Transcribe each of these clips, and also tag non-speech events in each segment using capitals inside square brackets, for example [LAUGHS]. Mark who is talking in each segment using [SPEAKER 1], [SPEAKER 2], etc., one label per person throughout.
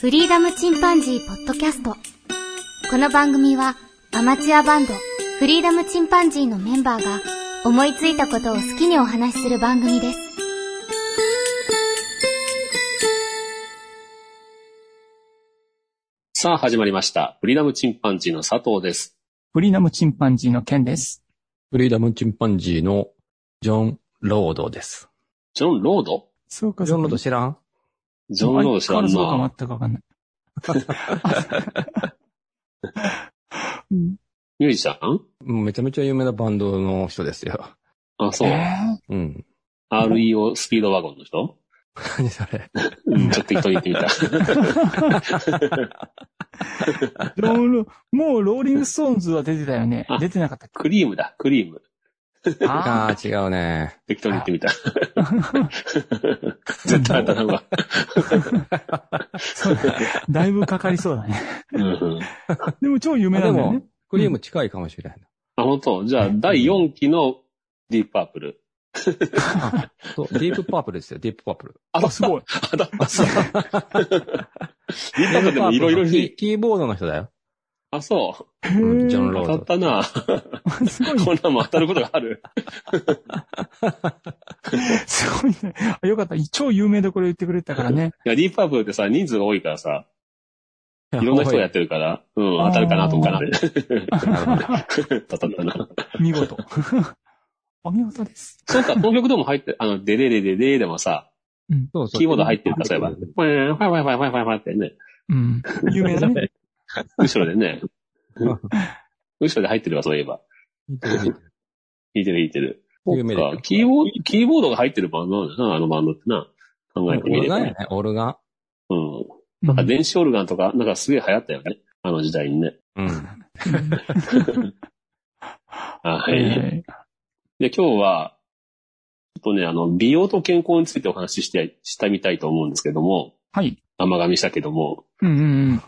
[SPEAKER 1] フリーダムチンパンジーポッドキャスト。この番組はアマチュアバンドフリーダムチンパンジーのメンバーが思いついたことを好きにお話しする番組です。
[SPEAKER 2] さあ、始まりました。フリーダムチンパンジーの佐藤です。
[SPEAKER 3] フリーダムチンパンジーの件です。
[SPEAKER 4] フリーダムチンパンジーのジョン・ロードです。
[SPEAKER 2] ジョン・ロード
[SPEAKER 3] そうか、
[SPEAKER 4] ジョ
[SPEAKER 3] そう
[SPEAKER 4] ン・
[SPEAKER 3] か。
[SPEAKER 4] ロード知らん
[SPEAKER 2] ジョン・ロード知らん
[SPEAKER 3] そうか
[SPEAKER 2] な。、
[SPEAKER 3] 全くわかんない。うん
[SPEAKER 2] ミュージシャン
[SPEAKER 4] もうめちゃめちゃ有名なバンドの人ですよ。
[SPEAKER 2] あ、そう。
[SPEAKER 3] え
[SPEAKER 4] うん。
[SPEAKER 2] REO スピードワゴンの人
[SPEAKER 4] 何それ。
[SPEAKER 2] うん、ちょっと適当に言ってみた。
[SPEAKER 3] ーロールもうローリングストーンズは出てたよね
[SPEAKER 2] あ。
[SPEAKER 3] 出てなかったっ
[SPEAKER 2] [LAUGHS] クリームだ、クリーム。
[SPEAKER 3] けあ
[SPEAKER 4] ああ、違うね。
[SPEAKER 2] 適当に言ってみた。
[SPEAKER 3] ー
[SPEAKER 2] 絶対当たらんわ。
[SPEAKER 3] そうだだいぶかかりそうだね。
[SPEAKER 2] うんうん
[SPEAKER 3] でも超有名なんだよね。
[SPEAKER 4] クリーム近いかもしれない。
[SPEAKER 2] あ、本当じゃあ、第4期のディープパープル。
[SPEAKER 4] あそう、ディープパープルですよ、ディープパープル。
[SPEAKER 2] あ
[SPEAKER 3] あ、すごい。
[SPEAKER 2] あ、だ、あ、そう。ディープパープルでもいろいろ
[SPEAKER 4] キ
[SPEAKER 2] に
[SPEAKER 4] ー。キーボードの人だよ。
[SPEAKER 2] あ、そう。
[SPEAKER 3] ジ
[SPEAKER 4] うんジョン・ロ
[SPEAKER 2] 当
[SPEAKER 4] ー
[SPEAKER 2] た
[SPEAKER 4] ド
[SPEAKER 2] っ。たな。
[SPEAKER 3] ー。すご
[SPEAKER 2] こ
[SPEAKER 3] いね。
[SPEAKER 2] んなんも当たることがある。
[SPEAKER 3] すごいね。あよかった。超有名どころ言ってくれたからね。
[SPEAKER 2] いや、ディープパープルってさ、人数が多いからさ、いろんな人がやってるから、うん、当たるかなと思ったら、
[SPEAKER 4] なるほど。
[SPEAKER 2] [LAUGHS] 当たったな。[LAUGHS]
[SPEAKER 3] 見事。お見事です。
[SPEAKER 2] そうか、この曲でも入って、あの、デレレレレでもさ、
[SPEAKER 4] そうそう
[SPEAKER 2] キーボード入ってるか、そういえば。ファイファイファイファイファイファイってね、
[SPEAKER 3] うん。有名だね。
[SPEAKER 2] [LAUGHS] 後ろでね、後ろで入ってるわ、そういえば。弾いてる弾いてる。
[SPEAKER 4] 有名だ
[SPEAKER 2] そ
[SPEAKER 4] よ
[SPEAKER 2] っかキーボード、キーボードが入ってるバンドなんだな、あのバンドってな。考えて
[SPEAKER 4] オ
[SPEAKER 2] み
[SPEAKER 4] ル
[SPEAKER 2] れ
[SPEAKER 4] ガ
[SPEAKER 2] ば
[SPEAKER 4] ンや
[SPEAKER 2] ね。
[SPEAKER 4] ね、オルガン。
[SPEAKER 2] うん。
[SPEAKER 3] な
[SPEAKER 2] なんか電子オルガンとか、なんかすげえ流行ったよね。あの時代にね。
[SPEAKER 4] うん。
[SPEAKER 2] はい。で、今日は、ちょっとね、あの、美容と健康についてお話しして、したみたいと思うんですけども、
[SPEAKER 3] はい。
[SPEAKER 2] 甘噛みしたけども、
[SPEAKER 3] うんうん
[SPEAKER 2] う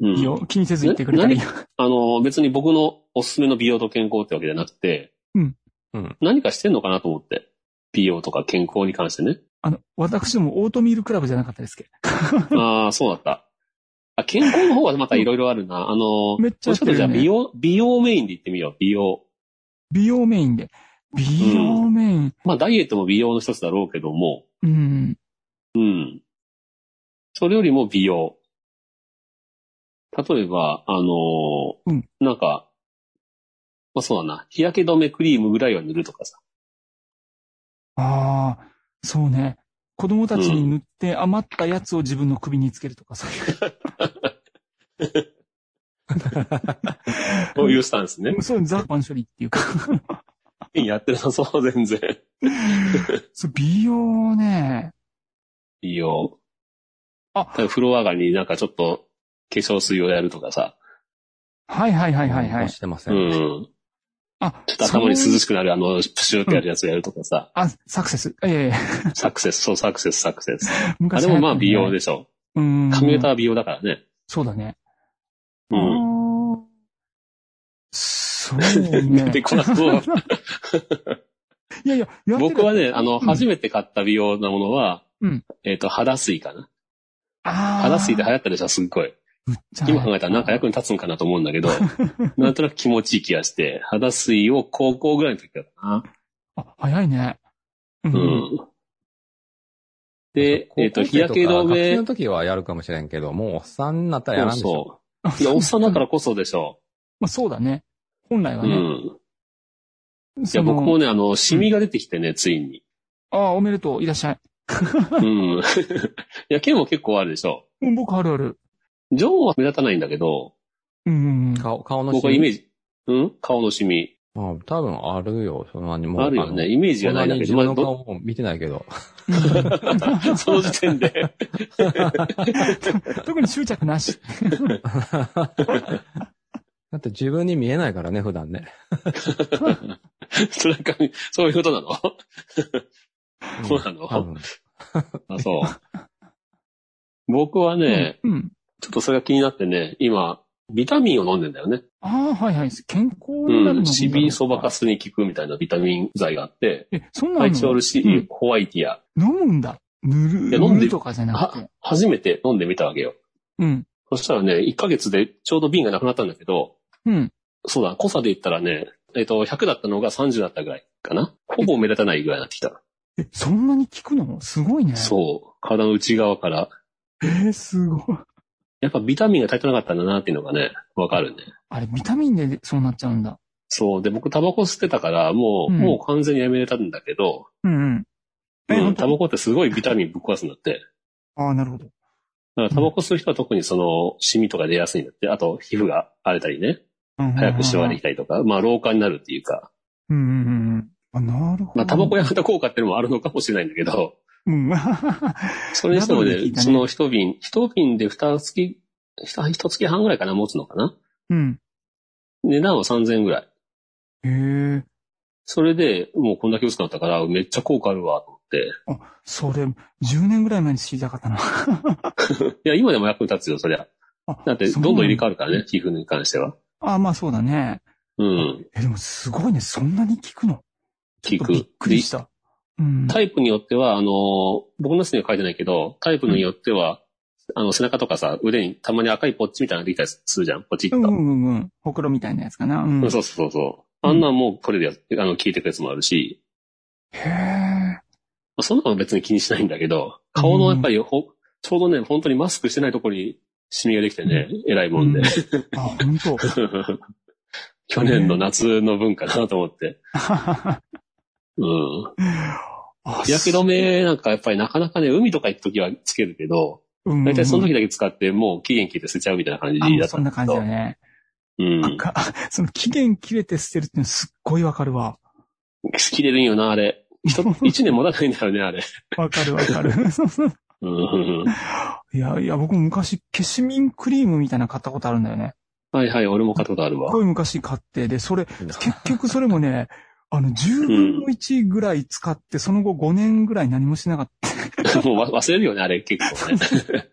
[SPEAKER 3] うん。いい
[SPEAKER 2] ん。
[SPEAKER 3] よ。気にせず言ってくれたらいいよ。
[SPEAKER 2] あの、別に僕のおすすめの美容と健康ってわけじゃなくて、
[SPEAKER 3] うん
[SPEAKER 4] うん
[SPEAKER 2] 何かしてんのかなと思って。美容とか健康に関して
[SPEAKER 3] [LAUGHS]
[SPEAKER 2] ね。
[SPEAKER 3] あの、私どもオートミールクラブじゃなかったですけ
[SPEAKER 2] ああ、そうだった。あ、健康の方はまたいろいろあるな。あの、
[SPEAKER 3] めっちゃ
[SPEAKER 2] もうちょっとじゃあ
[SPEAKER 3] やってるね
[SPEAKER 2] 美容、美容メインで言ってみよう。美容。
[SPEAKER 3] 美容メインで。美容メイン。
[SPEAKER 2] まあ、ダイエットも美容の一つだろうけども、
[SPEAKER 3] うん。
[SPEAKER 2] うん。それよりも美容。例えば、あのー
[SPEAKER 3] うん
[SPEAKER 2] なんか、まあそうだな、日焼け止めクリームぐらいは塗るとかさ。
[SPEAKER 3] ああ、そうね。子供たちに塗って余ったやつを自分の首につけるとか、そういう。
[SPEAKER 2] [LAUGHS] そういうスタンスね。
[SPEAKER 3] [LAUGHS] そういうザ・パン処理っていうか。
[SPEAKER 2] [LAUGHS] やってなさそう、全然。
[SPEAKER 3] そう、美容ね。
[SPEAKER 2] 美容。
[SPEAKER 3] あ
[SPEAKER 2] ただ風呂上がりになんかちょっと化粧水をやるとかさ。
[SPEAKER 3] はいはいはいはいは
[SPEAKER 4] もう
[SPEAKER 3] い。
[SPEAKER 4] してませ。
[SPEAKER 2] うんん。
[SPEAKER 3] あ、
[SPEAKER 2] ちょっと頭に涼
[SPEAKER 3] し
[SPEAKER 2] しくなる、あの、プシューってやるやつをやるとかさ。
[SPEAKER 3] あ、サクセス。ええ
[SPEAKER 2] [LAUGHS] サクセス、そう、サクセス、サクセス。あ、
[SPEAKER 3] 昔
[SPEAKER 2] で
[SPEAKER 3] 流
[SPEAKER 2] も
[SPEAKER 3] 行ったね
[SPEAKER 2] まあ美容。でしょ。
[SPEAKER 3] うん。
[SPEAKER 2] 髪型は美容だからね。
[SPEAKER 3] そうだね。
[SPEAKER 2] うん。
[SPEAKER 3] あーそう
[SPEAKER 2] 出
[SPEAKER 3] ね。
[SPEAKER 2] てこ
[SPEAKER 3] [LAUGHS]
[SPEAKER 2] なそう。
[SPEAKER 3] いやいや、やってる
[SPEAKER 2] 僕はね、あの、
[SPEAKER 3] うん
[SPEAKER 2] 初めて買った美容なものは、
[SPEAKER 3] うん
[SPEAKER 2] えっ、と、肌水かな。
[SPEAKER 3] あ
[SPEAKER 2] 肌水って流
[SPEAKER 3] っ
[SPEAKER 2] 行ったでしょ、すっごい。
[SPEAKER 3] ち
[SPEAKER 2] 今考えたらなんか役に立つんかなと思うん
[SPEAKER 3] [LAUGHS]
[SPEAKER 2] だけど、なんとなく気持ちいい気がして、肌水を高校ぐらいの時だったな。
[SPEAKER 3] あ、早いね。う。
[SPEAKER 2] うん
[SPEAKER 3] [LAUGHS]
[SPEAKER 2] ん。で、えっ、と、日焼け
[SPEAKER 4] 高
[SPEAKER 2] 止
[SPEAKER 4] 校生とか学生
[SPEAKER 2] め
[SPEAKER 4] の、時はやるかもしれんけど、もうおっさんになったらや
[SPEAKER 2] そ
[SPEAKER 4] ら
[SPEAKER 2] うんそ
[SPEAKER 4] でしょ。
[SPEAKER 2] う。いや、おっさんだからこそでしょ。
[SPEAKER 3] まあそうだね。本来は
[SPEAKER 2] う
[SPEAKER 3] ね。
[SPEAKER 2] ん。い
[SPEAKER 3] そ
[SPEAKER 2] や、
[SPEAKER 3] の
[SPEAKER 2] 僕もね、あの、シミが出てきてね、ついに。
[SPEAKER 3] ああ、おめでとう。いらっしゃい。
[SPEAKER 2] うん。い [LAUGHS] や、毛も結構あるでしょ。
[SPEAKER 3] うん、僕あるある。
[SPEAKER 2] ジョンは目立たないんだけど、
[SPEAKER 3] うん。
[SPEAKER 4] 顔、顔の
[SPEAKER 2] 僕はイメ
[SPEAKER 4] ージ。
[SPEAKER 2] ージ、うん顔のシミ。
[SPEAKER 4] まあ、多分あるよ、そんなにもう。
[SPEAKER 2] あるよね。イメージ
[SPEAKER 4] そ
[SPEAKER 2] が
[SPEAKER 4] ん
[SPEAKER 2] な
[SPEAKER 4] ない
[SPEAKER 2] ん
[SPEAKER 4] に
[SPEAKER 2] だけど、ま
[SPEAKER 4] 自分
[SPEAKER 2] あ
[SPEAKER 4] の
[SPEAKER 2] ど、
[SPEAKER 4] 顔も見てないけど。 [LAUGHS]
[SPEAKER 2] [LAUGHS] その時点で。
[SPEAKER 3] [LAUGHS] 特に執着なし。
[SPEAKER 2] [LAUGHS]
[SPEAKER 4] だって自分に見えないからね、普段ね。
[SPEAKER 2] それか、そういうことなのそうなの
[SPEAKER 4] 多分
[SPEAKER 2] あそう。僕はね、
[SPEAKER 3] うん。
[SPEAKER 2] ちょっとそれが気になってね、今、ビタミンを飲んでんだよね。
[SPEAKER 3] ああ、はいはい。健康にな
[SPEAKER 2] うん。
[SPEAKER 3] るのがいい
[SPEAKER 2] シ
[SPEAKER 3] んだろう
[SPEAKER 2] ビそばかすに効くみたいなビタミン剤があって、
[SPEAKER 3] え、そんな
[SPEAKER 2] ハイ
[SPEAKER 3] の
[SPEAKER 2] チオールシ
[SPEAKER 3] うん
[SPEAKER 2] ホワイティア、
[SPEAKER 3] 飲むんだ。塗る。
[SPEAKER 2] いや飲んで
[SPEAKER 3] 塗るとかじゃなくて
[SPEAKER 2] は。初めて飲んでみたわけよ。
[SPEAKER 3] うん。
[SPEAKER 2] そしたらね、1ヶ月でちょうど瓶がなくなったんだけど、
[SPEAKER 3] うん。
[SPEAKER 2] そうだ、濃さで言ったらね、えっ、と、100だったのが30だったぐらいかな。ほぼ目立たないぐらいになってきた。
[SPEAKER 3] え、そんなに効くのすごいね。う。
[SPEAKER 2] そう。体の内側から。
[SPEAKER 3] えー、すごい。
[SPEAKER 2] やっぱビタミンが足りてなかったんだなっていうのがね、わかるね。
[SPEAKER 3] あれ、ビタミンでそうなっちゃうんだ。
[SPEAKER 2] そう。で、僕、タバコ吸ってたから、もう、
[SPEAKER 3] うん
[SPEAKER 2] もう完全にやめれたんだけど、
[SPEAKER 3] うんうん。え、
[SPEAKER 2] う
[SPEAKER 3] ほん
[SPEAKER 2] ん、タ
[SPEAKER 3] と
[SPEAKER 2] バコってすごいビタミンぶっ壊すんだって。
[SPEAKER 3] ああ、なるほど。
[SPEAKER 2] だからタバコ吸う人は特にその、シミとか出やすいんだって。あと、皮膚が荒れたりね。早くシワができたりとか。まあ、老化になるっていうか。
[SPEAKER 3] うんうんうんうん。あ、なるほど。
[SPEAKER 2] まあ、タバコやめた効果っていうのもあるのかもしれないんだけど、
[SPEAKER 3] うん。 [LAUGHS]
[SPEAKER 2] それにしても
[SPEAKER 3] なるほど聞い
[SPEAKER 2] ね、
[SPEAKER 3] たね
[SPEAKER 2] その一瓶、一瓶で二月、一一月半ぐらいかな、持つのかな。
[SPEAKER 3] うん。
[SPEAKER 2] 値段は3000円ぐらい。
[SPEAKER 3] へえ。
[SPEAKER 2] それで、もうこんだけ薄くなったから、めっちゃ効果あるわ、と思って。
[SPEAKER 3] それ、10年ぐらい前に知りたかったな。
[SPEAKER 2] いや、今でも役に立つよ、そりゃ。
[SPEAKER 3] あ
[SPEAKER 2] だって、どんどん入れ替
[SPEAKER 3] わる。
[SPEAKER 2] わるからね、皮膚に関しては。
[SPEAKER 3] あ、まあそうだね。
[SPEAKER 2] うん。
[SPEAKER 3] え、でもすごいね。そんなに効くの
[SPEAKER 2] 効
[SPEAKER 3] ちょっとび
[SPEAKER 2] く
[SPEAKER 3] っ。くりした。うん。
[SPEAKER 2] タイプによっては、あの、僕のやつには書いてないけど、タイプによっては、あの、背中とかさ、腕にたまに赤いポッチみたいなのができたりするじゃん、ポチッ
[SPEAKER 3] うんう
[SPEAKER 2] と。
[SPEAKER 3] んうんうん。ほくろみたいなやつかな。うん。
[SPEAKER 2] そうそうそうそう。あんなんもう取れるやつ、あの、効いてくやつもあるし、
[SPEAKER 3] へえ。
[SPEAKER 2] まあそんなのは別に気にしないんだけど、顔のやっぱりほ、ちょうどね、本当にマスクしてないところにシミができてね、偉いもんで。
[SPEAKER 3] あ、ほんと。
[SPEAKER 2] 去年の夏の分かなと思って。
[SPEAKER 3] あ
[SPEAKER 2] うん。日 [LAUGHS] 焼け
[SPEAKER 3] [LAUGHS]
[SPEAKER 2] 止めなんかやっぱりなかなかね、海とか行くときはつけるけど、
[SPEAKER 3] うん。
[SPEAKER 2] 大体その
[SPEAKER 3] 時
[SPEAKER 2] 時だけ使って、もう期限切って捨てちゃうみたいな感じ
[SPEAKER 3] あ、も
[SPEAKER 2] だ
[SPEAKER 3] う
[SPEAKER 2] った
[SPEAKER 3] そんな感じだね。
[SPEAKER 2] うん。
[SPEAKER 3] か、 [LAUGHS] その期限切れて捨てるっていうのすっごいわかるわ。
[SPEAKER 2] 切れるんよな、あれ。
[SPEAKER 3] [LAUGHS]
[SPEAKER 2] 一一年持たないんだよね、あれ。
[SPEAKER 3] わかるわかる。 [LAUGHS] そうそう
[SPEAKER 2] うん。
[SPEAKER 3] いや、いや、僕も昔、消しミンクリームみたいなの買ったことあるんだよね。
[SPEAKER 2] はいはい、俺も買ったことある
[SPEAKER 3] [LAUGHS] す
[SPEAKER 2] わ。
[SPEAKER 3] ごい昔買って、で、それ、結局それもね、あの、10分の1ぐらい使って、その後5年ぐらい何もしなかった。
[SPEAKER 2] もうわ忘れるよね、あれ、結構ね。
[SPEAKER 3] [LAUGHS]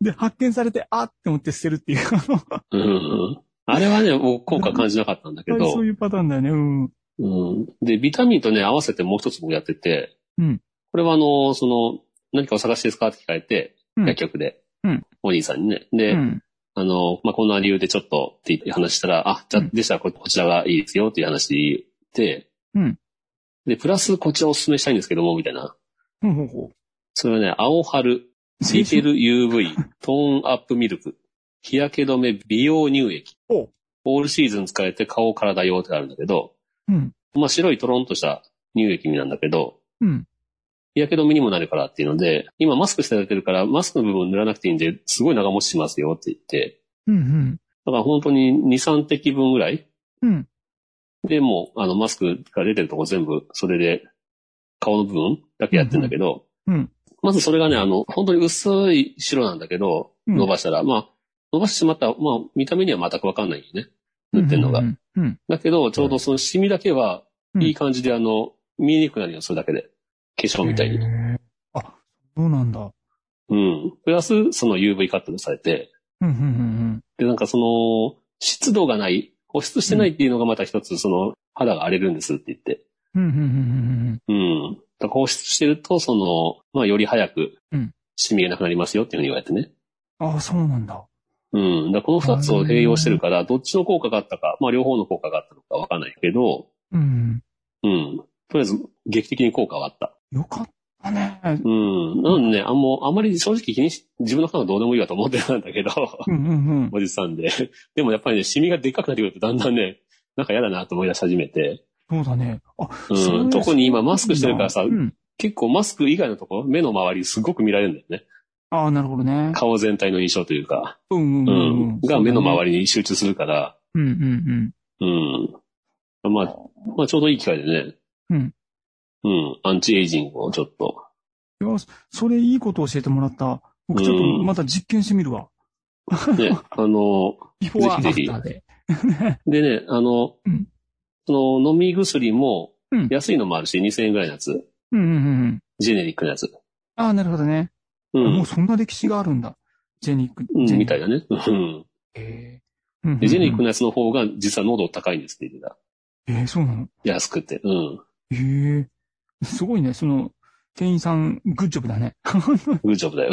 [SPEAKER 3] で、発見されて、あーって思って捨てるっていう、あ [LAUGHS] の、
[SPEAKER 2] うん。あれはね、もう効果感じなかったんだけど
[SPEAKER 3] そう、いうパターンだよね。うん。
[SPEAKER 2] うん。で、ビタミンとね、合わせてもう一つ僕やってて、
[SPEAKER 3] うん
[SPEAKER 2] これはあの、その、何かを探してですかって聞かれて、
[SPEAKER 3] うん
[SPEAKER 2] 薬局で、
[SPEAKER 3] うん
[SPEAKER 2] お兄さんにね。で、
[SPEAKER 3] うん。
[SPEAKER 2] あの、まあ、こんな理由でちょっとって話したら、あ、じゃあ
[SPEAKER 3] うん
[SPEAKER 2] でしたらここちらがいいですよっていう話で、
[SPEAKER 3] うん
[SPEAKER 2] で、プラスこちらお勧めしたいんですけども、みたいな。
[SPEAKER 3] ほうほうほ
[SPEAKER 2] それはね、青春、
[SPEAKER 3] う。
[SPEAKER 2] リペル UV、ト
[SPEAKER 3] [LAUGHS]
[SPEAKER 2] ーンアップミルク、日焼け止め美容乳液。
[SPEAKER 3] お
[SPEAKER 2] オールシーズン使えて顔体用ってあるんだけど、
[SPEAKER 3] うん。
[SPEAKER 2] まあ、白いトロンとした乳液なんだけど、
[SPEAKER 3] うん。
[SPEAKER 2] 日焼け止めにもなるからっていうので、今マスクしてられてるから、マスクの部分塗らなくていいんで、すごい長持ちしますよって言って、
[SPEAKER 3] うん。
[SPEAKER 2] だから本当に2、3滴分ぐらい
[SPEAKER 3] うん。うん。
[SPEAKER 2] で、もう、あの、マスクが出てるとこ全部、それで、顔の部分だけやってんだけど、
[SPEAKER 3] うんうんうん
[SPEAKER 2] まずそれがね、あの、本当に薄い白なんだけど、
[SPEAKER 3] うん
[SPEAKER 2] 伸ばしたら、まあ、伸ばしてしまったら、まあ、見た目には全くわかんないよね。塗ってんのが。
[SPEAKER 3] うん。うん。
[SPEAKER 2] だけど、ちょうどそのシミだけは、
[SPEAKER 3] うん
[SPEAKER 2] いい感じで、あの、見えにくくなるよ、それだけで。化粧みたいに。
[SPEAKER 3] へーあ、そうなんだ。
[SPEAKER 2] うん。プラス、その UV カットでされて、
[SPEAKER 3] うん。うん。うん
[SPEAKER 2] で、なんかその、湿度がない、保湿してないっていうのがまた一つ、その、肌が荒れるんですって言って。
[SPEAKER 3] うん。うん。うん。うん。うん。
[SPEAKER 2] うん。だから放出してると、その、まあ、より早く
[SPEAKER 3] うん、
[SPEAKER 2] シミがなくなりますよっていうふうに言われてね。
[SPEAKER 3] ああ、そうなんだ。
[SPEAKER 2] うん。だからこの二つを併用してるから、どっちの効果があったか、まあ、両方の効果があったのかわかんないけど、
[SPEAKER 3] うん。
[SPEAKER 2] うん。とりあえず、劇的に効果はあった。
[SPEAKER 3] よかったね。
[SPEAKER 2] うん。なのでね、あんま、あんまり正直気にし、自分の感はどうでもいいわと思ってたんだけど、 [LAUGHS]
[SPEAKER 3] うんうんうん。
[SPEAKER 2] おじさんで。でもやっぱりね、シミがでっかくなってくると、だんだんね、なんか嫌だなと思い出し始めて。。
[SPEAKER 3] そうだね。あ、そううん
[SPEAKER 2] 特に今マスクしてるからさ
[SPEAKER 3] う、ん。
[SPEAKER 2] 結構マスク以外のところ、目の周りすごく見られるんだよね。
[SPEAKER 3] ああ、なるほどね。
[SPEAKER 2] 顔全体の印象というか。
[SPEAKER 3] うんうん
[SPEAKER 2] う
[SPEAKER 3] うん
[SPEAKER 2] ん。
[SPEAKER 3] うん。
[SPEAKER 2] が目の周
[SPEAKER 3] り。
[SPEAKER 2] りに集中するから、
[SPEAKER 3] うんうん
[SPEAKER 2] うん。まあ、まあ、ちょうどいい機会でね。
[SPEAKER 3] うん。
[SPEAKER 2] うん。アンチエイジングをちょっと。
[SPEAKER 3] うん。いや、それいいこと教えてもらった。僕ちょっとまた実験してみるわ。
[SPEAKER 2] ね。
[SPEAKER 3] [LAUGHS]
[SPEAKER 2] あの、
[SPEAKER 3] ビフォーアフタ
[SPEAKER 2] ぜひぜひ
[SPEAKER 3] ーで。
[SPEAKER 2] でね、あの、
[SPEAKER 3] うん
[SPEAKER 2] その飲み薬も
[SPEAKER 3] うん、
[SPEAKER 2] 安いのもあるし、2000円ぐらいのやつ。
[SPEAKER 3] うんうんうん。
[SPEAKER 2] ジェネリックのやつ。
[SPEAKER 3] ああ、なるほどね。
[SPEAKER 2] う
[SPEAKER 3] も
[SPEAKER 2] ん
[SPEAKER 3] う。そんな歴史があるんだ。ジェニック。
[SPEAKER 2] うん、みたい
[SPEAKER 3] な。
[SPEAKER 2] だね。うん。
[SPEAKER 3] へーうんうんうん
[SPEAKER 2] で、ジェネリックのやつの方が実は濃度高いんですって言ってた。
[SPEAKER 3] えー、そうなの
[SPEAKER 2] 安くて。うん。
[SPEAKER 3] へえ。
[SPEAKER 2] [LAUGHS]
[SPEAKER 3] すごいね。その、店員さん、グッジョブだね。
[SPEAKER 2] グッジョブだよ。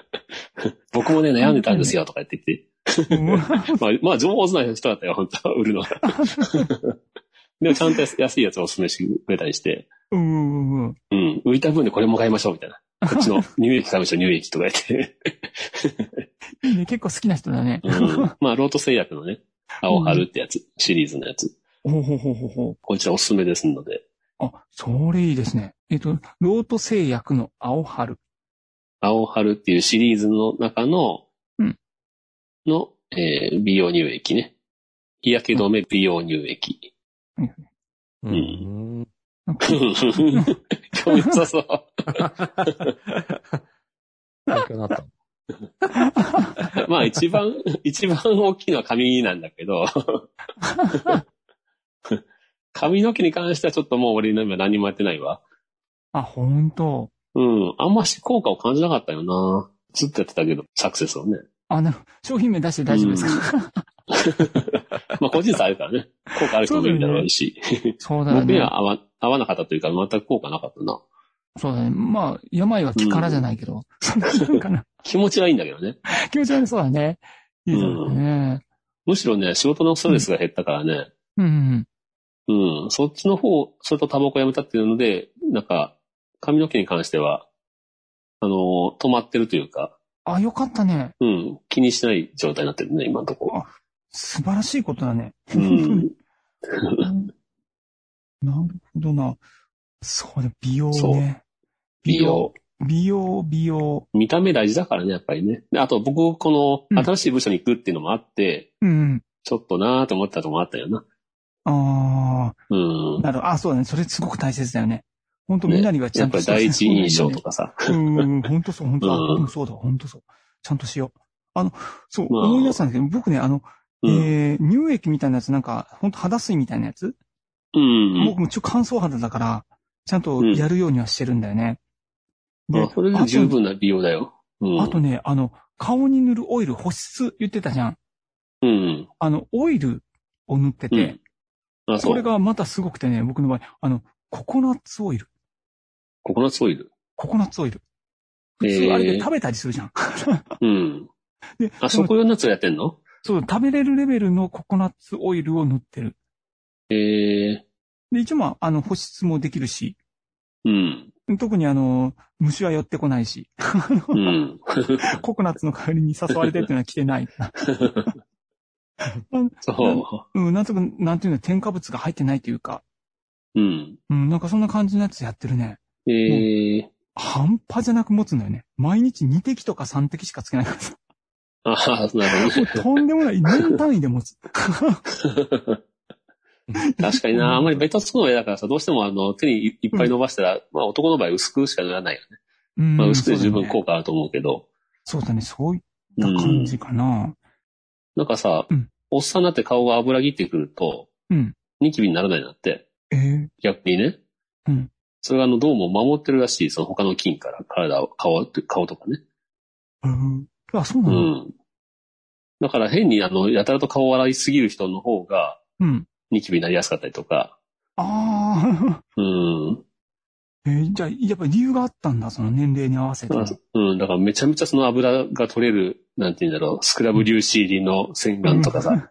[SPEAKER 2] [LAUGHS] 僕もね、悩んでたんですよ、とか言って言って。
[SPEAKER 3] うん
[SPEAKER 2] まあ、まあ、上手な人だったよ、本当は売るのは。
[SPEAKER 3] [LAUGHS]
[SPEAKER 2] でも、ちゃんと安いやつをお勧めしてくれたりして、
[SPEAKER 3] うんうんうん。
[SPEAKER 2] うん、浮いた分でこれも買いましょう、みたいな。こっち
[SPEAKER 3] [LAUGHS]
[SPEAKER 2] の乳液買いましょう、乳液とか言って。
[SPEAKER 3] いいね、結構好きな人だね。
[SPEAKER 2] うん、まあ、ロート製薬のね、青春ってやつ、シリーズのやつ。
[SPEAKER 3] ほうほうほうほうほ
[SPEAKER 2] こちらおすすめですので、
[SPEAKER 3] う。あ、それいいですね。えっと、ロート製薬の青春。
[SPEAKER 2] 青春っていうシリーズの中の、
[SPEAKER 3] うん
[SPEAKER 2] の、えー美容乳液ね。日焼け止め美容乳液。
[SPEAKER 4] うんん。
[SPEAKER 3] なんか
[SPEAKER 2] 興味なさそう。
[SPEAKER 4] 勉強になった。
[SPEAKER 2] まあ一番、一番大きいのは髪なんだけど、髪の毛に関してはちょっともう俺今何もやってないわ。
[SPEAKER 3] あ、ほんと。
[SPEAKER 2] うん。あんまし効果を感じなかったよな。ずっとやってたけど、サクセスをね。
[SPEAKER 3] あ、なるほど商品名出して大丈夫ですか、
[SPEAKER 2] まあ個人差あるからね。効果ある人もいるだろうし。
[SPEAKER 3] [LAUGHS] そうだ
[SPEAKER 2] 僕に
[SPEAKER 3] ね。
[SPEAKER 2] は合わ合わなかったというか全く効果なかったな。
[SPEAKER 3] そうだね。まあ、病は気からじゃないけど、そんなもんか [LAUGHS] な。
[SPEAKER 2] 気持ちはいいんだけどね。
[SPEAKER 3] 気持ち悪そうだね。いいですね。
[SPEAKER 2] むしろね、仕事のストレスが減ったからね。
[SPEAKER 3] うん。うん
[SPEAKER 2] うん。そっちの方、それとタバコやめたっていうので、なんか、髪の毛に関しては、あの、止まってるというか、
[SPEAKER 3] あ、よかったね。
[SPEAKER 2] うん、気にしない状態になってるね、今のところ。
[SPEAKER 3] 素晴らしいことだね。
[SPEAKER 2] う
[SPEAKER 3] 本当に
[SPEAKER 2] ん。
[SPEAKER 3] なるほ [LAUGHS] どな。そうだ、美容
[SPEAKER 2] そう
[SPEAKER 3] ね。
[SPEAKER 2] 美容。。
[SPEAKER 3] 美容、美容。
[SPEAKER 2] 見た目大事だからね、やっぱりね。であと、僕、こ
[SPEAKER 3] うん
[SPEAKER 2] の、新しい部署に行くっていうのもあって、
[SPEAKER 3] うん。
[SPEAKER 2] ちょっとなーと思ってたとこもあったよな。
[SPEAKER 3] あ
[SPEAKER 2] う
[SPEAKER 3] あ、
[SPEAKER 2] ん。
[SPEAKER 3] なるほど。あ、そうだね。それすごく大切だよね。本当
[SPEAKER 2] ね
[SPEAKER 3] みんなにはち
[SPEAKER 2] や
[SPEAKER 3] ゃ
[SPEAKER 2] っ
[SPEAKER 3] ん
[SPEAKER 2] ぱ
[SPEAKER 3] と
[SPEAKER 2] り
[SPEAKER 3] した
[SPEAKER 2] 第一印象とかさ。
[SPEAKER 3] うんうん、本当そう、本当
[SPEAKER 2] う
[SPEAKER 3] あ、
[SPEAKER 2] ん
[SPEAKER 3] でもそうだ、本当そう。ちゃんとしよう。あの、そう、
[SPEAKER 2] まあ
[SPEAKER 3] 思い出したんですけど、僕ね、あの、
[SPEAKER 2] うん。
[SPEAKER 3] えー、乳液みたいなやつ、なんか、本当肌水みたいなやつ、
[SPEAKER 2] うん。
[SPEAKER 3] 僕もちょ、乾燥肌だから、ちゃんとやるようにはしてるんだよね。
[SPEAKER 2] まあ、それで十分な美容だよ。うん。
[SPEAKER 3] あとね、あの、顔に塗るオイル、保湿言ってたじゃん。
[SPEAKER 2] うん。
[SPEAKER 3] あの、オイルを塗ってて、
[SPEAKER 2] うんあ、そ
[SPEAKER 3] これ
[SPEAKER 2] う。
[SPEAKER 3] がまたすごくてね、僕の場合、あの、ココナッツオイル。
[SPEAKER 2] ココナッツオイル。
[SPEAKER 3] ココナッツオイル。
[SPEAKER 2] え
[SPEAKER 3] 普
[SPEAKER 2] ー
[SPEAKER 3] 通あれで食べたりするじゃん。 [LAUGHS]
[SPEAKER 2] うん。
[SPEAKER 3] で
[SPEAKER 2] あ、そこ用のやつをやってんの
[SPEAKER 3] そう、食べれるレベルのココナッツオイルを塗ってる。
[SPEAKER 2] ええ
[SPEAKER 3] で、一応まあ、あの、保湿もできるし、
[SPEAKER 2] うん。
[SPEAKER 3] 特にあの、虫は寄ってこないし、 [LAUGHS]
[SPEAKER 2] うん。
[SPEAKER 3] ココナッツの香りに誘われてっていうのは来てない。 [LAUGHS]
[SPEAKER 2] そ
[SPEAKER 3] うん、なんとか、なんていうの、添加物が入ってないというか、
[SPEAKER 2] う。うん。
[SPEAKER 3] うん、なんかそんな感じのやつやってるね。
[SPEAKER 2] ええ
[SPEAKER 3] 半端じゃなく持つんだよね。毎日2滴とか3滴しかつけないからさ。
[SPEAKER 2] ああ、なるほ
[SPEAKER 3] もう [LAUGHS] とんでもない。年単位で持つ。
[SPEAKER 2] どね。確かにな、あんまりベタつくのは嫌だからさ、どうしてもあの、手にいいっぱい伸ばしたら、まあ男の場合薄くしかならないよね。
[SPEAKER 3] うん
[SPEAKER 2] まあ薄くで十分
[SPEAKER 3] こ
[SPEAKER 2] 効果あると思うけど。
[SPEAKER 3] そうだね。そういっ
[SPEAKER 2] う
[SPEAKER 3] た感
[SPEAKER 2] ん。
[SPEAKER 3] じかな。
[SPEAKER 2] なんかさ
[SPEAKER 3] うん、
[SPEAKER 2] おっさんになって顔が油切ってくると、
[SPEAKER 3] うん。
[SPEAKER 2] ニキビにならないなって、
[SPEAKER 3] ええ
[SPEAKER 2] 逆にね。
[SPEAKER 3] うん。
[SPEAKER 2] それがあの、どうも守ってるらしい、その他の菌から、体を、顔、顔とかね。
[SPEAKER 3] うんあ、そうな
[SPEAKER 2] う
[SPEAKER 3] の
[SPEAKER 2] ん。だから変にあの、やたらと顔を洗いすぎる人の方が、
[SPEAKER 3] うん。
[SPEAKER 2] ニキビになりやすかったりとか、
[SPEAKER 3] ああ。
[SPEAKER 2] うん。
[SPEAKER 3] えーじゃあ、やっぱり理由があったんだ。その年齢に合わせて。
[SPEAKER 2] うん、だからめちゃめちゃその油が取れる、なんて言うんだろう、スクラブ粒子入りの洗顔とかさ、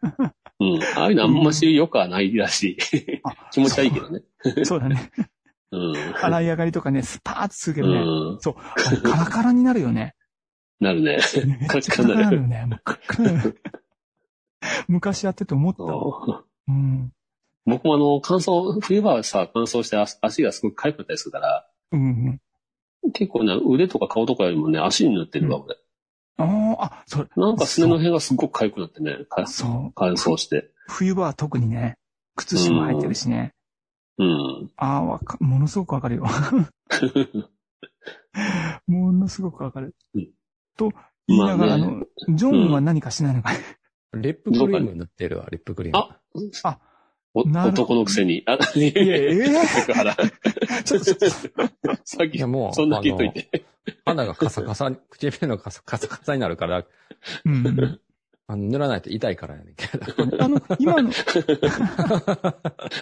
[SPEAKER 2] うん。ああいうのあんまし良くはないらしい。
[SPEAKER 3] あ
[SPEAKER 2] [LAUGHS] 気持ちはいいけどね。
[SPEAKER 3] [LAUGHS] そうだね。
[SPEAKER 2] うん。
[SPEAKER 3] 洗い上がりとかね、スパーッとするけ
[SPEAKER 2] う
[SPEAKER 3] どね。
[SPEAKER 2] ん。
[SPEAKER 3] そう。あれカラカラになるよね。
[SPEAKER 2] なるね。
[SPEAKER 3] めっちゃカラカラになるよね。もう [LAUGHS] カラカラになる昔やってて思った。
[SPEAKER 2] そう
[SPEAKER 3] うん。
[SPEAKER 2] 僕もあの、乾燥、冬場はさ、乾燥して足足がすごく痒くなったりするから、
[SPEAKER 3] うんうん。
[SPEAKER 2] 結構ね、腕とか顔とかよりもね、足に塗ってるわ、俺。
[SPEAKER 3] ああ、あ、それ、
[SPEAKER 2] なんかすねの辺がすごく痒くなってね、か
[SPEAKER 3] そう。
[SPEAKER 2] 乾燥して。
[SPEAKER 3] 冬場は特にね、靴下も入ってるしね。
[SPEAKER 2] うん。
[SPEAKER 3] ああ、わか、ものすごくわかるよ。 [LAUGHS] ものすごくわかる。
[SPEAKER 2] うん
[SPEAKER 3] と言いながら、あ
[SPEAKER 2] まあ
[SPEAKER 3] の、ジョンは何かしないのかね。
[SPEAKER 4] リップクリーム塗ってるわ、リップクリーム。
[SPEAKER 2] あ
[SPEAKER 3] あ
[SPEAKER 2] お
[SPEAKER 3] なるほど
[SPEAKER 2] 男のくせに。あ、い
[SPEAKER 3] いや、え [LAUGHS] え
[SPEAKER 2] セクハラ。
[SPEAKER 3] ちょっと、ちょっ
[SPEAKER 2] さっ
[SPEAKER 4] い
[SPEAKER 2] き
[SPEAKER 4] や、、もう、
[SPEAKER 2] そんな聞いといて。
[SPEAKER 4] あの。肌がカサカサ、唇のカサカサカサになるから、
[SPEAKER 3] とうん。
[SPEAKER 4] あの塗らないと痛いからやねんけど。
[SPEAKER 3] あの、今の、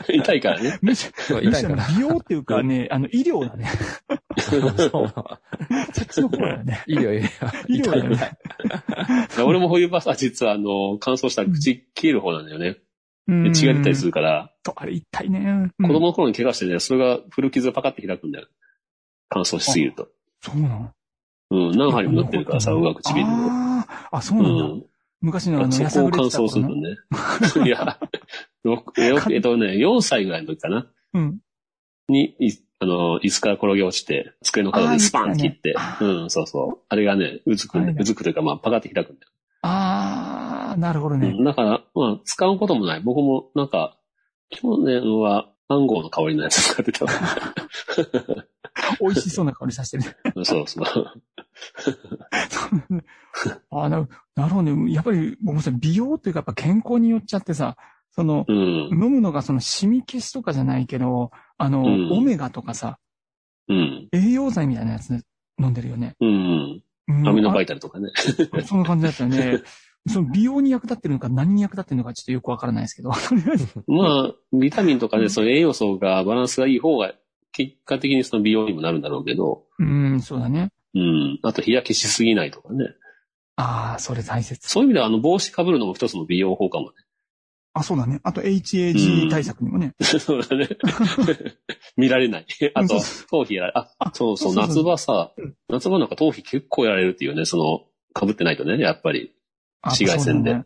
[SPEAKER 2] 痛いからね。
[SPEAKER 3] むし
[SPEAKER 4] そう
[SPEAKER 3] ろ、む
[SPEAKER 4] 痛
[SPEAKER 3] し
[SPEAKER 4] い
[SPEAKER 3] ろ
[SPEAKER 4] から
[SPEAKER 2] [LAUGHS]
[SPEAKER 3] 美容っていうかね、あの、医療だね。
[SPEAKER 4] そ
[SPEAKER 3] そ
[SPEAKER 4] う。
[SPEAKER 3] っちの方
[SPEAKER 2] [LAUGHS]
[SPEAKER 3] だね。
[SPEAKER 4] いいよ、いいよ。
[SPEAKER 3] 医療だよ
[SPEAKER 4] 痛い
[SPEAKER 3] ね。
[SPEAKER 2] いや俺もホイーバスは実はあの、乾燥したら口切る方なんだよね。
[SPEAKER 3] うん
[SPEAKER 2] で血が出たりするから、
[SPEAKER 3] と、あれ痛いね。うん
[SPEAKER 2] 子供の頃に怪我してね、それが古傷がパカって開くんだよ。乾燥しすぎると。
[SPEAKER 3] そうなの
[SPEAKER 2] うん、何針も塗ってるからさ、
[SPEAKER 3] うん
[SPEAKER 2] 上が唇を。
[SPEAKER 3] あーあ、そう
[SPEAKER 2] う
[SPEAKER 3] なんだ。
[SPEAKER 2] ん。
[SPEAKER 3] 昔のあの、
[SPEAKER 2] そ
[SPEAKER 3] やさ
[SPEAKER 2] こを
[SPEAKER 3] ぐ
[SPEAKER 2] 乾
[SPEAKER 3] れてた
[SPEAKER 2] 燥
[SPEAKER 3] 頃
[SPEAKER 2] する
[SPEAKER 3] な
[SPEAKER 2] のね。いや、よくよくえっとね、4歳ぐらいの時かな。
[SPEAKER 3] うん。
[SPEAKER 2] に、いあの、椅子から転げ落ちて、机の角
[SPEAKER 3] あー
[SPEAKER 2] でスパンって切って
[SPEAKER 3] 言って、た
[SPEAKER 2] うん、そうそう。あれがね、うずくん
[SPEAKER 3] あれ
[SPEAKER 2] で、
[SPEAKER 3] だ
[SPEAKER 2] うずくというか、まあ、パカって開くんだよ。
[SPEAKER 3] ああ、なるほど
[SPEAKER 2] う
[SPEAKER 3] ね。
[SPEAKER 2] ん、だから、まあ、使うこともない。僕も、なんか、去年は、マンゴーの香りのやつ使ってたわ。
[SPEAKER 3] 美味しそうな香りさせてる。 [LAUGHS]
[SPEAKER 2] そうそう。
[SPEAKER 3] ああ、なるなるほどね。やっぱり、僕もさ、美容というか、やっぱ健康によっちゃってさ、その、
[SPEAKER 2] うん。
[SPEAKER 3] 飲むのがその、染み消しとかじゃないけど、あの、
[SPEAKER 2] うん
[SPEAKER 3] オメガとかさ、
[SPEAKER 2] うん。
[SPEAKER 3] 栄養剤みたいなやつ飲んでるよね。
[SPEAKER 2] うん。
[SPEAKER 3] うん
[SPEAKER 2] アミノバイタルとかね。
[SPEAKER 3] [LAUGHS] そんな感じだったよね。その美容に役立ってるのか何に役立ってるのかちょっとよくわからないですけど。とりあえず
[SPEAKER 2] [LAUGHS] まあ、ビタミンとか
[SPEAKER 3] う
[SPEAKER 2] ね、
[SPEAKER 3] ん
[SPEAKER 2] その栄養素がバランスがいい方が、結果的にその美容にもなるんだろうけど、
[SPEAKER 3] うん、そうだね。
[SPEAKER 2] うん。あと日焼けしすぎないとかね。
[SPEAKER 3] ああ、それ大切。
[SPEAKER 2] そういう意味では、あの、帽子被るのも一つの美容法かもね。
[SPEAKER 3] あ、そうだね。あと HAG 対策にもね。
[SPEAKER 2] そうだね。 [LAUGHS] 見られない。あと、頭皮やられ、あ
[SPEAKER 3] あ、
[SPEAKER 2] そうそう、
[SPEAKER 3] そうそうそう
[SPEAKER 2] 夏場さ
[SPEAKER 3] うん、
[SPEAKER 2] 夏場なんか頭皮結構やられるっていうね、その、被ってないとね、やっぱり。
[SPEAKER 3] あ
[SPEAKER 2] 紫外線で。
[SPEAKER 3] そう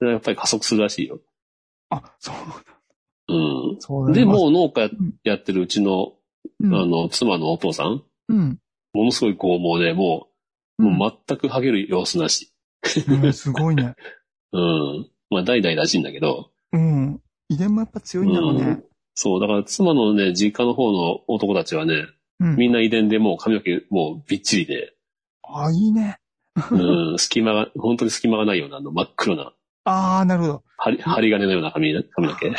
[SPEAKER 3] だね
[SPEAKER 2] やっぱり加速するらしいよ。
[SPEAKER 3] あ、そう、
[SPEAKER 2] う。
[SPEAKER 3] そうんだね
[SPEAKER 2] で、もう農家
[SPEAKER 3] ん
[SPEAKER 2] やってるうちの、
[SPEAKER 3] うん
[SPEAKER 2] あの、妻のお父さん、
[SPEAKER 3] うん。
[SPEAKER 2] ものすごい剛毛で、もう、もう全くハゲる様子なし。
[SPEAKER 3] うんすごいね。
[SPEAKER 2] [LAUGHS] うん。まあ、代々らしいんだけど、
[SPEAKER 3] うん。遺伝もやっぱ強いんだろうね。
[SPEAKER 2] そう、だから妻のね、実家の方の男たちはね、
[SPEAKER 3] うん。
[SPEAKER 2] みんな遺伝でもう髪の毛もうびっちりで、
[SPEAKER 3] あ、いいね。 [LAUGHS]
[SPEAKER 2] うん、隙間が、本当に隙間がないような、あの、真っ黒な、
[SPEAKER 3] ああ、なるほど。
[SPEAKER 2] 針、針金のような髪の、髪の毛。
[SPEAKER 3] 羨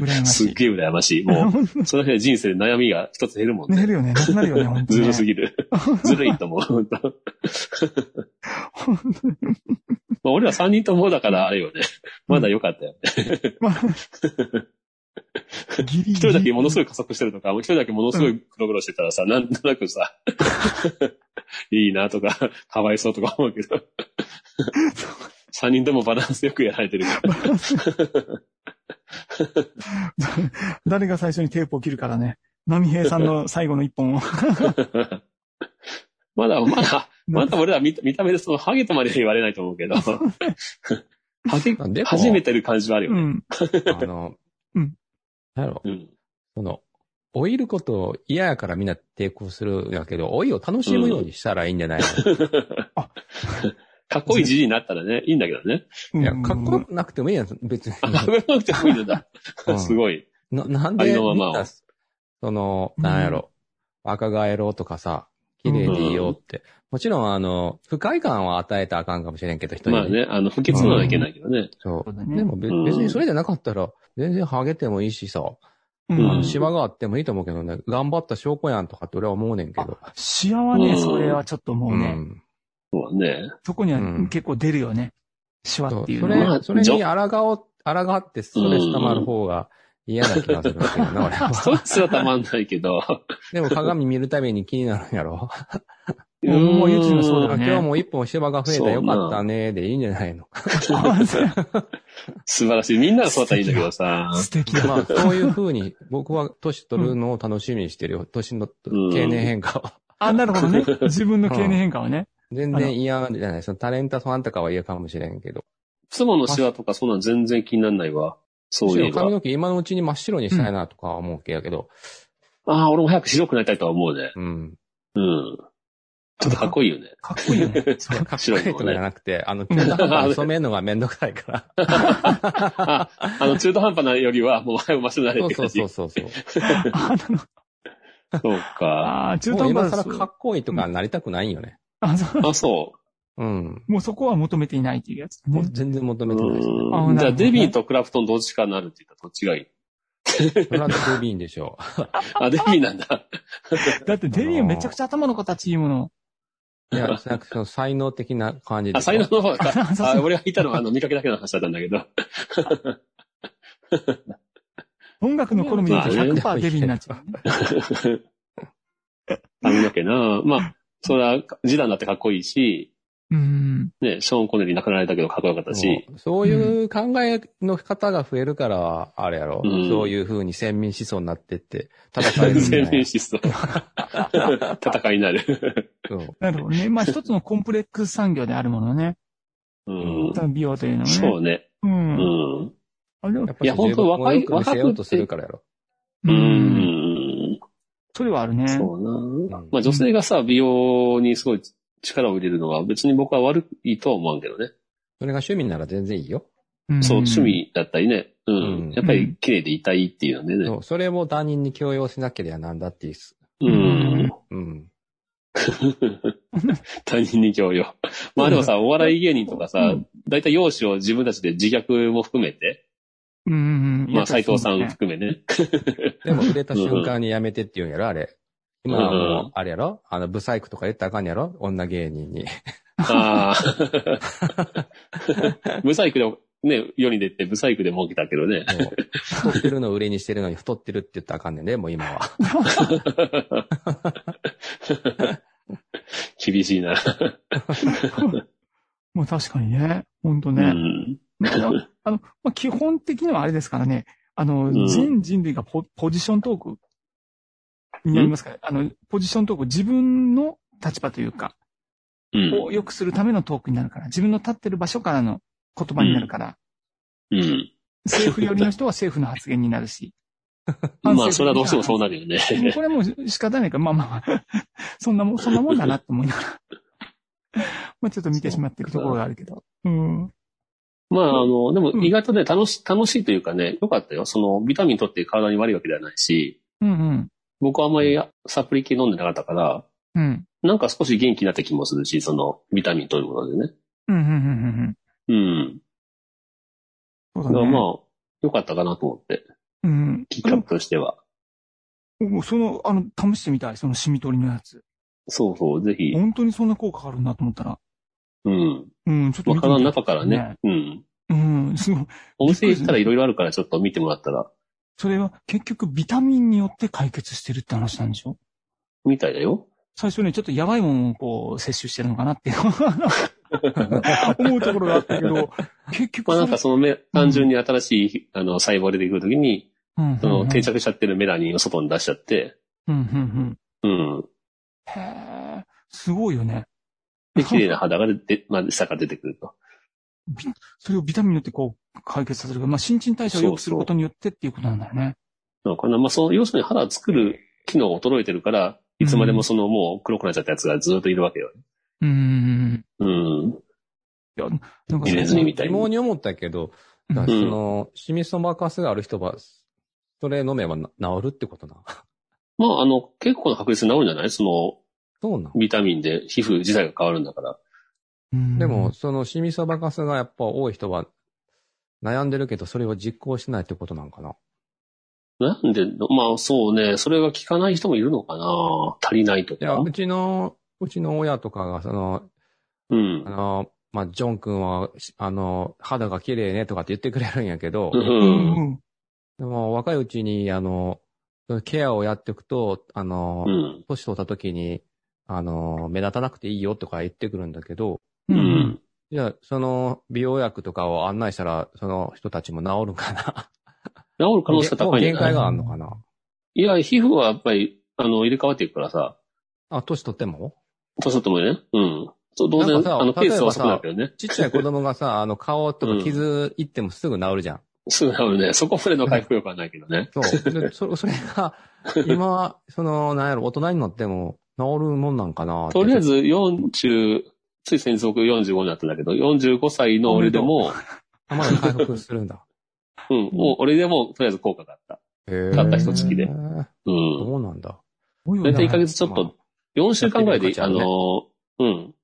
[SPEAKER 3] ますし
[SPEAKER 2] っ
[SPEAKER 3] い。
[SPEAKER 2] げえ羨ましい。も
[SPEAKER 3] [LAUGHS]
[SPEAKER 2] う、その辺人生で悩みが一つ減るもん
[SPEAKER 3] 寝
[SPEAKER 2] ね。
[SPEAKER 3] るよね。なくなるよね、本当 [LAUGHS]
[SPEAKER 2] ずる
[SPEAKER 3] ね
[SPEAKER 2] すぎる。ずるいと思う、本当。まあ、俺ら三人ともだから、あれよね。まだ良かったよ。
[SPEAKER 3] ま [LAUGHS] あギリギリ。
[SPEAKER 2] 一人だけものすごい加速してるとか、一人だけものすごい黒々してたらさ、なんとなくさ、 [LAUGHS] いいなとか、かわいそうとか思うけ
[SPEAKER 3] [LAUGHS]
[SPEAKER 2] ど。三人ともバランスよくやられてるから。
[SPEAKER 3] 誰が最初にテープを切るからね。波平さんの最後の一本
[SPEAKER 4] [LAUGHS]
[SPEAKER 3] を。
[SPEAKER 2] まだ、
[SPEAKER 3] [LAUGHS]
[SPEAKER 2] まだ、まだ俺ら見た見た目でそのハゲとまでは言われないと思うけど。ハゲ
[SPEAKER 4] まあで、も
[SPEAKER 2] 初めてる感じはあるよ
[SPEAKER 3] う
[SPEAKER 2] ね。
[SPEAKER 3] ん。
[SPEAKER 4] あの、
[SPEAKER 3] うん。
[SPEAKER 4] なんやろ、
[SPEAKER 2] うん。
[SPEAKER 4] その、老いること嫌やからみんな抵抗するんやけど、老いを楽しむようにしたらいいんじゃないの、
[SPEAKER 2] かっこいいじじいになったらね、いいんだけどね。
[SPEAKER 3] うん
[SPEAKER 4] いや、かっこよくなくてもいいやん、別に。
[SPEAKER 2] あ、かっこよくなくてもいいんだ。
[SPEAKER 4] うん
[SPEAKER 2] すごい。
[SPEAKER 4] [LAUGHS] ななん
[SPEAKER 2] あり
[SPEAKER 4] で、
[SPEAKER 2] のままを
[SPEAKER 4] みんなその、
[SPEAKER 3] うん
[SPEAKER 4] なんやろ、若返ろうとかさ、綺麗でいようって。もちろん、あの、不快感は与えたらあかんかもしれんけど、人に、
[SPEAKER 2] まあね、あの、不潔なのはいけないけどね。
[SPEAKER 3] そ
[SPEAKER 4] そ
[SPEAKER 3] う
[SPEAKER 4] う。
[SPEAKER 3] だね
[SPEAKER 4] でもべ、
[SPEAKER 2] うん
[SPEAKER 4] 別にそれじゃなかったら、全然ハゲてもいいしさ、
[SPEAKER 3] う
[SPEAKER 4] あの
[SPEAKER 3] ん。
[SPEAKER 4] シワがあってもいいと思うけどね、頑張った証拠やんとかって俺は思うねんけど。
[SPEAKER 3] シワは
[SPEAKER 2] う
[SPEAKER 3] ね、
[SPEAKER 2] ん
[SPEAKER 3] それはちょっともう
[SPEAKER 4] う
[SPEAKER 3] ね、
[SPEAKER 4] ん
[SPEAKER 2] そうだね。
[SPEAKER 3] そこには
[SPEAKER 4] うん
[SPEAKER 3] 結構出るよね。シワ
[SPEAKER 4] そう
[SPEAKER 3] っていう
[SPEAKER 4] そ
[SPEAKER 3] のは。
[SPEAKER 2] まあ
[SPEAKER 4] れ、それ
[SPEAKER 2] じょ
[SPEAKER 4] に抗おう、抗ってストレス溜まる方が嫌な気がするんだけどな、俺
[SPEAKER 2] ストレ
[SPEAKER 4] は。
[SPEAKER 2] スはたまんないけど。
[SPEAKER 4] [LAUGHS] でも鏡見るたびに気になるんやろ。 [LAUGHS]
[SPEAKER 3] もう YouTube もそうだ
[SPEAKER 4] 今
[SPEAKER 3] ね
[SPEAKER 4] 日も一本芝が増えたよかったね、でいいんじゃないの。 [LAUGHS]
[SPEAKER 3] あそう
[SPEAKER 2] 素晴らしい。みんながそうだったらいいんだけどさ。
[SPEAKER 3] [LAUGHS] 素敵だ。
[SPEAKER 4] まあ、そういう風に、 [LAUGHS] 僕は年取るのを楽しみにしてるよ。年の
[SPEAKER 2] うん
[SPEAKER 4] 経年
[SPEAKER 2] [LAUGHS]
[SPEAKER 4] 変化は。
[SPEAKER 3] あ、なるほどね。自分の経年変化はね。
[SPEAKER 4] 全然嫌じゃない。そのタレントさんとかは嫌かもしれんけど。
[SPEAKER 2] 妻のシワとかそんなん全然気にならないわ。そういえ
[SPEAKER 4] むしろ髪
[SPEAKER 2] ば。
[SPEAKER 4] の毛今のうちに真っ白にしたいなとかは思うけやけど。
[SPEAKER 2] ああ、俺も早く白くなりたいとは思うね。
[SPEAKER 4] うん。
[SPEAKER 2] うん。ちょっとかっこいいよね。
[SPEAKER 3] かっこいいよね。
[SPEAKER 4] かっこいいとかじゃなくて、あの、
[SPEAKER 3] うん
[SPEAKER 4] 中途半端に染めるのがめんどくさいか
[SPEAKER 2] [LAUGHS]
[SPEAKER 4] ら。
[SPEAKER 2] あ、あの、中途半端なよりは、もう早く真っ白になれ
[SPEAKER 4] そ
[SPEAKER 2] っ
[SPEAKER 4] う
[SPEAKER 2] て感じ。そ
[SPEAKER 4] そうそううそうそう。
[SPEAKER 3] あなるほど
[SPEAKER 2] か。
[SPEAKER 3] あー、中途
[SPEAKER 4] もう
[SPEAKER 3] 半
[SPEAKER 4] 今
[SPEAKER 3] 端だ
[SPEAKER 4] 更かっこいいとかなりたくないよね。
[SPEAKER 3] あそう
[SPEAKER 2] あ、そ
[SPEAKER 4] うん。
[SPEAKER 3] もうそこは求めていないっていうやつだ
[SPEAKER 4] もう
[SPEAKER 3] ね。
[SPEAKER 4] 全然求
[SPEAKER 2] う。
[SPEAKER 4] めてないし。
[SPEAKER 3] あなるほ
[SPEAKER 2] う
[SPEAKER 3] ど
[SPEAKER 2] ん。
[SPEAKER 3] ね
[SPEAKER 2] じゃあ、デビーとクラフトンどっちかになるって言ったらどっちがいい
[SPEAKER 4] それはデビーンでしょ
[SPEAKER 2] あ、デビーなんだ。
[SPEAKER 3] だってデビューめちゃくちゃ頭の子たちいいもの。
[SPEAKER 4] いや、じゃなくて、その才能的な感じで
[SPEAKER 2] あ、
[SPEAKER 4] すか。
[SPEAKER 2] 才能の方
[SPEAKER 3] あ [LAUGHS] そうそう
[SPEAKER 2] あ、俺がいたのは、あの、見かけだけの話だったんだけど。
[SPEAKER 3] 音楽の好みで言うと100%デビになっちゃう
[SPEAKER 4] [LAUGHS]
[SPEAKER 3] ね。
[SPEAKER 2] 髪の毛なまあ、それは、ジダンだってかっこいいし、
[SPEAKER 3] うん。
[SPEAKER 2] ね、ショーン・コネリー亡くなられたけどかっこよかったし、
[SPEAKER 4] もうそういう考えの方が増えるから、あれやろ、
[SPEAKER 2] うん
[SPEAKER 4] そういう風に先民思想になってって、戦えるんだ
[SPEAKER 2] 全
[SPEAKER 4] よ
[SPEAKER 2] 面疾
[SPEAKER 3] [LAUGHS]
[SPEAKER 2] 走。戦いになる。
[SPEAKER 4] そう
[SPEAKER 3] なるほどね。まあ一つのコンプレックス産業であるものね。
[SPEAKER 2] うん。
[SPEAKER 3] 美容というのはね。
[SPEAKER 2] そうね。
[SPEAKER 3] う。
[SPEAKER 2] うんん。
[SPEAKER 3] あでも
[SPEAKER 4] やっぱ
[SPEAKER 2] い
[SPEAKER 4] り
[SPEAKER 2] や本当若い
[SPEAKER 4] 自分をよく見せようとするからやろ。
[SPEAKER 2] う
[SPEAKER 3] うん。
[SPEAKER 2] ん。
[SPEAKER 3] それはあるね。
[SPEAKER 2] そうな
[SPEAKER 4] うん
[SPEAKER 2] まあ女性がさ、美容にすごい力を入れるのは別に僕は悪いとは思わんけどね。
[SPEAKER 4] それが趣味なら全然いいよ。
[SPEAKER 3] ん
[SPEAKER 2] そう、趣。味だったりね。う
[SPEAKER 4] うん
[SPEAKER 2] ん。やっぱり綺麗でいたいっていうのでね。
[SPEAKER 4] そうそれも他人に強要しなければなんだっていうっす。
[SPEAKER 2] うん。
[SPEAKER 4] うん。
[SPEAKER 2] [LAUGHS] 他人に教養。まあでもさ、お笑い芸人とかさ、大体容姿を自分たちで自虐も含めて、
[SPEAKER 3] うんうんうん。
[SPEAKER 2] まあ斎藤さ
[SPEAKER 3] うんん
[SPEAKER 2] 含めね。
[SPEAKER 4] でも触れた瞬間にやめてって言うんやろ、あれ。今はもう、あれやろあの、ブサイクとか言ったらあかんやろ女芸人に。
[SPEAKER 2] ああ。 [LAUGHS] ブサイクで、ね、世に出てブサイクで儲けたけど
[SPEAKER 4] [LAUGHS]
[SPEAKER 2] ね。
[SPEAKER 4] もう太ってるのを売りにしてるのに太ってるって言ったらあかんねんで、もう今は。
[SPEAKER 2] 厳しいな。
[SPEAKER 3] [LAUGHS] もう確かにね。ほんと
[SPEAKER 2] う
[SPEAKER 3] ね。
[SPEAKER 2] ん。
[SPEAKER 3] まあ [LAUGHS] あの、まあ、基本的にはあれですからね。あの、
[SPEAKER 2] ん
[SPEAKER 3] 全人類がポポジショントークになりますから、あの、ポジショントーク、自分の立場というか、
[SPEAKER 2] うん
[SPEAKER 3] を良くするためのトークになるから、自分の立ってる場所からの言葉になるから、
[SPEAKER 2] うん。
[SPEAKER 3] 政府寄りの人は政府の発言になるし。
[SPEAKER 2] [LAUGHS] まあ、それはどうしてもそう
[SPEAKER 3] な
[SPEAKER 2] なるよね。
[SPEAKER 3] る。これはもう仕方ないから、まあまあま [LAUGHS] あ、そんなもん、そんなもんだなって思いながら。 [LAUGHS] まあちょっと見てしまってるところがあるけど。うん。
[SPEAKER 2] まあ、あの、でも
[SPEAKER 3] うん
[SPEAKER 2] 意外とね、楽し、楽しいというかね、よかったよ。その、ビタミン取って体に悪いわけではないし、
[SPEAKER 3] うんうん。
[SPEAKER 2] 僕はあんまりサプリ系飲んでなかったから、
[SPEAKER 3] うん。
[SPEAKER 2] なんか少し元気になった気もするし、その、ビタミン取ることでね。
[SPEAKER 3] うんうんうんうん
[SPEAKER 2] う
[SPEAKER 3] うん。
[SPEAKER 2] ん。
[SPEAKER 3] そう
[SPEAKER 2] だ
[SPEAKER 3] だ
[SPEAKER 2] から
[SPEAKER 3] ね。
[SPEAKER 2] まあ、よかったかなと思って、
[SPEAKER 3] うん。
[SPEAKER 2] きっかけとしては。
[SPEAKER 3] もうその、あの、試してみたい、そのシミ取りのやつ。
[SPEAKER 2] そうそう、ぜひ。
[SPEAKER 3] 本当にそんな効果あるんだと思ったら。
[SPEAKER 2] うん。
[SPEAKER 3] うん、ちょっと
[SPEAKER 2] まあ、
[SPEAKER 3] 見てみたい
[SPEAKER 2] 体の中からね。うん。
[SPEAKER 3] うん、すごい。
[SPEAKER 2] お店行ったらいろいろあるから、ちょっと見てもらったら、
[SPEAKER 3] それは結局ビタミンによって解決してるって話なんでしょ
[SPEAKER 2] みたいだよ。
[SPEAKER 3] 最初ね、ちょっとやばいもんをこう、摂取してるのかなっていう
[SPEAKER 2] [LAUGHS]
[SPEAKER 3] 思うところがあったけど、結局
[SPEAKER 2] まあなん
[SPEAKER 3] れ
[SPEAKER 2] かそのめ、単純に新しい、あの、細胞出てくるときに、
[SPEAKER 3] うんうん
[SPEAKER 2] そ
[SPEAKER 3] うん
[SPEAKER 2] の、定着しちゃってるメラニンを外に出しちゃって、
[SPEAKER 3] うん、うん、うん。
[SPEAKER 2] うん。
[SPEAKER 3] へえ、すごいよね。
[SPEAKER 2] で、綺麗な肌が出て、まあ、下から出てくると。
[SPEAKER 3] それをビタミンによってこう、解決させるから、まあ、新陳代謝を良くすることによってっていうことなんだよね。
[SPEAKER 2] なのかなまあ、その、要するに肌を作る機能を衰えてるから、いつまでもその、もう黒くなっちゃったやつがずっといるわけよ。
[SPEAKER 3] うんうん
[SPEAKER 2] うん。
[SPEAKER 3] うん。いや、なんか
[SPEAKER 2] 入れずにみたい
[SPEAKER 4] 疑
[SPEAKER 2] に。
[SPEAKER 4] 問に思ったけど、だからその、シミそばかすがある人は、それ飲めばな治るってことな。
[SPEAKER 2] まあ、あの、結構の確率で治るんじゃないそ
[SPEAKER 4] そうなん
[SPEAKER 2] の、ビタミンで皮膚自体が変わるんだから。
[SPEAKER 3] うん
[SPEAKER 4] でも、、そのシミそばかすがやっぱ多い人は悩んでるけど、それを実行しないってことなんかな。
[SPEAKER 2] なんで、まあ、そうね。それが効かない人もいるのかな足りないと
[SPEAKER 4] いや、
[SPEAKER 2] か
[SPEAKER 4] う。ちの、うちの親とかが、その、
[SPEAKER 2] うん
[SPEAKER 4] あ。の、まあ、ジョン君は、しあの、肌が綺麗ねとかって言ってくれるんやけど、
[SPEAKER 2] う。
[SPEAKER 3] うんん、
[SPEAKER 4] でも若いうちに、あの、ケアをやっていくと、あの
[SPEAKER 2] う、ん。
[SPEAKER 4] 年取った時に、あの、目立たなくていいよとか言ってくるんだけど、
[SPEAKER 3] う。
[SPEAKER 2] うんん。
[SPEAKER 4] じゃあ、その、美容薬とかを案内したら、その人たちも治るかな。
[SPEAKER 2] 治る可能性
[SPEAKER 4] も
[SPEAKER 2] 高
[SPEAKER 4] う
[SPEAKER 2] いんじゃ
[SPEAKER 4] 限
[SPEAKER 2] ない
[SPEAKER 4] 界があるのかない
[SPEAKER 2] や、皮膚はやっぱり、あの、入れ替わっていくからさ、
[SPEAKER 4] あ、年取っても
[SPEAKER 2] 年取ってもね、うん。そう、当然
[SPEAKER 4] なんか、さ
[SPEAKER 2] あの、ペースは遅く
[SPEAKER 4] 例え
[SPEAKER 2] な
[SPEAKER 4] ばさ
[SPEAKER 2] るけどね。
[SPEAKER 4] ちっちゃい子供がさ、あの、顔とか傷いってもすぐ治るじゃん。
[SPEAKER 2] すぐ治るね。そこまでの回復力はないけどね。
[SPEAKER 4] そう。でそ [LAUGHS] それが、今、その、なんやろ、大人になっても治るもんなんかなって
[SPEAKER 2] とりあえず、40、つい先日僕45になったんだけど、45歳の俺でも、
[SPEAKER 4] あまだ回復する
[SPEAKER 2] [LAUGHS]
[SPEAKER 4] んだ。
[SPEAKER 2] うん、もう俺でも、とりあえず効果があった。
[SPEAKER 4] へ
[SPEAKER 2] たった一月で
[SPEAKER 4] えー
[SPEAKER 2] うん。
[SPEAKER 4] そうなんだ。
[SPEAKER 3] 多いよね
[SPEAKER 2] 大体1ヶ月ちょっ
[SPEAKER 4] まあ
[SPEAKER 2] と、4週間ぐらい
[SPEAKER 4] やっ
[SPEAKER 2] で、
[SPEAKER 4] てみ
[SPEAKER 2] あ
[SPEAKER 4] る価値
[SPEAKER 2] の、うん。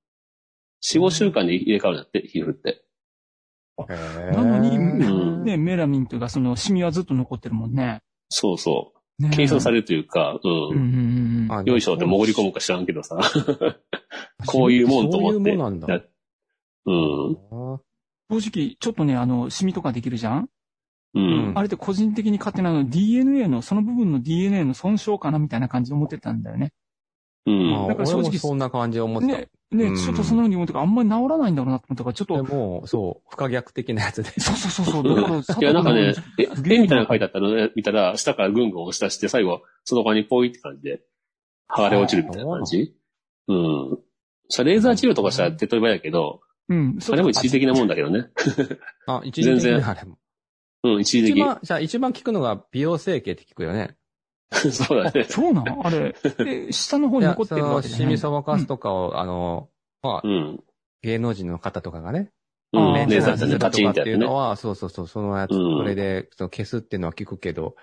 [SPEAKER 2] 4、5週間で入れ替わるんだって、皮膚って。
[SPEAKER 4] な
[SPEAKER 3] なのに、
[SPEAKER 2] ん
[SPEAKER 3] ね、メラミンというか、その、シミはずっと残ってるもんね。
[SPEAKER 2] そうそ
[SPEAKER 3] ね
[SPEAKER 2] 計算されるというか、う
[SPEAKER 3] うんう
[SPEAKER 2] ん。
[SPEAKER 3] んうんうん。
[SPEAKER 4] あ
[SPEAKER 2] よいしょって潜り込むか知らんけどさ。こういうもんと思って。
[SPEAKER 4] そういうもんなんだ
[SPEAKER 2] やうん。
[SPEAKER 3] 正直、ちょっとね、あの、シミとかできるじゃん
[SPEAKER 2] うん。
[SPEAKER 3] あれって個人的に勝手なの DNA の、その部分の DNA の損傷かなみたいな感じで思ってたんだよね。
[SPEAKER 2] う
[SPEAKER 4] まあ
[SPEAKER 2] ん。
[SPEAKER 3] だから正
[SPEAKER 4] 俺
[SPEAKER 3] 直
[SPEAKER 4] もそんな感じで思ってた。
[SPEAKER 3] ね、ね、
[SPEAKER 4] うん
[SPEAKER 3] ちょっとそのように思ってからあんまり治らないんだろうなと思ったから、ちょっ
[SPEAKER 4] で
[SPEAKER 3] と、
[SPEAKER 4] も、そう、不可逆的なや
[SPEAKER 3] [LAUGHS]
[SPEAKER 4] つで。
[SPEAKER 3] そうそうそうそ
[SPEAKER 2] う
[SPEAKER 3] う、
[SPEAKER 2] ん
[SPEAKER 3] だから、
[SPEAKER 2] [LAUGHS]
[SPEAKER 3] 佐
[SPEAKER 2] いや、なんかね、え
[SPEAKER 3] す、げえ
[SPEAKER 2] 絵みたいなの書いてあったのね、見たら、下からぐんぐん押し出して、最後、その場にポイって感じで、剥がれ落ちるみたいな感じうん。さ、レーザー治療とかしたら手っ取り早いけど、
[SPEAKER 3] うん、
[SPEAKER 2] それも一時的なもんだけどね。
[SPEAKER 4] あ、一時的
[SPEAKER 2] 全
[SPEAKER 4] に
[SPEAKER 2] 然
[SPEAKER 4] あれも。
[SPEAKER 2] うん、一時
[SPEAKER 4] 一
[SPEAKER 2] 的。
[SPEAKER 4] 番、じゃあ一番聞くのが美容整形って聞くよね。
[SPEAKER 2] [LAUGHS] そうだね。
[SPEAKER 3] そうなの
[SPEAKER 2] [LAUGHS]
[SPEAKER 3] あれ。で、下の方
[SPEAKER 4] い
[SPEAKER 3] に
[SPEAKER 4] や
[SPEAKER 3] 残って
[SPEAKER 4] そ
[SPEAKER 3] るわ
[SPEAKER 4] の
[SPEAKER 3] けじゃ
[SPEAKER 4] シ
[SPEAKER 3] ない
[SPEAKER 4] ミそばかすとかを、あの、まあ
[SPEAKER 2] う、ん。
[SPEAKER 4] 芸能人の方とかがね、
[SPEAKER 2] う
[SPEAKER 3] あ
[SPEAKER 2] ん。
[SPEAKER 3] ー
[SPEAKER 2] レーザ
[SPEAKER 4] さ
[SPEAKER 2] ー
[SPEAKER 4] ん
[SPEAKER 2] でね、パチンってやっ
[SPEAKER 4] って
[SPEAKER 2] て
[SPEAKER 4] いう
[SPEAKER 2] ね
[SPEAKER 4] の。は、そうそうそう、そのやつ、
[SPEAKER 2] うん
[SPEAKER 4] それで、その消すっていうのは聞くけど、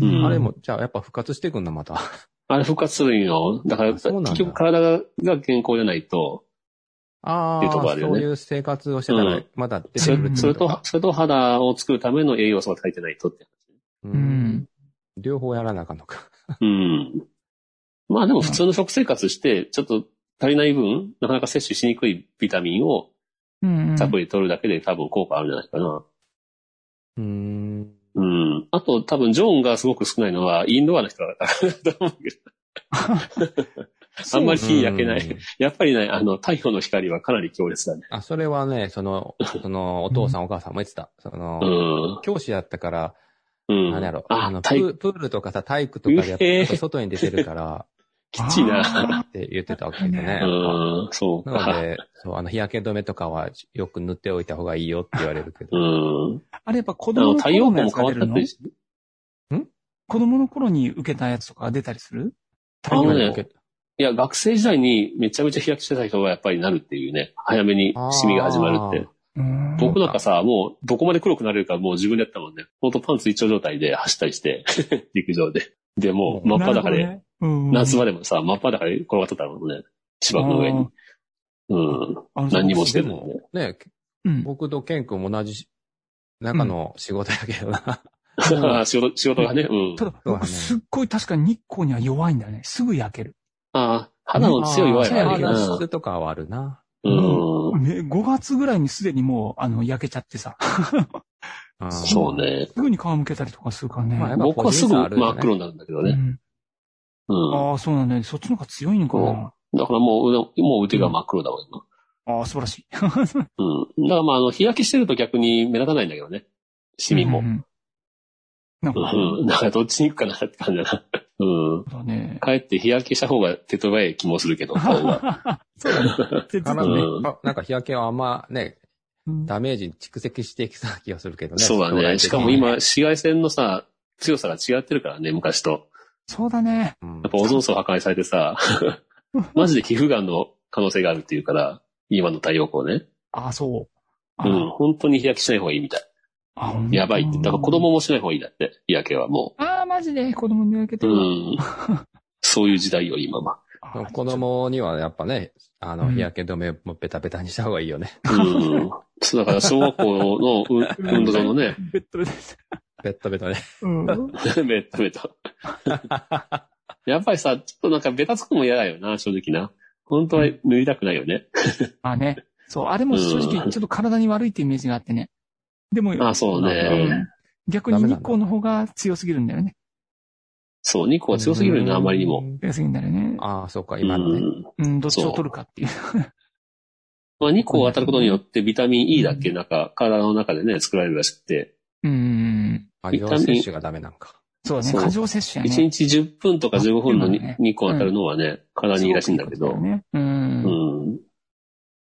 [SPEAKER 2] うん
[SPEAKER 4] あれも、じゃあやっぱ復活してくんな、また。
[SPEAKER 2] あれ復活するんよ。だから、
[SPEAKER 4] あそうなんだ
[SPEAKER 2] 結局体が健康じゃないと、
[SPEAKER 4] あ
[SPEAKER 2] っていうとこ
[SPEAKER 4] あ、
[SPEAKER 2] あるよね
[SPEAKER 4] そういう生活をしてた
[SPEAKER 2] う
[SPEAKER 4] ら
[SPEAKER 2] ん、
[SPEAKER 4] まだ出て
[SPEAKER 2] そ
[SPEAKER 4] く
[SPEAKER 2] れ
[SPEAKER 4] るって
[SPEAKER 2] それ
[SPEAKER 4] いうこと
[SPEAKER 2] と
[SPEAKER 4] か、。
[SPEAKER 2] それと肌を作るための栄養素が足りてないとって。
[SPEAKER 4] う
[SPEAKER 3] うんん。
[SPEAKER 4] 両方やらなあかんのか。
[SPEAKER 2] うん。まあでも普通の食生活して、ちょっと足りない分、なかなか摂取しにくいビタミンを
[SPEAKER 3] うんうん [LAUGHS]
[SPEAKER 2] サプリ取るだけで多分効果あるんじゃないかな。
[SPEAKER 4] うん。
[SPEAKER 2] うん。あと多分ジョンがすごく少ないのはインドアの人だからと思うけど、あんまり火焼けない
[SPEAKER 4] うん。
[SPEAKER 2] やっぱりね、あの、太陽の光はかなり強烈だね。
[SPEAKER 4] あ、それはね、その、その、お父さんお母さんも言ってた。その、教師やったから、
[SPEAKER 2] うん。うん。
[SPEAKER 4] 何やろ、あ
[SPEAKER 2] あ
[SPEAKER 4] の、、プ
[SPEAKER 2] 太陽
[SPEAKER 4] ープールとかさ、体育とかでやっぱ
[SPEAKER 2] えー
[SPEAKER 4] ちょっと外に出てるから、
[SPEAKER 2] きっちいな。
[SPEAKER 3] あ
[SPEAKER 4] って言ってたわけだね
[SPEAKER 3] ー。
[SPEAKER 2] うん、そう
[SPEAKER 4] なの
[SPEAKER 2] か。 [LAUGHS]
[SPEAKER 4] で、そう、あの、日焼け止めとかはよく塗っておいた方がいいよって言われるけ
[SPEAKER 2] う
[SPEAKER 4] ど。
[SPEAKER 2] ん。
[SPEAKER 3] ーあれやっぱ子
[SPEAKER 2] あの、
[SPEAKER 3] 供の
[SPEAKER 2] 太陽
[SPEAKER 3] 頃の
[SPEAKER 2] 光も
[SPEAKER 3] やつが
[SPEAKER 2] 変わ
[SPEAKER 3] 出
[SPEAKER 2] った
[SPEAKER 3] る
[SPEAKER 2] っ
[SPEAKER 3] の
[SPEAKER 2] てし、
[SPEAKER 3] 子供の頃に受けたやつとか出たりする
[SPEAKER 2] あのね
[SPEAKER 4] 太陽光
[SPEAKER 2] いや、学生時代にめちゃめちゃ飛躍してた人がやっぱりなるっていうね、早めにシミが始まるって。
[SPEAKER 3] うーん
[SPEAKER 2] 僕なんかさ、もうどこまで黒くなれるかもう自分でやったもんね。ほんとパンツ一丁状態で走ったりして、 [LAUGHS] 陸上で。で、もう真っ裸で、
[SPEAKER 3] なるほどねうん
[SPEAKER 2] 夏場でもさ、真っ裸で転がってたもんね。芝生の上に。うん。
[SPEAKER 3] あーあの
[SPEAKER 2] 何にもして
[SPEAKER 4] で
[SPEAKER 2] るのね
[SPEAKER 4] も、ね、
[SPEAKER 3] うん
[SPEAKER 4] 僕とケン君も同じし中の仕事やけどな。
[SPEAKER 3] う
[SPEAKER 2] 仕事、仕事がね、うん
[SPEAKER 3] た。だ、僕すっごい確かに日光には弱いんだよね。すぐ焼ける。
[SPEAKER 2] ああ、 [LAUGHS] 肌の強い弱い
[SPEAKER 4] あ
[SPEAKER 2] はある
[SPEAKER 4] ー
[SPEAKER 2] けど
[SPEAKER 4] 肌
[SPEAKER 2] な
[SPEAKER 4] 質とかはあるな。
[SPEAKER 2] うん。
[SPEAKER 3] ね、5月ぐらいにすでにもう、あの、焼けちゃってさ、
[SPEAKER 4] あー
[SPEAKER 2] そうね。
[SPEAKER 3] すぐに皮むけたりとかするからね。
[SPEAKER 4] まあやっぱ
[SPEAKER 2] 僕はすぐ
[SPEAKER 4] 個人差あるよね
[SPEAKER 2] 真っ黒になるんだけど
[SPEAKER 3] う
[SPEAKER 2] ね。
[SPEAKER 3] ん
[SPEAKER 2] うん。
[SPEAKER 3] ああ、そうなんだよ。そっちの方が強いのかな。
[SPEAKER 2] だからもうう、もう腕が真っ黒だわ、今。
[SPEAKER 3] ああ、素晴らしい。
[SPEAKER 2] うん。だからまあ、あの、日焼けしてると逆に目立たないんだけどね。シミも
[SPEAKER 3] うんう。ん。なんか、
[SPEAKER 2] うん。だからどっちに行くかなって感じだな。うん。
[SPEAKER 3] そうだね。
[SPEAKER 2] かえって日焼けした方が手っ取り早い気もするけど、
[SPEAKER 3] [LAUGHS]
[SPEAKER 2] 顔が。
[SPEAKER 3] そうだね。絶
[SPEAKER 4] 体
[SPEAKER 3] 対
[SPEAKER 4] に
[SPEAKER 3] ね。
[SPEAKER 2] うん
[SPEAKER 4] あなんか日焼けはあんまね、
[SPEAKER 3] うん
[SPEAKER 4] ダメージ蓄積してきた気がするけどね。
[SPEAKER 2] そうだ
[SPEAKER 4] 将来的
[SPEAKER 2] ね。
[SPEAKER 4] に
[SPEAKER 2] しかも今、、紫外線のさ、強さが違ってるからね、昔と。
[SPEAKER 3] そうだね。
[SPEAKER 4] うん
[SPEAKER 2] やっぱオゾン層破壊されてさ、マジで皮膚がんの可能性があるっていうから、今の太陽光ね。
[SPEAKER 3] ああ、そう。あ
[SPEAKER 2] う
[SPEAKER 3] ー
[SPEAKER 2] ん。本当に日焼けしない方がいいみたい。
[SPEAKER 3] あほんと
[SPEAKER 2] やばいって。だから子供もしない方がいいんだって、日焼けはも
[SPEAKER 3] ああ、マジで子供に焼けて
[SPEAKER 2] う。う
[SPEAKER 3] るわ。
[SPEAKER 2] ん。そういう時代よ、今は。
[SPEAKER 3] あー
[SPEAKER 4] 子。供にはやっぱね、あの、
[SPEAKER 3] うん
[SPEAKER 4] 日焼け止めもベタベタにした方がいいよね。
[SPEAKER 2] うん。そうだから、小学校のう運動場のね、
[SPEAKER 3] ベッドです。
[SPEAKER 4] ベタベタね。
[SPEAKER 3] うん。
[SPEAKER 2] [LAUGHS] ベタベタ。やっぱりさ、ちょっとなんかベタつくのも嫌だよな、正直な。本当は塗りたくないよね。
[SPEAKER 3] まあね。そう、あれも正直、ちょっと体に悪いってイメージがあってね。でも、
[SPEAKER 2] あ、そうね。
[SPEAKER 3] 逆に日光の方が強すぎるんだよね。
[SPEAKER 2] そう、2個は強すぎるな、あまりにも。。
[SPEAKER 3] 強すぎるんだよね。
[SPEAKER 4] ああ、そうか、
[SPEAKER 2] う
[SPEAKER 4] 今のね。
[SPEAKER 2] ん。
[SPEAKER 3] うん、どっちを取るかっていう。
[SPEAKER 2] まあ、2個当たることによって、ビタミン E だっけなんか、体の中でね、作られるらしくて、
[SPEAKER 3] うん。
[SPEAKER 4] あ、両接種がダメなんか。
[SPEAKER 3] そうだね。
[SPEAKER 2] そう
[SPEAKER 3] 過剰摂取や
[SPEAKER 2] 1
[SPEAKER 3] ね。
[SPEAKER 2] 日10分とか15分の
[SPEAKER 3] あそうなんだね
[SPEAKER 2] 2個当たるのはね、体にいいらしいんだけ
[SPEAKER 3] すご
[SPEAKER 2] ど
[SPEAKER 3] く、いいことだよね。う。
[SPEAKER 2] うんん。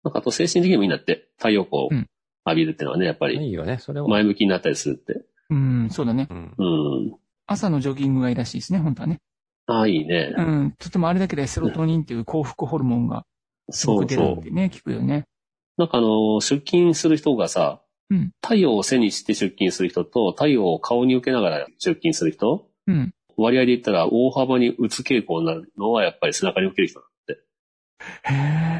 [SPEAKER 2] なんか、あと精神的にもいいんだって、太陽光を
[SPEAKER 3] うん
[SPEAKER 2] 浴びるってのはね、やっぱ
[SPEAKER 4] い
[SPEAKER 2] り、
[SPEAKER 4] いよね、それは。
[SPEAKER 2] 前向きになったりするって。
[SPEAKER 3] うん、そうだね。
[SPEAKER 2] [LAUGHS]
[SPEAKER 4] うん。
[SPEAKER 2] うん。
[SPEAKER 3] 朝のジョギングがいいらしいですね、本当はね。
[SPEAKER 2] ああ、いいね
[SPEAKER 3] う。ん。とてもあれだけでセロトニンっていう幸福ホルモンがす
[SPEAKER 2] そ
[SPEAKER 3] ご
[SPEAKER 2] う
[SPEAKER 3] く出
[SPEAKER 2] そ
[SPEAKER 3] る
[SPEAKER 2] う
[SPEAKER 3] っ。てね、聞くよね。
[SPEAKER 2] なんかあの、出勤する人がさ、
[SPEAKER 3] うん
[SPEAKER 2] 太陽を背にして出勤する人と、太陽を顔に受けながら出勤する人、
[SPEAKER 3] うん。
[SPEAKER 2] 割合で言ったら大幅にうつ傾向になるのはやっぱり背中に受ける人。
[SPEAKER 3] へ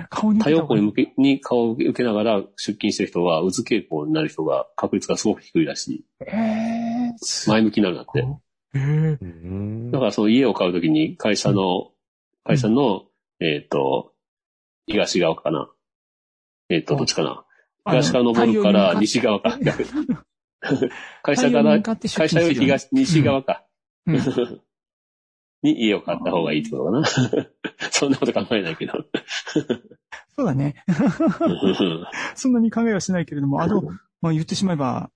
[SPEAKER 3] え、顔に
[SPEAKER 2] 太陽光に
[SPEAKER 3] 向
[SPEAKER 2] 向けに顔を受けながら出勤してる人は、うつ傾向になる人が確率がすごく低いらし
[SPEAKER 3] け。へ
[SPEAKER 2] い。
[SPEAKER 3] え、
[SPEAKER 2] 前向きになるんだって。
[SPEAKER 3] こええ
[SPEAKER 4] うん
[SPEAKER 2] だからその家を買うときに会社の、会社の、えっ、と、東側かな。えっ、と、どっちかな。
[SPEAKER 3] あの
[SPEAKER 2] 東から登るから
[SPEAKER 3] 太陽に向
[SPEAKER 2] 西側か。
[SPEAKER 3] [LAUGHS]
[SPEAKER 2] 会社か
[SPEAKER 3] 太陽に
[SPEAKER 2] ら
[SPEAKER 3] 向、かって出
[SPEAKER 2] 会社
[SPEAKER 3] 勤
[SPEAKER 2] よ
[SPEAKER 3] す
[SPEAKER 2] り
[SPEAKER 3] るよね
[SPEAKER 2] 東、西側か。
[SPEAKER 3] うん
[SPEAKER 2] に家を買った方がいいってことかな。 [LAUGHS] そんなこと考えないけど。
[SPEAKER 3] そうだね。 [LAUGHS] そんなに考えはしないけれども、あの、まあ言ってしまえば、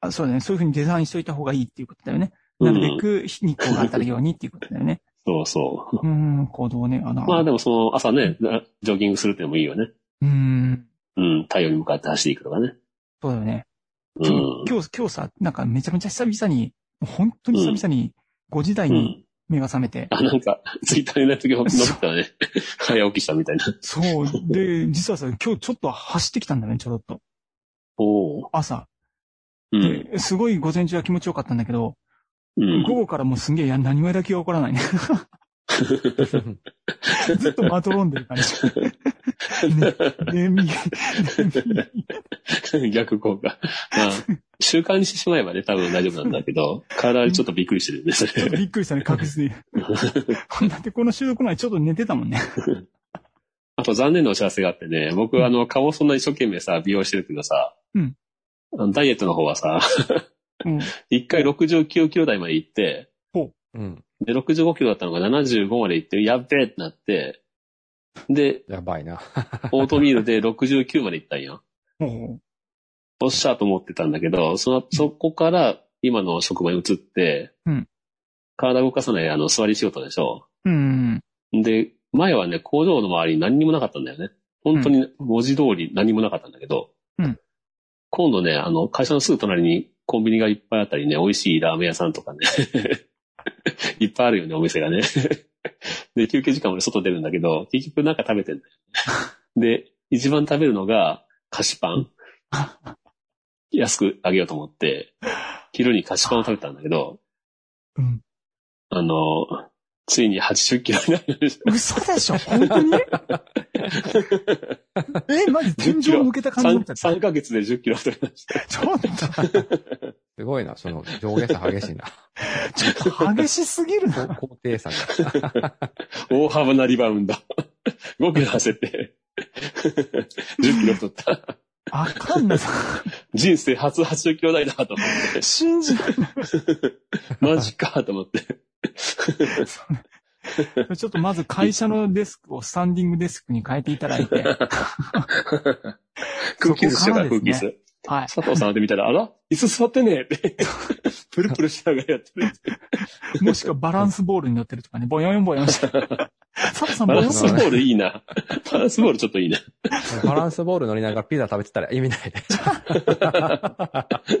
[SPEAKER 3] あそうだね、そういうふうにデザインしといた方がいいっていうことだよね。なるべく日光が当たるようにっていうことだよね。
[SPEAKER 2] そうそう。
[SPEAKER 3] うん、行動ね。あの、
[SPEAKER 2] まあでもその朝ね、なジョギングするってのもいいよね。
[SPEAKER 3] うん、
[SPEAKER 2] うん、太陽に向かって走っていくとかね。
[SPEAKER 3] そうだよね。
[SPEAKER 2] う
[SPEAKER 3] 今
[SPEAKER 2] ん。
[SPEAKER 3] 日、今日さ、なんかめちゃめちゃ久々に、本当に久々に5時台
[SPEAKER 2] う
[SPEAKER 3] に
[SPEAKER 2] ん。
[SPEAKER 3] 目が覚めて、
[SPEAKER 2] あ、なんか、ツイッターになった時伸びたらね、 [LAUGHS] 早起きしたみたいな。
[SPEAKER 3] そう、で、実はさ、今日ちょっと走ってきたんだよね、ちょろっと。
[SPEAKER 2] おお。
[SPEAKER 3] 朝。
[SPEAKER 2] うん。
[SPEAKER 3] ですごい午前中は気持ちよかったんだけど、
[SPEAKER 2] うん。
[SPEAKER 3] 午後からもうすんげえや何もやる気が起こらないね。ずっとまどろんでる感
[SPEAKER 2] [LAUGHS]
[SPEAKER 3] じ。ね、眠い。
[SPEAKER 2] [LAUGHS] 逆効果。まあ、習慣にしてしまえばね、多分大丈夫なんだけ [LAUGHS] ど、体にちょっとびっくりしてるんです
[SPEAKER 3] ちょっとびっくりしたね、確実に。だってこの収録前ちょっと寝てたもんね。
[SPEAKER 2] [LAUGHS] あと残念なお知らせがあってね、僕あの、顔そんな一生懸命さ、美容してるけどさ、
[SPEAKER 3] うん
[SPEAKER 2] あのダイエットの方はさ、
[SPEAKER 3] うん。
[SPEAKER 2] 一回69キロ台まで行って、
[SPEAKER 4] うん。
[SPEAKER 2] で、65キロだったのが75まで行って、やっべえってなって、
[SPEAKER 3] [LAUGHS]
[SPEAKER 2] で、
[SPEAKER 4] やばいな。
[SPEAKER 2] オートミールで69まで行ったんよ。
[SPEAKER 3] も
[SPEAKER 2] おっしゃと思ってたんだけど、その、そこから今の職場に移って、
[SPEAKER 3] うん
[SPEAKER 2] 体動かさない、あの、座り仕事でしょ。
[SPEAKER 3] う、うん。
[SPEAKER 2] で、前はね、工場の周りに何にもなかったんだよね。本当に文字通り何もなかったんだけど、
[SPEAKER 3] うん
[SPEAKER 2] 今度ね、あの、会社のすぐ隣にコンビニがいっぱいあったりね、美味しいラーメン屋さんとかね、 [LAUGHS] いっぱいあるよね、お店がね。 [LAUGHS] で、休憩時間まで外出るんだけど、結局なんか食べてんだよ。で、一番食べるのが菓子パン。安くあげようと思って、昼に菓子パンを食べたんだけど、
[SPEAKER 3] うん。
[SPEAKER 2] あの、ついに80キロになりました。
[SPEAKER 3] 嘘でしょ本当にえ、マジ天井を向けた感じになっちゃった。
[SPEAKER 2] 3, ヶ月で10キロ太りました。
[SPEAKER 3] ちょっと、
[SPEAKER 4] すごいな、その上下差激しいな。
[SPEAKER 3] ちょっと激しすぎるな。
[SPEAKER 4] [LAUGHS] 高低差が。
[SPEAKER 2] 大幅なリバウンド。5キロ痩せて、10キロ太った。
[SPEAKER 3] あかんな、
[SPEAKER 2] 人生初80キロ台だと思って、
[SPEAKER 3] 信じない。
[SPEAKER 2] マジかと思って。
[SPEAKER 3] ちょっとまず会社のデスクをスタンディングデスクに変えていただい
[SPEAKER 2] [LAUGHS]
[SPEAKER 3] て。
[SPEAKER 2] 空気椅子しようから、空
[SPEAKER 3] そこから
[SPEAKER 2] 気
[SPEAKER 3] で
[SPEAKER 2] 椅
[SPEAKER 3] す
[SPEAKER 2] 子。
[SPEAKER 3] はい。
[SPEAKER 2] 佐藤さんって見たら、あら椅子座ってねえ
[SPEAKER 3] [LAUGHS]
[SPEAKER 2] って。プルプルしながらやってる。
[SPEAKER 3] もしくはバランスボールに乗ってるとかね、ボヨンボヨンして。サボさんボ
[SPEAKER 2] バラ
[SPEAKER 3] ヨン
[SPEAKER 2] ン
[SPEAKER 3] ボ
[SPEAKER 2] ス
[SPEAKER 3] ヨ
[SPEAKER 2] ボ
[SPEAKER 3] ン。
[SPEAKER 2] ールいいな。バランスボールちょっといいな。
[SPEAKER 4] バランスボール乗りながらピザ食べてたら意味ないで。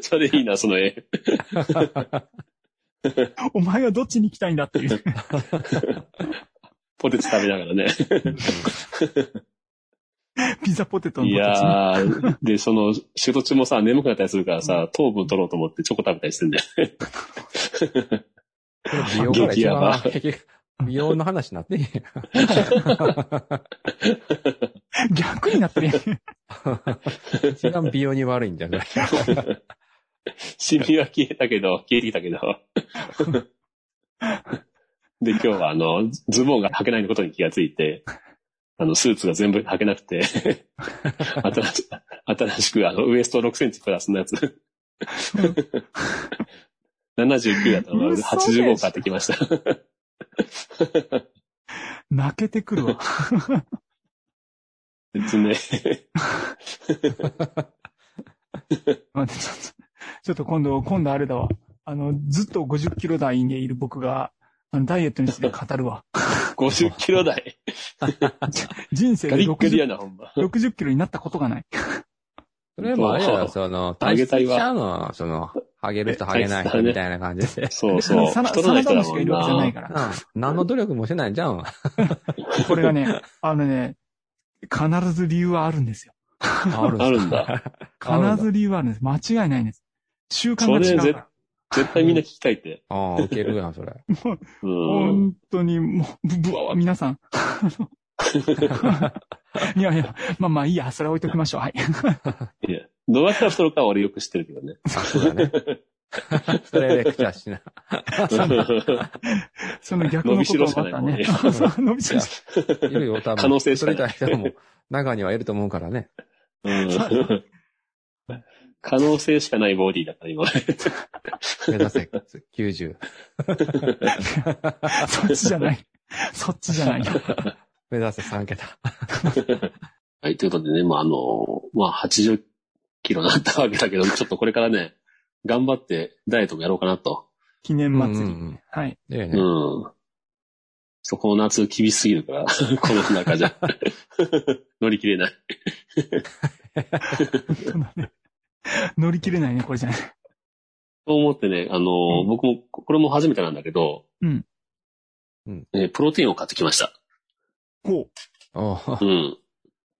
[SPEAKER 2] それいいな、その絵。
[SPEAKER 3] お前はどっちに行きたいんだっていう。
[SPEAKER 2] ポテチ食べながらね。
[SPEAKER 3] ピザポテトの
[SPEAKER 2] い
[SPEAKER 3] ポテチね。
[SPEAKER 2] やー、で、その、仕事中もさ、眠くなったりするからさ、糖分取ろうと思ってチョコ食べたりしてんだよ。
[SPEAKER 4] 美容から一番
[SPEAKER 2] 激
[SPEAKER 4] 美容の話になっていい。
[SPEAKER 3] 逆になってるやん。
[SPEAKER 4] 一番美容に悪いんじゃない
[SPEAKER 2] [LAUGHS] シミは消えたけど、消えてきたけど。で、今日はあの、ズボンが履けないことに気がついて、あの、スーツが全部履けなくて、新し新しくあの、ウエスト6センチプラスのやつ。79だったのが
[SPEAKER 3] 嘘でしょ
[SPEAKER 2] 85買ってきました。
[SPEAKER 3] 泣けてくるわ。
[SPEAKER 2] 別にね。
[SPEAKER 3] 待って、ちょっと、ちょっと今度、今度あれだわ。あの、ずっと50キロ台にいる僕が、あの、ダイエットについて語るわ。
[SPEAKER 2] 50キロ台。
[SPEAKER 3] 人生
[SPEAKER 2] ガ
[SPEAKER 3] で
[SPEAKER 2] リッガリや
[SPEAKER 3] 60
[SPEAKER 2] な、ほんま。
[SPEAKER 3] 60キロになったことがない。
[SPEAKER 4] それもあれやろ、その、
[SPEAKER 2] ハゲたいわ
[SPEAKER 4] 体質ちゃうの、その、ハゲる人ハゲない人みたいな感じで。 [LAUGHS]
[SPEAKER 2] そうそう。
[SPEAKER 3] [LAUGHS] サナ
[SPEAKER 2] 太
[SPEAKER 3] サ
[SPEAKER 2] らない人だ
[SPEAKER 3] ナダムし
[SPEAKER 2] も
[SPEAKER 3] かい
[SPEAKER 2] ん
[SPEAKER 3] るわけじゃな。
[SPEAKER 2] ない
[SPEAKER 3] から。
[SPEAKER 4] うん何の努力もしてないじ
[SPEAKER 2] [LAUGHS]
[SPEAKER 4] ゃん。
[SPEAKER 3] これがね、あのね、必ず理由はあるんですよ。
[SPEAKER 4] あ
[SPEAKER 2] あるんだ。
[SPEAKER 3] 必ず理由はあるんです。間違いないんです。習慣が
[SPEAKER 2] それ
[SPEAKER 3] 違う
[SPEAKER 2] 絶
[SPEAKER 3] から。
[SPEAKER 2] 絶対みんな聞きたいって。
[SPEAKER 4] ああ、ウケるやん、それ。
[SPEAKER 2] うん。
[SPEAKER 3] 本当に、もう、ぶぶわわ、皆さ
[SPEAKER 2] [LAUGHS]
[SPEAKER 3] ん。あのいやいや、まあまあいいや、それは置いときましょう。はい。 [LAUGHS]
[SPEAKER 2] いや、どうやったら太るかは俺よく知ってるけどね。
[SPEAKER 4] あそうだね。それレクチャーしな。
[SPEAKER 3] その逆のことはまた
[SPEAKER 2] 伸び
[SPEAKER 3] ね
[SPEAKER 2] しろしか。
[SPEAKER 3] そう伸びしろし
[SPEAKER 4] いるよ、多分。
[SPEAKER 2] 可能性しかない
[SPEAKER 4] それ以外でも、中にはいると思うからね。
[SPEAKER 2] うん [LAUGHS] 可能性しかないボディだから、今。
[SPEAKER 4] 目指せ、90。
[SPEAKER 3] かそっちじゃない。そっちじゃないよ。
[SPEAKER 4] 目指せ3桁。
[SPEAKER 2] はい、ということでね、まあ、あの、まあ、80キロになったわけだけど、ちょっとこれからね、頑張ってダイエットもやろうかなと。
[SPEAKER 3] 記念祭
[SPEAKER 4] うんう
[SPEAKER 3] り。
[SPEAKER 4] ん
[SPEAKER 3] はい。
[SPEAKER 4] うんええ
[SPEAKER 2] う
[SPEAKER 4] ね。
[SPEAKER 2] ん。そこの夏厳しすぎるから、 [LAUGHS] この中じゃ。 [LAUGHS] 乗り切れない。
[SPEAKER 3] 本当だね乗り切れないね、これじゃない。
[SPEAKER 2] そう思ってね、あの、
[SPEAKER 3] うん
[SPEAKER 2] 僕も、これも初めてなんだけど、
[SPEAKER 3] うん
[SPEAKER 4] うん
[SPEAKER 2] えープロテインを買ってきました。
[SPEAKER 3] ほう。
[SPEAKER 4] お
[SPEAKER 2] う。
[SPEAKER 4] うん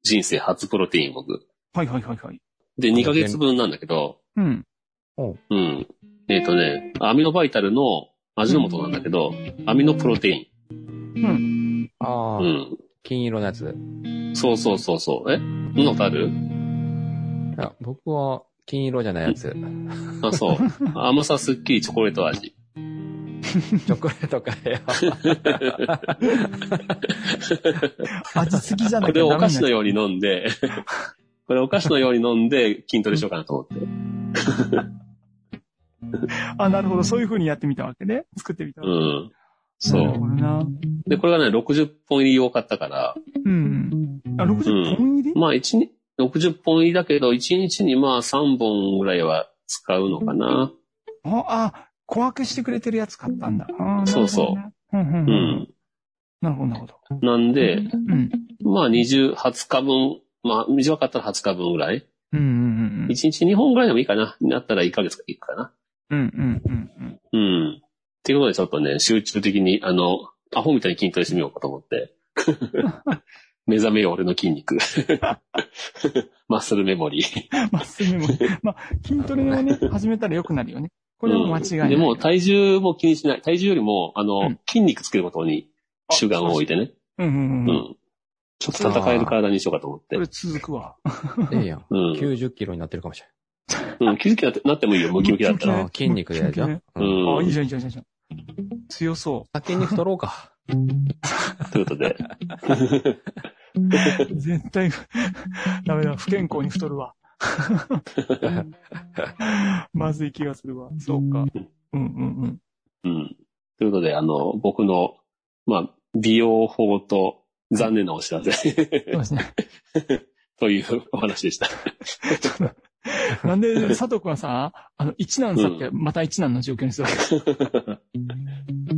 [SPEAKER 2] 人生初プロテイン、僕。
[SPEAKER 3] はいはいはいはい。
[SPEAKER 2] で、2ヶ月分なんだけど、
[SPEAKER 3] うん。
[SPEAKER 2] うん。えっ、とね、アミノバイタルの味の素なんだけど、アミノプロテイ
[SPEAKER 3] うん。
[SPEAKER 4] あ
[SPEAKER 2] ン。
[SPEAKER 4] あ、
[SPEAKER 2] う
[SPEAKER 4] 金色のやつ。
[SPEAKER 2] ん。そうそうそうそう。え飲んだことある
[SPEAKER 4] いや僕は、金色じゃないやつ。
[SPEAKER 2] あ、そう。甘さすっきりチョコレート味。
[SPEAKER 4] チョコレートかよ。
[SPEAKER 2] [LAUGHS]
[SPEAKER 3] 味すぎじゃな
[SPEAKER 2] こ
[SPEAKER 3] い
[SPEAKER 2] れをお菓子の
[SPEAKER 3] よ。
[SPEAKER 2] ように飲んで、これお菓子のように飲んで筋トレしようかなと思って。
[SPEAKER 3] あ、なるほど。そういう風にやってみたわけね。作ってみたわ
[SPEAKER 2] う
[SPEAKER 3] け。
[SPEAKER 2] ん。そ
[SPEAKER 3] なる
[SPEAKER 2] う。
[SPEAKER 3] ほどな。
[SPEAKER 2] で、これがね、60本入り多かったから、
[SPEAKER 3] うん。あ、60本入り、
[SPEAKER 2] まあ一日、60本入りだけど、1日にまあ3本ぐらいは使うのかな。
[SPEAKER 3] ああ、小分けしてくれてるやつ買ったんだ。あ。
[SPEAKER 2] そうそう
[SPEAKER 3] うんうん
[SPEAKER 2] う
[SPEAKER 3] うん。
[SPEAKER 2] ん。
[SPEAKER 3] なるほど、なるほど。
[SPEAKER 2] なんで、
[SPEAKER 3] うん。
[SPEAKER 2] まあ20、20日分、まあ短かったら20日分ぐらい。
[SPEAKER 3] うんうんうん
[SPEAKER 2] 1。日2本ぐらいでもいいかな。になったら1ヶ月いくかな。
[SPEAKER 3] うんうんうんうん。 [LAUGHS]
[SPEAKER 2] うん。っていうことでちょっとね、集中的に、あの、アホみたいに筋トレしてみようかと思
[SPEAKER 3] [LAUGHS]
[SPEAKER 2] って。目覚めよ俺の筋肉。マッスルメモリー。
[SPEAKER 3] まあ、すぐも。
[SPEAKER 2] [LAUGHS]
[SPEAKER 3] まあ、筋トレをね、始めたら良くなるよね。これは間違いな
[SPEAKER 2] うん
[SPEAKER 3] い。
[SPEAKER 2] でも体重も気にしない。体重よりも、あの、
[SPEAKER 3] うん
[SPEAKER 2] 筋肉つけることに主眼を置いてね。
[SPEAKER 3] うんうん
[SPEAKER 2] う
[SPEAKER 3] うん。
[SPEAKER 2] ん。ちょっと戦える体にしようかと思って
[SPEAKER 3] こ。れ続くわ。
[SPEAKER 4] ええやん。
[SPEAKER 2] うん。
[SPEAKER 4] 90キロになってるかもし
[SPEAKER 2] うん、気づきになってもいいよ、ムキムキだった
[SPEAKER 4] れな
[SPEAKER 2] ら。
[SPEAKER 4] い。ああ、筋肉でやるじゃん。
[SPEAKER 2] う
[SPEAKER 4] うん。
[SPEAKER 3] あ、いい
[SPEAKER 2] ん。
[SPEAKER 3] じゃん、いいじゃん、いいじゃん。強
[SPEAKER 2] [LAUGHS]
[SPEAKER 3] そ
[SPEAKER 4] あ筋肉取ろうか。
[SPEAKER 2] ということで。
[SPEAKER 3] [LAUGHS] う。絶対、 [LAUGHS] ダメだ。不健康に太るわ。 [LAUGHS] まずい気がするわ。そうか。うんうん
[SPEAKER 2] うん。ということで、あの、僕の、まあ、美容法と残念なお知らせ [LAUGHS]
[SPEAKER 3] うん。そうですね。
[SPEAKER 2] というお話でした。
[SPEAKER 3] なんで、佐藤くんはさ、あの、一難去って、また一難の状況にするわけ。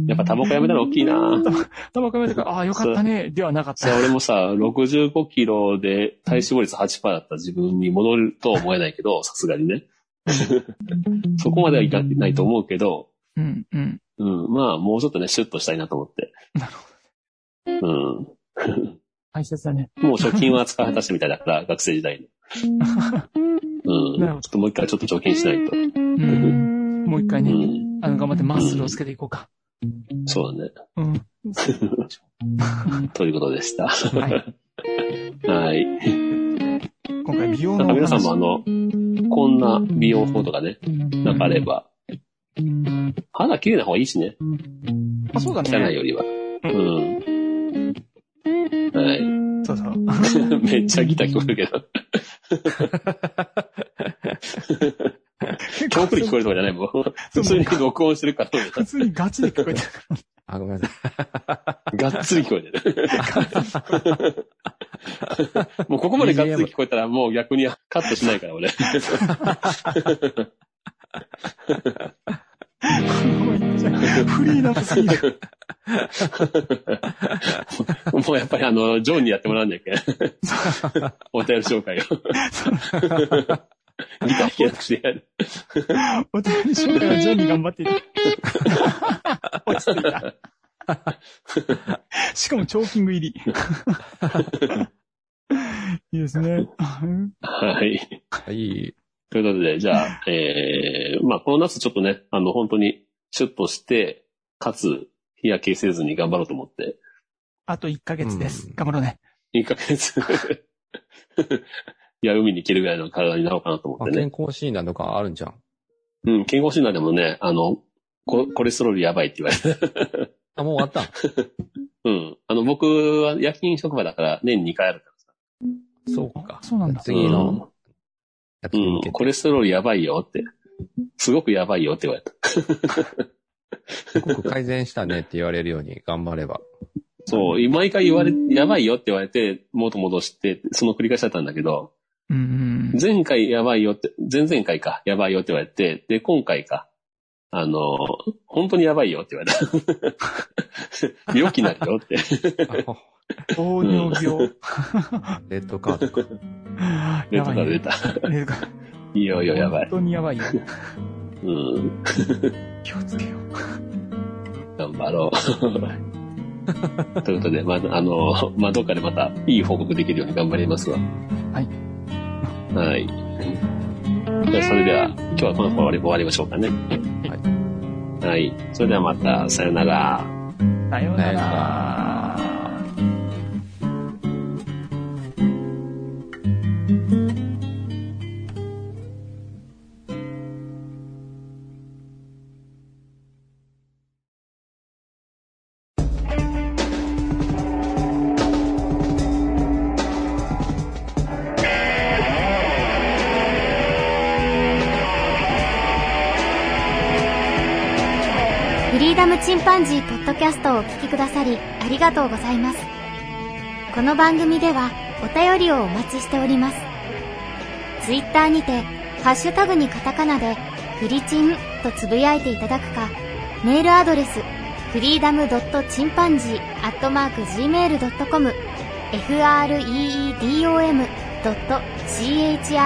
[SPEAKER 2] やっぱタバコやめたら大きいな
[SPEAKER 3] たまかめとか、ああ、よかったね、ではなかっ
[SPEAKER 2] それ
[SPEAKER 3] た。
[SPEAKER 2] 俺もさ、65キロで体脂肪率8%だった自分に戻るとは思えないけど、さすがにね。そこまではいかないと思うけど、
[SPEAKER 3] うんうん。
[SPEAKER 2] うん、まあ、もうちょっとね、シュッとしたいなと思って。
[SPEAKER 3] なる
[SPEAKER 2] ほど。
[SPEAKER 3] 大切だね。
[SPEAKER 2] うん。もう貯金は使い果たしたみたいだから、学生時代に。うん。ちょ
[SPEAKER 3] なるほど
[SPEAKER 2] っともう一回ちょっと貯金しないと。
[SPEAKER 3] うん。もう一回
[SPEAKER 2] う
[SPEAKER 3] ね、
[SPEAKER 2] ん。
[SPEAKER 3] あの、頑張ってマッスルをつけていこうか。
[SPEAKER 2] そうだね。
[SPEAKER 3] うん。
[SPEAKER 2] ということでした。
[SPEAKER 3] はい。
[SPEAKER 2] はい。
[SPEAKER 3] 今回美容
[SPEAKER 2] なんか
[SPEAKER 3] のお話。
[SPEAKER 2] 皆さんもあの、こんな美容法とかね、なんかあれば。肌綺麗な方がいいしね。
[SPEAKER 3] あ、そうだ
[SPEAKER 2] 汚い
[SPEAKER 3] ね。
[SPEAKER 2] よりは。うん。はい。
[SPEAKER 3] そうそう。
[SPEAKER 2] めっちゃギター聞こえるけど。遠くで聞こえるとかじゃないもん。普通に録音してるから、
[SPEAKER 3] 普通にガチで聞こえて [LAUGHS]
[SPEAKER 4] あ、ごめんなさい。
[SPEAKER 2] がっつり聞こえてる。もうここまでがっつり聞こえたらもう逆にカットしないから俺。
[SPEAKER 3] る。フリーダムすぎる。
[SPEAKER 2] もうやっぱりあの、ジョンにやってもらわなきゃいけない。お便り紹介を。ギター弾けなくてやる。
[SPEAKER 3] お便り紹介はジョンに頑張って
[SPEAKER 2] [LAUGHS]
[SPEAKER 3] いた。落ち着いた。しかもチョーキング
[SPEAKER 2] [LAUGHS]
[SPEAKER 3] 入り。いいですね。
[SPEAKER 2] はい。
[SPEAKER 4] はい。
[SPEAKER 2] ということで、じゃあ、えー、まあ、この夏ちょっとね、あの、本当に、シュッとして、かつ、日焼けせずに頑張ろうと思って、
[SPEAKER 3] あと1ヶ月です
[SPEAKER 4] うん。
[SPEAKER 3] 頑張ろうね。
[SPEAKER 2] 1ヶ [LAUGHS] 月、いや、海に行けるぐらいの体になろうかなと
[SPEAKER 4] あ
[SPEAKER 2] 思ってね。
[SPEAKER 4] 健康診断とかあるんじゃん。
[SPEAKER 2] うん、健康診断でもね、あの、ココレステロールやばいって言われて。 [LAUGHS]
[SPEAKER 4] あ、もう終わったん
[SPEAKER 2] うん。あの、僕は夜勤職場だから年2回あるからさ。
[SPEAKER 4] そうか。
[SPEAKER 3] そうなんだ
[SPEAKER 4] 次のやつ
[SPEAKER 2] う
[SPEAKER 4] に向
[SPEAKER 2] ん。
[SPEAKER 4] けて。
[SPEAKER 2] コレステロールやばいよって。すごくやばいよって言われた。
[SPEAKER 4] すごく改善したねって言われるように頑張れば。
[SPEAKER 2] そう、毎回言われ、やばいよって言われて、元戻して、その繰り返しだったんだけど、
[SPEAKER 3] うんうん。
[SPEAKER 2] 前回やばいよって、前々回か、やばいよって言われて、で、今回か、あの、本当にやばいよって言われ
[SPEAKER 4] [LAUGHS]
[SPEAKER 2] た。病気になるよって。
[SPEAKER 4] あ
[SPEAKER 3] 糖尿病。 [LAUGHS]
[SPEAKER 4] レッドカードか。
[SPEAKER 2] 出た出た。
[SPEAKER 3] 出た。
[SPEAKER 2] いよいよやばい
[SPEAKER 3] 本。当にやばいよ。
[SPEAKER 2] うん。
[SPEAKER 3] 気をつけよう。
[SPEAKER 2] 頑張ろう。ということで、まあ、あの、まあ、どっかでまたいい報告できるように頑張りますわ。
[SPEAKER 3] はい。
[SPEAKER 2] はい。じゃあそれでは、今日はこの頃で終わりましょうかね。はい。はい。それではまた、さよなら。
[SPEAKER 3] さよう
[SPEAKER 4] さ
[SPEAKER 3] な
[SPEAKER 4] ような
[SPEAKER 3] ら。
[SPEAKER 1] フリーダムチンパンジーポッドキャストをお聞きくださりありがとうございます。この番組ではお便りをお待ちしております。ツイッターにて、ハッシュタグにカタカナで、フリチンとつぶやいていただくか、メールアドレス、フリーダムドットチンパンジーアットマーク Gmail.com、freedom ドット chimpanzee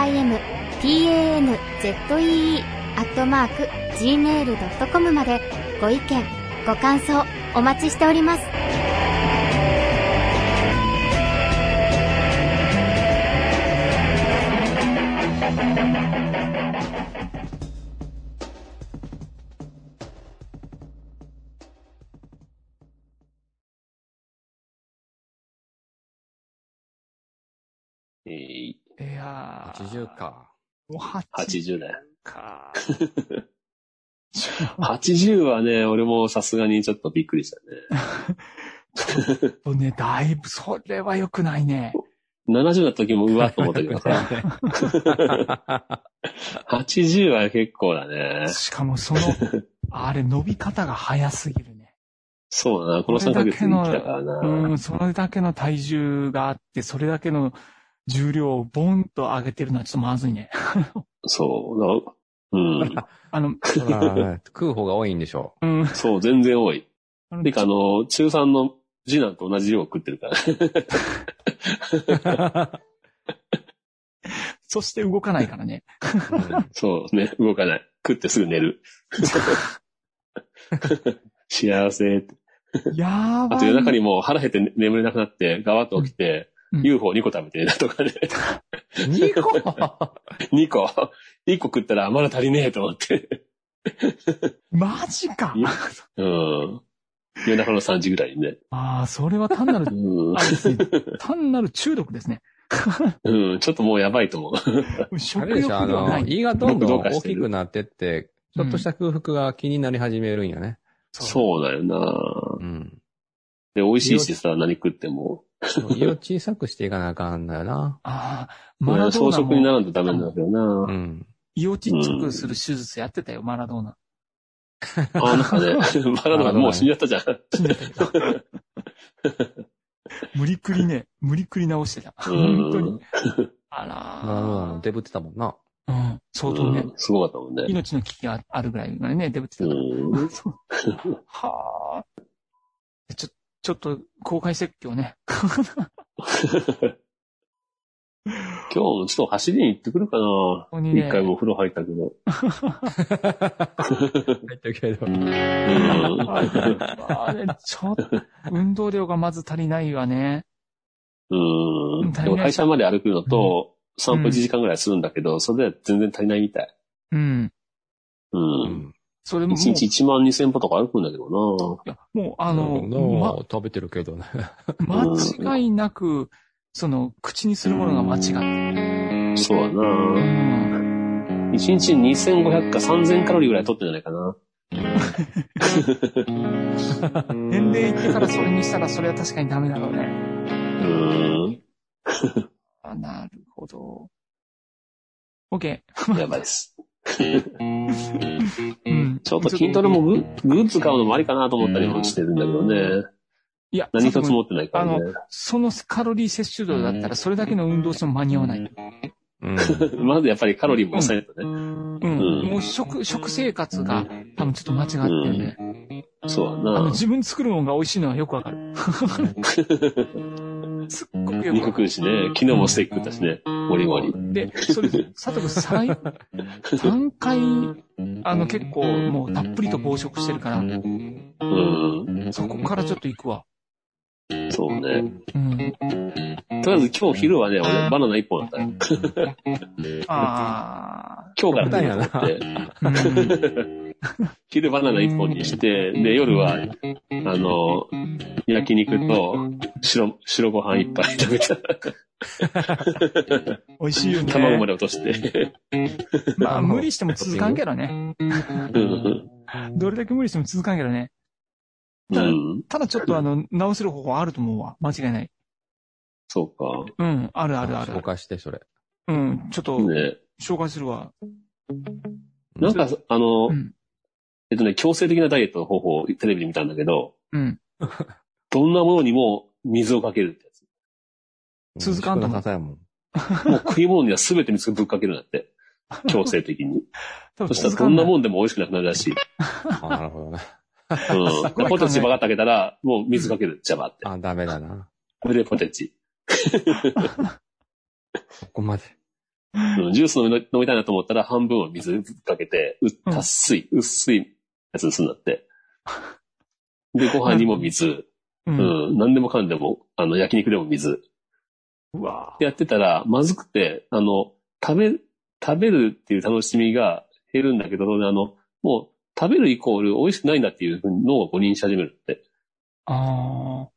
[SPEAKER 1] アットマーク gmail.com までご意見、ご感想、お待ちしております。
[SPEAKER 2] えー、
[SPEAKER 3] いやー。
[SPEAKER 4] 80。か。
[SPEAKER 3] もう80
[SPEAKER 2] 80だよ。
[SPEAKER 3] か。
[SPEAKER 2] [LAUGHS] 80はね、俺もさすがにちょっとびっくりしたね。
[SPEAKER 3] とね、だいぶ、それは良くないね。
[SPEAKER 2] 70の時もうわっと思ったけどさ、80は結構だね。
[SPEAKER 3] しかもその、あれ、伸び方が早すぎるね。
[SPEAKER 2] そうだな、この3ヶ月に来たからな。
[SPEAKER 3] うん、それだけの体重があって、それだけの重量をボンと上げてるのはちょっとまずいね。
[SPEAKER 2] そう。うん。
[SPEAKER 3] あの、
[SPEAKER 4] ほら食う方が多いんでしょ
[SPEAKER 3] うん、
[SPEAKER 2] そう、全然多い。
[SPEAKER 3] あの
[SPEAKER 2] てか、あの、中3の次男と同じ量を食ってるから。 [LAUGHS]
[SPEAKER 4] う。
[SPEAKER 3] そして動かないからね。
[SPEAKER 2] そうね、動かない。食ってすぐ寝
[SPEAKER 3] [LAUGHS]
[SPEAKER 2] る。幸せって。
[SPEAKER 3] やば
[SPEAKER 2] [LAUGHS] あ
[SPEAKER 3] い。
[SPEAKER 2] と夜中にもう腹減って眠れなくなって、ガワッと起きて、
[SPEAKER 3] うん
[SPEAKER 2] UFO2 個食べて寝るとかね。 [LAUGHS]
[SPEAKER 4] 2個
[SPEAKER 2] 2個 ?1 個食ったらまだ足りねえと思って。
[SPEAKER 3] マジか
[SPEAKER 2] い。やうん。夜中の3時ぐらいにね。
[SPEAKER 3] ああ、それは単なる
[SPEAKER 2] う、ん
[SPEAKER 3] あ。単なる中毒ですね。
[SPEAKER 2] うん、ちょっともうやばいと思う。
[SPEAKER 4] あ
[SPEAKER 3] 食
[SPEAKER 4] れで
[SPEAKER 3] 欲
[SPEAKER 4] しょ、あ
[SPEAKER 3] ではな
[SPEAKER 4] の、
[SPEAKER 3] い。
[SPEAKER 4] 胃がどんど
[SPEAKER 2] 僕
[SPEAKER 4] ん
[SPEAKER 2] どうか
[SPEAKER 4] 大
[SPEAKER 2] してる
[SPEAKER 4] きくなってって、ちょっとした空腹が気になり始めるんよね。
[SPEAKER 2] そうだよな
[SPEAKER 4] うん。
[SPEAKER 2] で、美味しいしさ、何食っても。
[SPEAKER 4] 胃を小さくしていかなあかんだよな。
[SPEAKER 3] ああ、マラド
[SPEAKER 2] 装
[SPEAKER 3] ーナ
[SPEAKER 2] 飾にな
[SPEAKER 3] も
[SPEAKER 2] らんとダメなんだけど
[SPEAKER 4] う
[SPEAKER 2] な。
[SPEAKER 4] ん。
[SPEAKER 3] 胃をちっちゃくする手術やってたよ、マラドーナ。 [LAUGHS]
[SPEAKER 2] あ、なんかね、バラドがもう死んじゃったじゃん。 [LAUGHS]
[SPEAKER 3] 無理くりね、無理くり直してた。
[SPEAKER 2] うん
[SPEAKER 3] 本当に。あ
[SPEAKER 4] なるほど。
[SPEAKER 3] ら
[SPEAKER 4] デブってたもんな。
[SPEAKER 3] ー。うん、相当ね
[SPEAKER 2] う。んすごかったもんね。
[SPEAKER 3] 命の危機があるぐらいまでね、出ぶってたから。
[SPEAKER 2] うん。 [LAUGHS]
[SPEAKER 3] そうはあ。ちょ、ちょっと、公開説
[SPEAKER 2] [LAUGHS]
[SPEAKER 3] 教ね。
[SPEAKER 2] 今日、ちょっと走りに行ってくるかな。
[SPEAKER 3] ここに
[SPEAKER 2] 一、
[SPEAKER 3] ね、
[SPEAKER 2] 回もお風呂入ったけど。
[SPEAKER 4] 入ってるけど。
[SPEAKER 2] うん。
[SPEAKER 3] あれ、ちょっと、運動量がまず足りないわね。
[SPEAKER 2] うん。
[SPEAKER 3] 足りない
[SPEAKER 2] でも会社まで歩くのと、散歩1時間ぐらいするんだけど、それでは全然足りないみたい。
[SPEAKER 3] うん。
[SPEAKER 2] う。
[SPEAKER 4] うんん。
[SPEAKER 3] それもも
[SPEAKER 2] 一
[SPEAKER 3] う、
[SPEAKER 2] 日1万2000歩とか歩くんだけど
[SPEAKER 3] いやもう、あ
[SPEAKER 4] あ
[SPEAKER 3] の、ま
[SPEAKER 4] の、食べてるけどね。
[SPEAKER 3] 間違いなく、その、口にするものが間違ってる。
[SPEAKER 2] な。そうだな。
[SPEAKER 3] うん。
[SPEAKER 2] 一日2500か3000カロリーぐらい取ってんじゃないかな。 [LAUGHS]
[SPEAKER 3] 年齢いってからそれにしたら、それは確かにダメだろうね。
[SPEAKER 2] うーん。
[SPEAKER 3] あなるほど。OK。
[SPEAKER 2] [LAUGHS] やばいです。
[SPEAKER 3] うん。
[SPEAKER 2] ちょっと Kindle もググッズ買うのもありかなと思ったりもしてるんだけどね。
[SPEAKER 3] いや、
[SPEAKER 2] 何一つ持ってないからね。
[SPEAKER 3] そのカロリー摂取量だったら、それだけの運動しても間に合わない。
[SPEAKER 4] うん。
[SPEAKER 2] まずやっぱりカロリーも抑えるとね。
[SPEAKER 3] うん。
[SPEAKER 2] うん
[SPEAKER 3] もう食、食生活が多分ちょっと間違ってるね。
[SPEAKER 2] そう
[SPEAKER 3] あの、
[SPEAKER 2] だな。
[SPEAKER 3] 自分作るものが美味しいのはよくわかる。 [LAUGHS] すっごくよく
[SPEAKER 2] 肉
[SPEAKER 3] わか
[SPEAKER 2] 食うしね。昨日もステーキ食ったしね。もりもり。
[SPEAKER 3] る。で、それ、 [LAUGHS] 佐藤君さい、3回、あの、結構もうたっぷりと暴食してるから、
[SPEAKER 2] うん。
[SPEAKER 3] そこからちょっと行くわ。
[SPEAKER 2] そうね。
[SPEAKER 3] う
[SPEAKER 2] と
[SPEAKER 3] ん。
[SPEAKER 2] りあえず今日昼はね、俺バナナ一本だったよ。
[SPEAKER 3] [LAUGHS] あ
[SPEAKER 2] 今日から
[SPEAKER 4] やな。
[SPEAKER 2] って。
[SPEAKER 3] あ、うん。
[SPEAKER 2] 昼バナナ一本にして、で、夜は、あの、焼肉と白、白ご飯一杯食べた。
[SPEAKER 3] 美味しいよね。
[SPEAKER 2] 卵まで落として。
[SPEAKER 3] まあ、無理しても続かんけどね。
[SPEAKER 2] うん。
[SPEAKER 3] どれだけ無理しても続かんけどね。
[SPEAKER 2] うん。
[SPEAKER 3] ただちょっとあの、直せる方法あると思うわ。間違いない。
[SPEAKER 2] そうか。
[SPEAKER 3] うん、あるあるあ
[SPEAKER 4] 消
[SPEAKER 3] る。
[SPEAKER 4] 化して、それ。
[SPEAKER 3] うん、ちょっと、
[SPEAKER 2] ね
[SPEAKER 3] 紹介するわ。
[SPEAKER 2] なんか、あの、
[SPEAKER 3] うん
[SPEAKER 2] えっとね、強制的なダイエットの方法をテレビで見たんだけど、
[SPEAKER 3] うん。
[SPEAKER 2] どんなものにも水をかけるってやつ。
[SPEAKER 3] 続かんと
[SPEAKER 4] と
[SPEAKER 3] 思う
[SPEAKER 4] なさい [LAUGHS] もん。
[SPEAKER 2] もう食い物には全て水をぶっかけるんだ
[SPEAKER 3] [LAUGHS]
[SPEAKER 2] って。強制的に。
[SPEAKER 3] 多
[SPEAKER 2] そ
[SPEAKER 3] 分
[SPEAKER 2] したら
[SPEAKER 3] 続
[SPEAKER 2] ど
[SPEAKER 3] か
[SPEAKER 2] ん
[SPEAKER 3] ん
[SPEAKER 2] な
[SPEAKER 3] ない
[SPEAKER 2] もんでも美味しくなくなるらしい。うん。
[SPEAKER 4] あなるほどな。
[SPEAKER 3] すごい考え
[SPEAKER 2] ポテチばかったけたら、もう水かける。ジャバって。
[SPEAKER 4] あ、ダメだな。
[SPEAKER 2] これでポテチ。
[SPEAKER 4] ここまで。
[SPEAKER 2] うんジュース飲み飲みたいなと思ったら半分を水ぶっかけて、う
[SPEAKER 3] うん
[SPEAKER 2] たっすい、薄いやつにするんだって。で、ご飯にも水。
[SPEAKER 3] うん
[SPEAKER 2] うん。何でもかんでも、あの、焼肉でも水。
[SPEAKER 3] うわ
[SPEAKER 2] やってたら、まずくて、あの、食べ、食べるっていう楽しみが減るんだけど、あの、もう、食べるイコール美味しくないんだっていうのを誤認し始めるって。
[SPEAKER 3] あ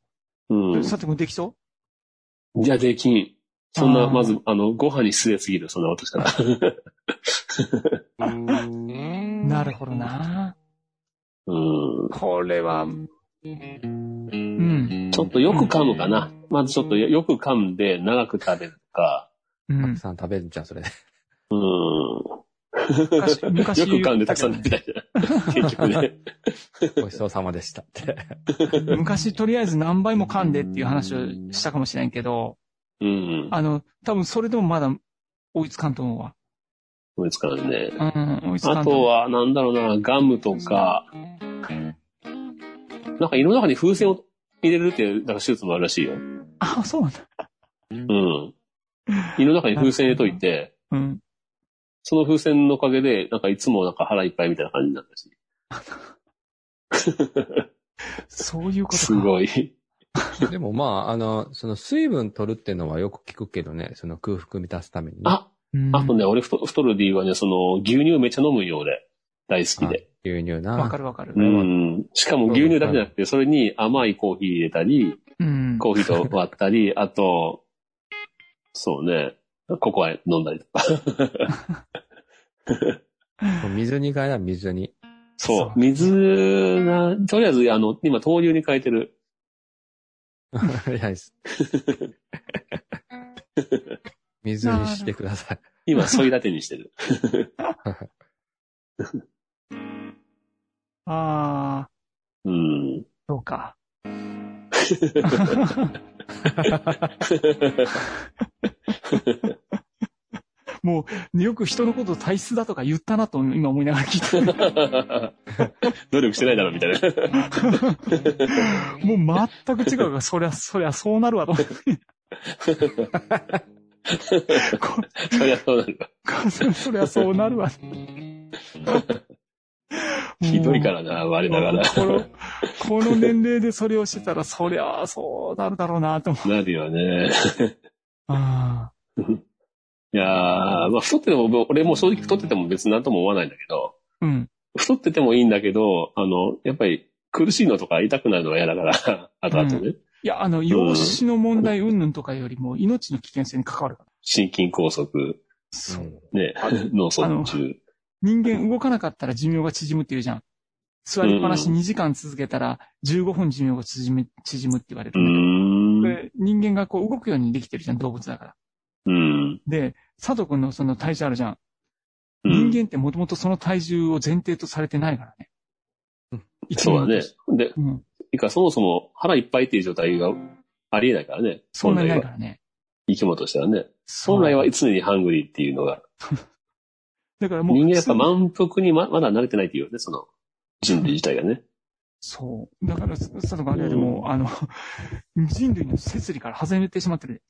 [SPEAKER 2] う
[SPEAKER 3] あ。
[SPEAKER 2] ん。
[SPEAKER 3] さて、できそ
[SPEAKER 2] じゃあできん。そんな、
[SPEAKER 3] あー
[SPEAKER 2] まず、あの、ご飯に失礼すぎる、そんな私から。 [LAUGHS]
[SPEAKER 3] うなるほどな。
[SPEAKER 2] うん。
[SPEAKER 3] これは、うん。
[SPEAKER 2] ちょっとよく噛むかな。まずちょっとよく噛んで長く食べるとか。
[SPEAKER 3] う
[SPEAKER 4] たく
[SPEAKER 3] ん。
[SPEAKER 4] さん食べるじゃん、そ [LAUGHS] れ。
[SPEAKER 2] うん。 [LAUGHS]
[SPEAKER 3] 昔、昔
[SPEAKER 2] よく噛んでたくさん食べたいじゃん。
[SPEAKER 3] [LAUGHS]
[SPEAKER 2] 結局ね。
[SPEAKER 4] ごちそうさまでしたって。
[SPEAKER 3] 昔、とりあえず何倍も噛んでっていう話をしたかもしれんけど、
[SPEAKER 2] うん。
[SPEAKER 3] あの、多分それでもまだ追いつかんと思うわ。
[SPEAKER 2] 思いつかないね。
[SPEAKER 3] うん、追いつか
[SPEAKER 2] あ
[SPEAKER 3] んと
[SPEAKER 2] と
[SPEAKER 3] 思う。
[SPEAKER 2] は、なんだろうな、ガムとか、なんか胃の中に風船を入れるっていう、なんか手術もあるらしいよ。う
[SPEAKER 3] あ、そうなんだ。
[SPEAKER 2] ん。胃の中に風船入れといて、
[SPEAKER 3] うん。
[SPEAKER 2] その風船のおかげで、なんかいつもなんか腹いっぱいみたいな感じになったし。
[SPEAKER 3] そういうことか。
[SPEAKER 2] すごい。
[SPEAKER 4] [LAUGHS] でもまあ、あの、その水分取るっていうのはよく聞くけどね、その空腹満たすためにね。
[SPEAKER 2] あ、
[SPEAKER 3] うん。
[SPEAKER 2] あとね、俺太太る理由はね、その牛乳めっちゃ飲むよ、俺。大好きで。
[SPEAKER 4] 牛乳な。
[SPEAKER 3] わかるわかる
[SPEAKER 2] う。ん。しかも牛乳だけじゃなくて、それに甘いコーヒー入れたり、
[SPEAKER 3] うん。
[SPEAKER 2] コーヒーと割ったり、あと、そうね、ココア飲んだりとか。
[SPEAKER 4] もう水に変えな、水 [LAUGHS] に。
[SPEAKER 2] そう
[SPEAKER 3] [LAUGHS] そ。う
[SPEAKER 2] 水が、とりあえず、あの、今、豆乳に変えてる。
[SPEAKER 4] いや水にしてくださ [LAUGHS] い。
[SPEAKER 2] 今、ソイラテにしてる。 [LAUGHS]
[SPEAKER 3] ああ、
[SPEAKER 2] うん。 [LAUGHS]
[SPEAKER 3] そうか。 [LAUGHS] もう、よく人のこと体質だとか言ったなと今思いながら聞いてる。
[SPEAKER 2] 努力してないだろ、みたいな。
[SPEAKER 3] [LAUGHS] もう全く違うから、そりゃ、そりゃそうなるわ
[SPEAKER 2] [LAUGHS]
[SPEAKER 3] と思って。こ
[SPEAKER 2] そりゃそうなるわ。
[SPEAKER 3] こ [LAUGHS] そりゃそうなるわ。
[SPEAKER 2] [LAUGHS] ひどいからな、我ながら。
[SPEAKER 3] この、この年齢でそれをしてたら、そりゃそうなるだろうなと思う。
[SPEAKER 2] なるよね。
[SPEAKER 3] あ
[SPEAKER 2] いやー、まあ、太ってても、俺もう正直太ってても別になんとも思わないんだけど、
[SPEAKER 3] あうん。
[SPEAKER 2] 太っててもいいんだけど、あの、やっぱり、苦しいのとか痛くなるのは嫌だから、 [LAUGHS] あとあとね、
[SPEAKER 3] いや、あの、養子の問題云々とかよりも、命の危険性に関わるから。
[SPEAKER 2] 心筋梗塞、
[SPEAKER 3] そう
[SPEAKER 4] うん
[SPEAKER 2] ね
[SPEAKER 3] あ、
[SPEAKER 2] 脳卒中。
[SPEAKER 3] 人間動かなかったら寿命が縮むって言うじゃん。座りっぱなし2時間続けたら15分寿命が縮む、縮むって言われ
[SPEAKER 2] うー
[SPEAKER 3] るんだけど。
[SPEAKER 2] ん。
[SPEAKER 3] これ人間がこう動くようにできてるじゃん、動物だから。
[SPEAKER 2] うん。
[SPEAKER 3] で、佐藤君のその体重あるじゃん。
[SPEAKER 2] うん
[SPEAKER 3] 人間ってもともとその体重を前提とされてないからね。
[SPEAKER 4] うん
[SPEAKER 3] 一
[SPEAKER 2] そう
[SPEAKER 3] 年
[SPEAKER 2] だ
[SPEAKER 3] に
[SPEAKER 2] ね。で、
[SPEAKER 3] うん。
[SPEAKER 2] いか、そもそも腹いっぱいっていう状態がありえないからね。
[SPEAKER 3] そんなにない
[SPEAKER 2] 本
[SPEAKER 3] か
[SPEAKER 2] 来は
[SPEAKER 3] らね。
[SPEAKER 2] 生き物としてはね。
[SPEAKER 3] そう
[SPEAKER 2] 本来は常にハングリーっていうのが。
[SPEAKER 3] だからもう、
[SPEAKER 2] 人間やっぱ満腹にままだ慣れてないっていうよね、その人類自体が
[SPEAKER 3] [LAUGHS]
[SPEAKER 2] ね。
[SPEAKER 3] そう。だから、佐藤君あれでも、あの、人類の摂理から外れてしまってる。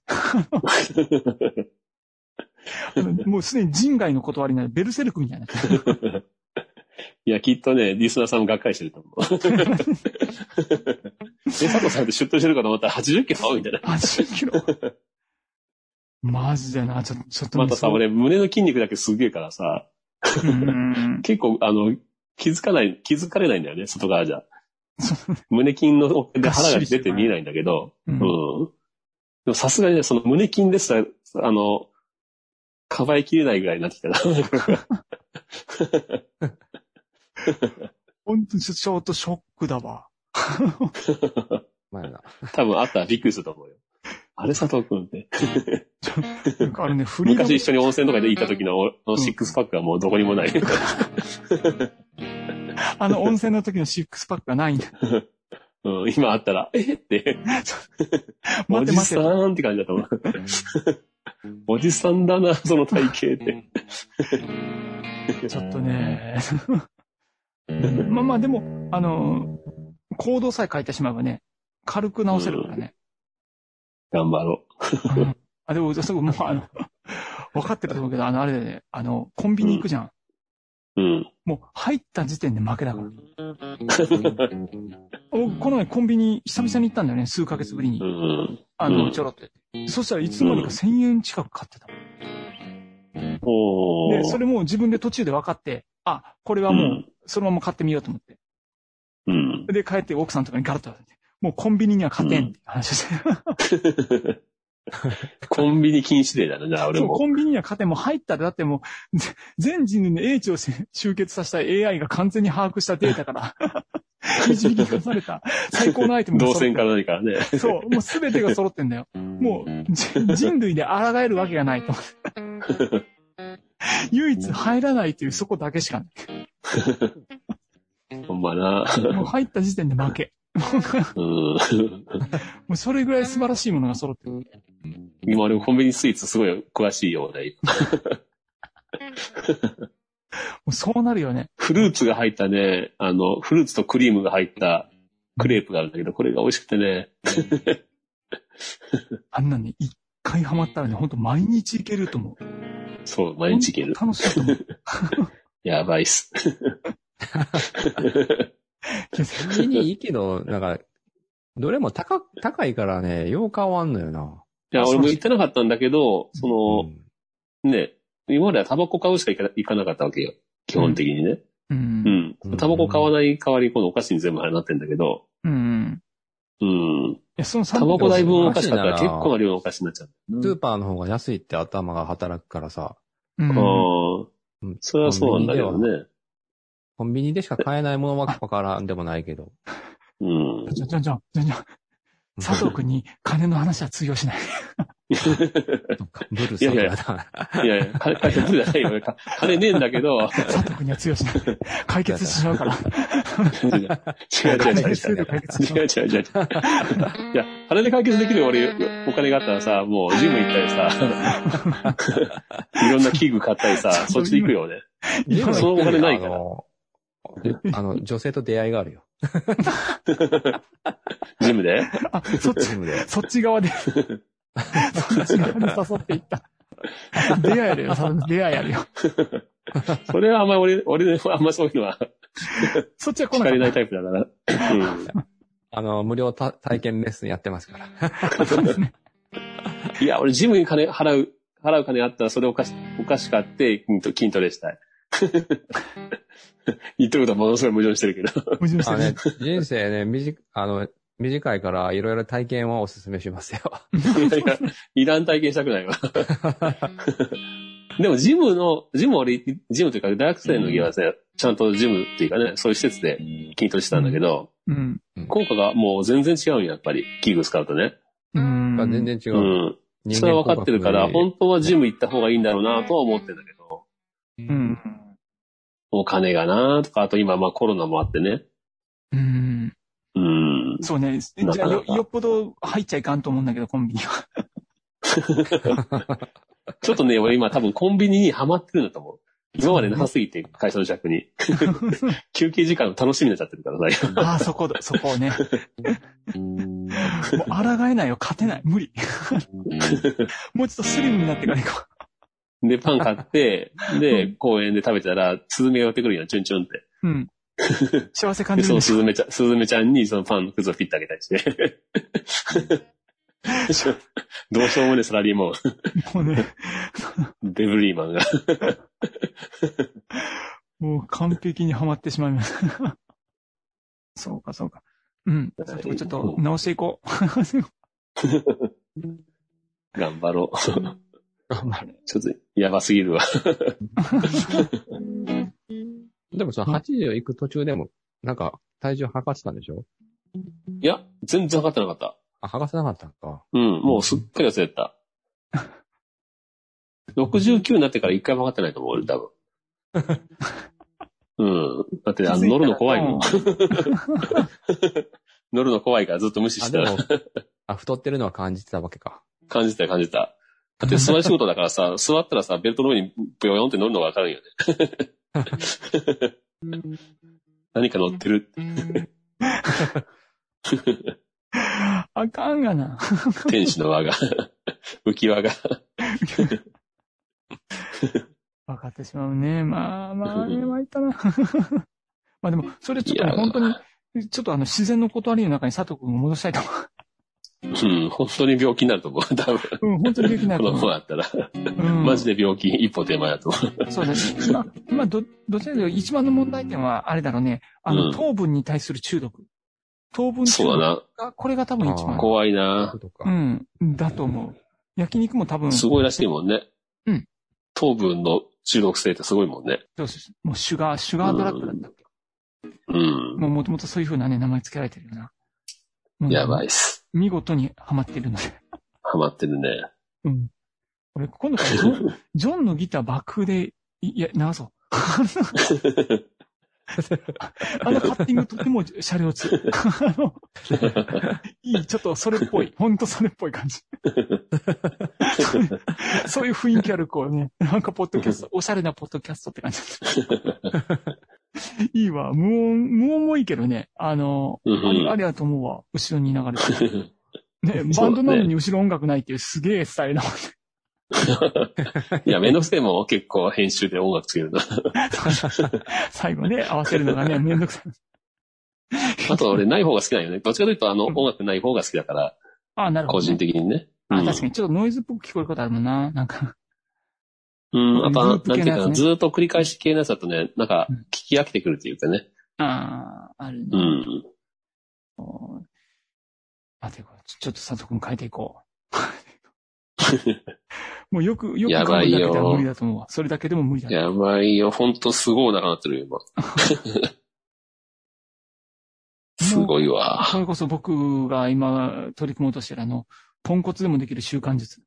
[SPEAKER 3] あのもうすでに人外の断りになるベルセルクみたいな。
[SPEAKER 2] いや、きっとね、リスナーさんもがっかりしてると思
[SPEAKER 3] [LAUGHS]
[SPEAKER 2] う。え、佐藤さんって出頭してるかと思ったら80キロみたいな。
[SPEAKER 3] 80キロ。マジでな、ちょちょっとね。
[SPEAKER 2] またさ、俺、胸の筋肉だけすげえからさ、
[SPEAKER 3] そううん
[SPEAKER 2] 結構、あの、気づかない、気づかれないんだよね、外側じゃ。胸筋の、で腹が出て見えないんだけど、
[SPEAKER 3] う
[SPEAKER 2] うん
[SPEAKER 3] ん。。
[SPEAKER 2] でもさすがにね、その胸筋ですら、あの、かばいきれないぐらいになってきた
[SPEAKER 3] [LAUGHS]
[SPEAKER 2] な。
[SPEAKER 3] ほんと、ちょちょっとショックだわ。
[SPEAKER 4] [LAUGHS] まあやな。
[SPEAKER 2] 多分あったらびっくりすると思うよ。あれ佐藤くんって。
[SPEAKER 3] なんかあの
[SPEAKER 2] [LAUGHS]
[SPEAKER 3] ね、フリー
[SPEAKER 2] 昔一
[SPEAKER 3] ド
[SPEAKER 2] 緒に温泉とかで行った時の、あの
[SPEAKER 3] ん
[SPEAKER 2] シックスパックはもうどこにもない。
[SPEAKER 3] あの温泉の時のシックスパックがない
[SPEAKER 2] [LAUGHS]
[SPEAKER 3] んだ。
[SPEAKER 2] うん、今あったら、えって、お
[SPEAKER 3] 待て
[SPEAKER 2] じ
[SPEAKER 3] 待
[SPEAKER 2] さ
[SPEAKER 3] て。
[SPEAKER 2] んって感じだと思う。おじさんだな、その体型って。
[SPEAKER 3] ちょっとね。まあまあ、でも、あの、行動さえ変えてしまえばね、軽く直せるからね。
[SPEAKER 2] 頑張ろ
[SPEAKER 3] うんあ、でも、そう、もう、あの、分かってると思うけど、あの、あれだよね、あの、コンビニ行くじゃん。
[SPEAKER 2] う。うん。
[SPEAKER 3] もう、入った時点で負けだから。おこの前コンビニ、久々に行ったんだよね、数ヶ月ぶりに
[SPEAKER 2] う。ん。
[SPEAKER 3] あ
[SPEAKER 2] う
[SPEAKER 3] の、
[SPEAKER 2] ん
[SPEAKER 3] ちょろっと。そしたらいつの間にか1000円近く買ってた。
[SPEAKER 2] お
[SPEAKER 3] で、
[SPEAKER 2] ー。
[SPEAKER 3] それも自分で途中で分かって、あ、これは
[SPEAKER 2] う、
[SPEAKER 3] もうんそのまま買ってみようと思って。
[SPEAKER 2] うん。
[SPEAKER 3] [LAUGHS] で、帰って奥さんとかにガラッと言われて、もうコンビニには勝てんって話を
[SPEAKER 2] [LAUGHS]
[SPEAKER 3] して。
[SPEAKER 2] コンビニ禁止令だな、じゃあ俺
[SPEAKER 3] そう、
[SPEAKER 2] も。
[SPEAKER 3] コンビニには勝てん、もう入ったら、だってもう、ぜ全人類の英知を集集結させた AI が完全に把握したデータから、 [LAUGHS] 導き出された最高のアイテムが
[SPEAKER 2] 動
[SPEAKER 3] 揃っ
[SPEAKER 2] 線
[SPEAKER 3] て
[SPEAKER 2] から何からね。
[SPEAKER 3] そう、もう全てが揃ってんだよ。もう、じ人類で抗えるわけがな
[SPEAKER 2] [LAUGHS]
[SPEAKER 3] いと。唯一入らないというそこだけしかない。
[SPEAKER 2] ほんまな。 [LAUGHS]
[SPEAKER 3] もう入った時点で負け。
[SPEAKER 2] うん。
[SPEAKER 3] もうそれぐらい素晴らしいものが揃ってる。
[SPEAKER 2] 今俺もコンビニスイーツすごい詳しいようで。
[SPEAKER 3] もうそうなるよね。
[SPEAKER 2] フルーツが入ったね、あの、フルーツとクリームが入ったクレープがあるんだけど、これが美味しくてね。
[SPEAKER 3] あんなんね、一回ハマったらね、ほんと毎日いけると思う。
[SPEAKER 2] そう、毎日いける。
[SPEAKER 3] ほんと楽しいと思う。
[SPEAKER 2] [LAUGHS] やばいっす。
[SPEAKER 3] いや
[SPEAKER 4] 家にいいけど、なんか、どれも高、高いからね、よう変わんのよな。
[SPEAKER 2] いや、俺も行ってなかったんだけど、そ
[SPEAKER 4] うん
[SPEAKER 2] の、ね、今まではタバコ買うしか行か行かなかったわけよ。基本的にね。
[SPEAKER 3] う。
[SPEAKER 2] うんん
[SPEAKER 4] う。ん
[SPEAKER 2] タバコ買わない代わりに、このお菓子に全部なってんだけど、
[SPEAKER 3] うん。
[SPEAKER 2] うん。
[SPEAKER 3] いや、その
[SPEAKER 2] タバコ代分お
[SPEAKER 4] も
[SPEAKER 2] 菓子買ったら結構な量のお菓子になっちゃう。
[SPEAKER 4] スーパーの方が安いって頭が働くからさ。
[SPEAKER 3] うん
[SPEAKER 2] ああ、
[SPEAKER 4] うん
[SPEAKER 2] それはそうなんだけどね。
[SPEAKER 4] コンビニでしか買えないものはわからんでもないけ
[SPEAKER 3] [LAUGHS]
[SPEAKER 4] ど。
[SPEAKER 2] うん。
[SPEAKER 3] じゃんじゃんじゃんじゃんじゃん。佐藤くんに金の話は通用しない。
[SPEAKER 4] [LAUGHS] ブルー
[SPEAKER 2] いやいや
[SPEAKER 4] 佐藤だな。
[SPEAKER 2] いやいや、金、金じゃないよ。か金ねえんだけど、
[SPEAKER 3] 佐藤くんには通用しない。解決してしま
[SPEAKER 2] [LAUGHS]
[SPEAKER 3] うから。
[SPEAKER 2] 違う違う違う
[SPEAKER 3] 解決す
[SPEAKER 2] 違う。
[SPEAKER 3] ると解決し
[SPEAKER 2] 違う違う
[SPEAKER 3] まう。
[SPEAKER 2] 違う違う。 [LAUGHS] いや、金で解決できるよ俺、お金があったらさ、もうジム行ったりさ、いろんな器具買ったりさ、そっちで行くよね。
[SPEAKER 4] でも
[SPEAKER 2] [LAUGHS] そのお金ないから
[SPEAKER 4] あのあの、女性と出会いがあるよ。
[SPEAKER 2] ジムで。
[SPEAKER 3] あ、そっち
[SPEAKER 4] ジ、ムで。
[SPEAKER 3] そっち側で、そっち側で誘っていった。出会えるよ、さ出会えるよ。
[SPEAKER 2] それはあんまり俺、俺、あんまそういうのは
[SPEAKER 3] そっちは来
[SPEAKER 2] 惹
[SPEAKER 3] な
[SPEAKER 2] かれ
[SPEAKER 3] か
[SPEAKER 2] な
[SPEAKER 3] っ
[SPEAKER 2] いタイプだから。うん。
[SPEAKER 4] あの、無料た体験レッスンやってますから。
[SPEAKER 3] た。そうですね。
[SPEAKER 2] いや、俺ジムに金払う、払う金あったらそれお菓子、お菓子買って筋ト筋トレしたい。言ってることはものすごい矛盾してるけど。
[SPEAKER 3] 矛盾して
[SPEAKER 4] あの
[SPEAKER 3] る
[SPEAKER 4] ね
[SPEAKER 2] [LAUGHS]
[SPEAKER 3] ね。、
[SPEAKER 4] 人生ね、短、あの、短いから、いろいろ体験はお勧めしますよ。
[SPEAKER 2] いやいや、いらん体験したくないわ。でもジムの、ジム俺、ジムというか大学生の時はね、ちゃんとジムっていうかね、そういう施設で筋トレしてたんだけど、
[SPEAKER 3] うん。
[SPEAKER 2] 効果がもう全然違うんよやっぱり、器具使うとね。
[SPEAKER 3] うん。
[SPEAKER 4] 全然違
[SPEAKER 2] う
[SPEAKER 4] う。
[SPEAKER 2] ん。
[SPEAKER 4] 人
[SPEAKER 2] それは分
[SPEAKER 4] 間工学
[SPEAKER 2] かってるから、
[SPEAKER 4] の
[SPEAKER 2] 本当はジム行った方がいいんだろうなとは思ってんだけど、
[SPEAKER 3] うん。
[SPEAKER 2] お金がなとか、あと今まあコロナもあってね。
[SPEAKER 3] うん。
[SPEAKER 2] うん。
[SPEAKER 3] そうね。じ
[SPEAKER 2] な
[SPEAKER 3] ゃ
[SPEAKER 2] か
[SPEAKER 3] あ
[SPEAKER 2] な
[SPEAKER 3] よ、
[SPEAKER 2] か
[SPEAKER 3] よっぽど入っちゃいかんと思うんだけど、コンビニ
[SPEAKER 2] [LAUGHS]
[SPEAKER 3] は。
[SPEAKER 2] ちょっとね、俺今多分コンビニにハマってるんだと思う。今までなさすぎて、会社の弱
[SPEAKER 4] [LAUGHS]
[SPEAKER 2] に。休憩時間楽しみになっちゃってるからさ、
[SPEAKER 3] ああ、そこだ、そこをね。もう抗えないよ、勝てない。無理。もうちょっとスリムになってから行こ
[SPEAKER 2] 今で、パン買
[SPEAKER 3] [LAUGHS]
[SPEAKER 2] って、で、公園で食べたら、スズメが寄ってくるよ、チュンチュンって。
[SPEAKER 3] う。うん。幸せ感
[SPEAKER 2] で、
[SPEAKER 3] じ
[SPEAKER 2] そ
[SPEAKER 3] る
[SPEAKER 2] のスズメ
[SPEAKER 3] でし
[SPEAKER 2] ちゃん、スズメちゃんにそのパンのくずをピッてあげたりして。 [LAUGHS] どうしようもねえ、サラリーマン。
[SPEAKER 3] ょ。もうね、
[SPEAKER 2] デブリーマンが。
[SPEAKER 3] もう完璧にはまってしまいました。そうか、そうか。うん。そういうとこちょっと直していこう。
[SPEAKER 2] 頑張ろう。
[SPEAKER 4] 頑張
[SPEAKER 2] ちょっと、やばすぎるわ。
[SPEAKER 4] でもその80行く途中でも、なんか体重測ってたんでしょ
[SPEAKER 2] いや、全然測ってなかった。
[SPEAKER 4] あ、測せなかったんか。
[SPEAKER 2] うん、もうすっかり忘れて
[SPEAKER 3] [LAUGHS]
[SPEAKER 2] た。69になってから一回も測ってないと思う、俺
[SPEAKER 3] [LAUGHS]
[SPEAKER 2] 多分。うん。だって、あ
[SPEAKER 3] [LAUGHS]
[SPEAKER 2] の乗るの怖いもん。乗るの怖いからずっと無視
[SPEAKER 4] あ、
[SPEAKER 2] し
[SPEAKER 4] で
[SPEAKER 2] てた [LAUGHS]
[SPEAKER 4] も、あ、太ってるのは感じてたわけか。
[SPEAKER 2] 感じた感じた。だって座り仕事だから
[SPEAKER 3] [LAUGHS]
[SPEAKER 2] さ、座ったらさ、ベルトの上にぷよよんって乗るのがわかるんよね。
[SPEAKER 3] [LAUGHS]
[SPEAKER 2] 何か乗ってる
[SPEAKER 3] あかんがな。
[SPEAKER 2] 天使の輪
[SPEAKER 3] [LAUGHS]
[SPEAKER 2] が。浮き輪が。
[SPEAKER 3] 分かってしまうね。まあまあ、あれはいたな。 [LAUGHS] まあでも、それちょっとね、
[SPEAKER 2] いや
[SPEAKER 3] 本当に、ちょっとあの、自然の断りの中に佐藤君を戻したいと思
[SPEAKER 2] うん、本当に病気になると思う、多分。
[SPEAKER 3] う。 [LAUGHS] うん、本当にできない
[SPEAKER 2] ことの
[SPEAKER 3] 思
[SPEAKER 2] 子
[SPEAKER 3] う。
[SPEAKER 2] だったら。
[SPEAKER 3] うん
[SPEAKER 2] マジで病気一歩手前だと思う。
[SPEAKER 3] そうだね。まあ、まあ、ど、どちらかというと一番の問題点は、あれだろうね。あ
[SPEAKER 2] うん
[SPEAKER 3] の、糖分に対する中毒。糖分中
[SPEAKER 2] そう
[SPEAKER 3] 毒
[SPEAKER 2] だな。
[SPEAKER 3] が、これが多分一番。
[SPEAKER 2] 怖い
[SPEAKER 4] そういう
[SPEAKER 2] な
[SPEAKER 4] こ。と
[SPEAKER 3] う
[SPEAKER 4] か。
[SPEAKER 3] ん、だと思う。焼肉も多分、
[SPEAKER 2] す
[SPEAKER 3] そう
[SPEAKER 2] ごいらしいもんね。
[SPEAKER 3] うん
[SPEAKER 2] 糖分の中毒性ってすごいもんね。
[SPEAKER 3] ですもうシュガー、シュガードラッグだったっけ、
[SPEAKER 2] うん。
[SPEAKER 3] もうもともとそういう風なね、名前付けられてるよな。もう
[SPEAKER 2] やばいっす。
[SPEAKER 3] 見事にハマってるので。
[SPEAKER 2] ハマってるね。
[SPEAKER 3] うん。俺、今度からジ
[SPEAKER 2] [LAUGHS]
[SPEAKER 3] ョン、ジョンのギター爆風で、いいや、流そう。あのカッティングとても車
[SPEAKER 2] [LAUGHS]
[SPEAKER 3] 両つ。あの、いい、ちょっとそれっぽい。ほんとそれっぽ
[SPEAKER 2] [LAUGHS]
[SPEAKER 3] い感じ。そういう雰囲気ある、こうね。なんかポッドキャスト、おしゃれなポッドキャストって感じ。いいわ。無音、無音もいいけどね。あの、
[SPEAKER 2] うん
[SPEAKER 3] あり
[SPEAKER 2] う
[SPEAKER 3] ありだと思うわ。後ろに流れて。
[SPEAKER 2] ん。
[SPEAKER 3] ね、バンドなのに後ろ音楽ないっていうすげえスタイ
[SPEAKER 2] [LAUGHS]
[SPEAKER 3] ルだもんね。
[SPEAKER 2] [LAUGHS] いや、めんどくせえもん。結構編集で音楽つけるな。
[SPEAKER 3] 最後ね、合わせるの
[SPEAKER 2] [LAUGHS]
[SPEAKER 3] がね、めんどくさい。
[SPEAKER 2] あと俺ない方が好きなんよね。どっちかというとあの音楽ない方が好きだから、
[SPEAKER 3] あ、なるほ
[SPEAKER 2] 個
[SPEAKER 3] ど、ね。
[SPEAKER 2] 人的にね。
[SPEAKER 3] あ、確かに。ちょっとノイズっぽく聞こえることあるもんな。なんか、
[SPEAKER 2] うん。あと、なん
[SPEAKER 3] ループ
[SPEAKER 2] てい
[SPEAKER 3] 系
[SPEAKER 2] う
[SPEAKER 3] のやつね
[SPEAKER 2] かな、ずーっと繰り返し系のやつだとね、なんか
[SPEAKER 3] うん、
[SPEAKER 2] 聞き飽きてくるっていうかね。
[SPEAKER 3] ああ、あるね。
[SPEAKER 2] [LAUGHS] うん。
[SPEAKER 3] こうあ、てか、ちょちょっと佐藤くん変えていこう。もうよく、よく
[SPEAKER 2] やばいよ
[SPEAKER 3] 考えただけでは無理だと思うわ。それだけでも無理だ。
[SPEAKER 2] やばいよ。ほんとすごいお腹なってるよ、 [LAUGHS] 今。すごいわ。
[SPEAKER 3] それこそ僕が今取り組もうとしてるあの、ポンコツでもできる習慣術。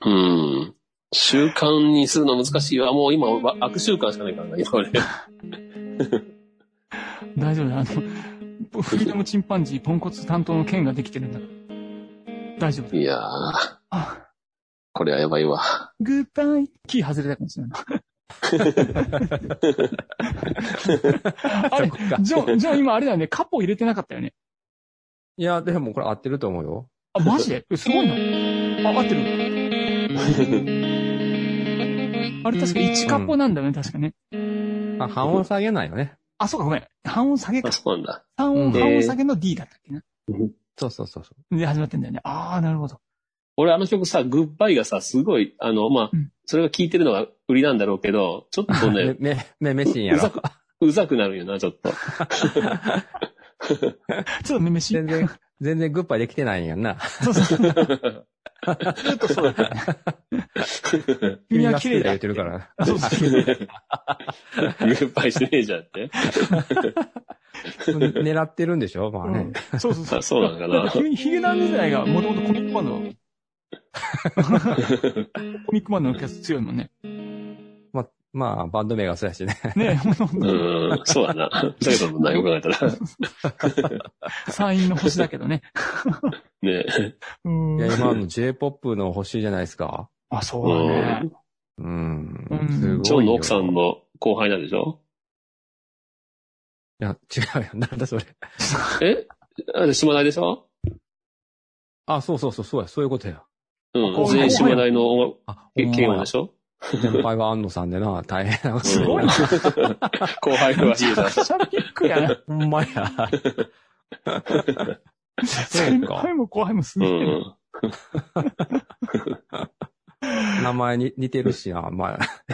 [SPEAKER 2] うん。習慣にするの難しいわ。もう今、わ悪習慣しかないからな、今俺。
[SPEAKER 3] 大丈夫だ。あの、フリーダムチンパンジーポンコツ担当の件ができてるんだから。大丈夫だ。
[SPEAKER 2] いやー、
[SPEAKER 3] あ
[SPEAKER 2] これはやばいわ。
[SPEAKER 3] グッバイ。キー外れたかもしれない。あれ
[SPEAKER 4] そっか、
[SPEAKER 3] ジ
[SPEAKER 4] [LAUGHS]
[SPEAKER 3] ョン、ジョン今あれだよね。カポ入れてなかったよね。
[SPEAKER 4] いや、でもこれ合ってると思うよ。
[SPEAKER 3] あ、マジ
[SPEAKER 4] [LAUGHS]
[SPEAKER 3] ですごいな。あ、合ってる。あれ確か1カポなんだよね、確かね。
[SPEAKER 4] あ、半音下げないよね。
[SPEAKER 3] あ、そうか、ごめん。半音下げ
[SPEAKER 2] あ、
[SPEAKER 3] か。
[SPEAKER 2] そうなんだ。
[SPEAKER 3] 半音、
[SPEAKER 4] うん
[SPEAKER 3] 半音下げの D だったっけな。
[SPEAKER 4] そうそうそうそ
[SPEAKER 3] で、始まってんだよね。あー、なるほど。
[SPEAKER 2] 俺あの曲さ、グッバイがさ、すごい、あの、まあ
[SPEAKER 3] うん、
[SPEAKER 2] それが聴いてるのが売りなんだろうけど、ちょっと
[SPEAKER 4] う。
[SPEAKER 2] ね
[SPEAKER 4] [LAUGHS] め、、め、め、めしんや
[SPEAKER 2] うざく、
[SPEAKER 4] ろ。
[SPEAKER 3] [LAUGHS]
[SPEAKER 2] うざくなるよな、ちょっと。 [LAUGHS]
[SPEAKER 3] ちょっとめめしい。
[SPEAKER 4] 全然、全然グッバイできて [LAUGHS] ないんやんな。
[SPEAKER 3] そうそう。ずっとそうだった。 [LAUGHS] 君
[SPEAKER 4] 君
[SPEAKER 3] は
[SPEAKER 4] が
[SPEAKER 3] 綺
[SPEAKER 4] 綺
[SPEAKER 3] 麗だ
[SPEAKER 4] 麗だ言ってるから。
[SPEAKER 3] あそうそう
[SPEAKER 2] グッバイしてねえじゃんって。
[SPEAKER 4] 狙ってるんでしょまあね。
[SPEAKER 3] うんそうそうそう。
[SPEAKER 2] あそうなのかな
[SPEAKER 3] だって急にヒゲダン時代がもともとコミックマンの、コミックマンのキャス強いも [LAUGHS] んね。
[SPEAKER 4] まあ、バンド名がそうやしね。
[SPEAKER 3] ねえ、ほんとほんと
[SPEAKER 2] うん、そうだな。ふざけたもんな、よく考え
[SPEAKER 3] [LAUGHS]
[SPEAKER 2] たら。
[SPEAKER 3] 参院の星だけどね。
[SPEAKER 2] ね
[SPEAKER 3] うん
[SPEAKER 4] いや、今の J-POP の欲しいじゃないですか。
[SPEAKER 3] あ、そうだね。
[SPEAKER 4] うん
[SPEAKER 3] うん。
[SPEAKER 4] すごいよ。
[SPEAKER 2] ジョンの奥さんの後輩なんでしょ
[SPEAKER 4] いや、違うよ。なんだそれ。
[SPEAKER 2] えあ島内でしょ
[SPEAKER 4] あ、そうそうそう、そうや。そういうことや。
[SPEAKER 2] うん。
[SPEAKER 3] 後輩
[SPEAKER 2] 全員島内の音
[SPEAKER 4] あ、
[SPEAKER 2] 楽、
[SPEAKER 4] ほん
[SPEAKER 2] 剣
[SPEAKER 4] ま
[SPEAKER 2] 王
[SPEAKER 4] や
[SPEAKER 2] でしょ
[SPEAKER 4] 先輩が安野さんでな、大変な。
[SPEAKER 3] すごいな。
[SPEAKER 2] [LAUGHS] 後輩詳しいじゃん。
[SPEAKER 3] [LAUGHS] シャピックやな。
[SPEAKER 4] ほんまや。 [LAUGHS]
[SPEAKER 3] 先輩も後輩もす
[SPEAKER 2] う
[SPEAKER 3] げえな。
[SPEAKER 2] ん。
[SPEAKER 4] 名前に似てるしな、まあ、 [LAUGHS]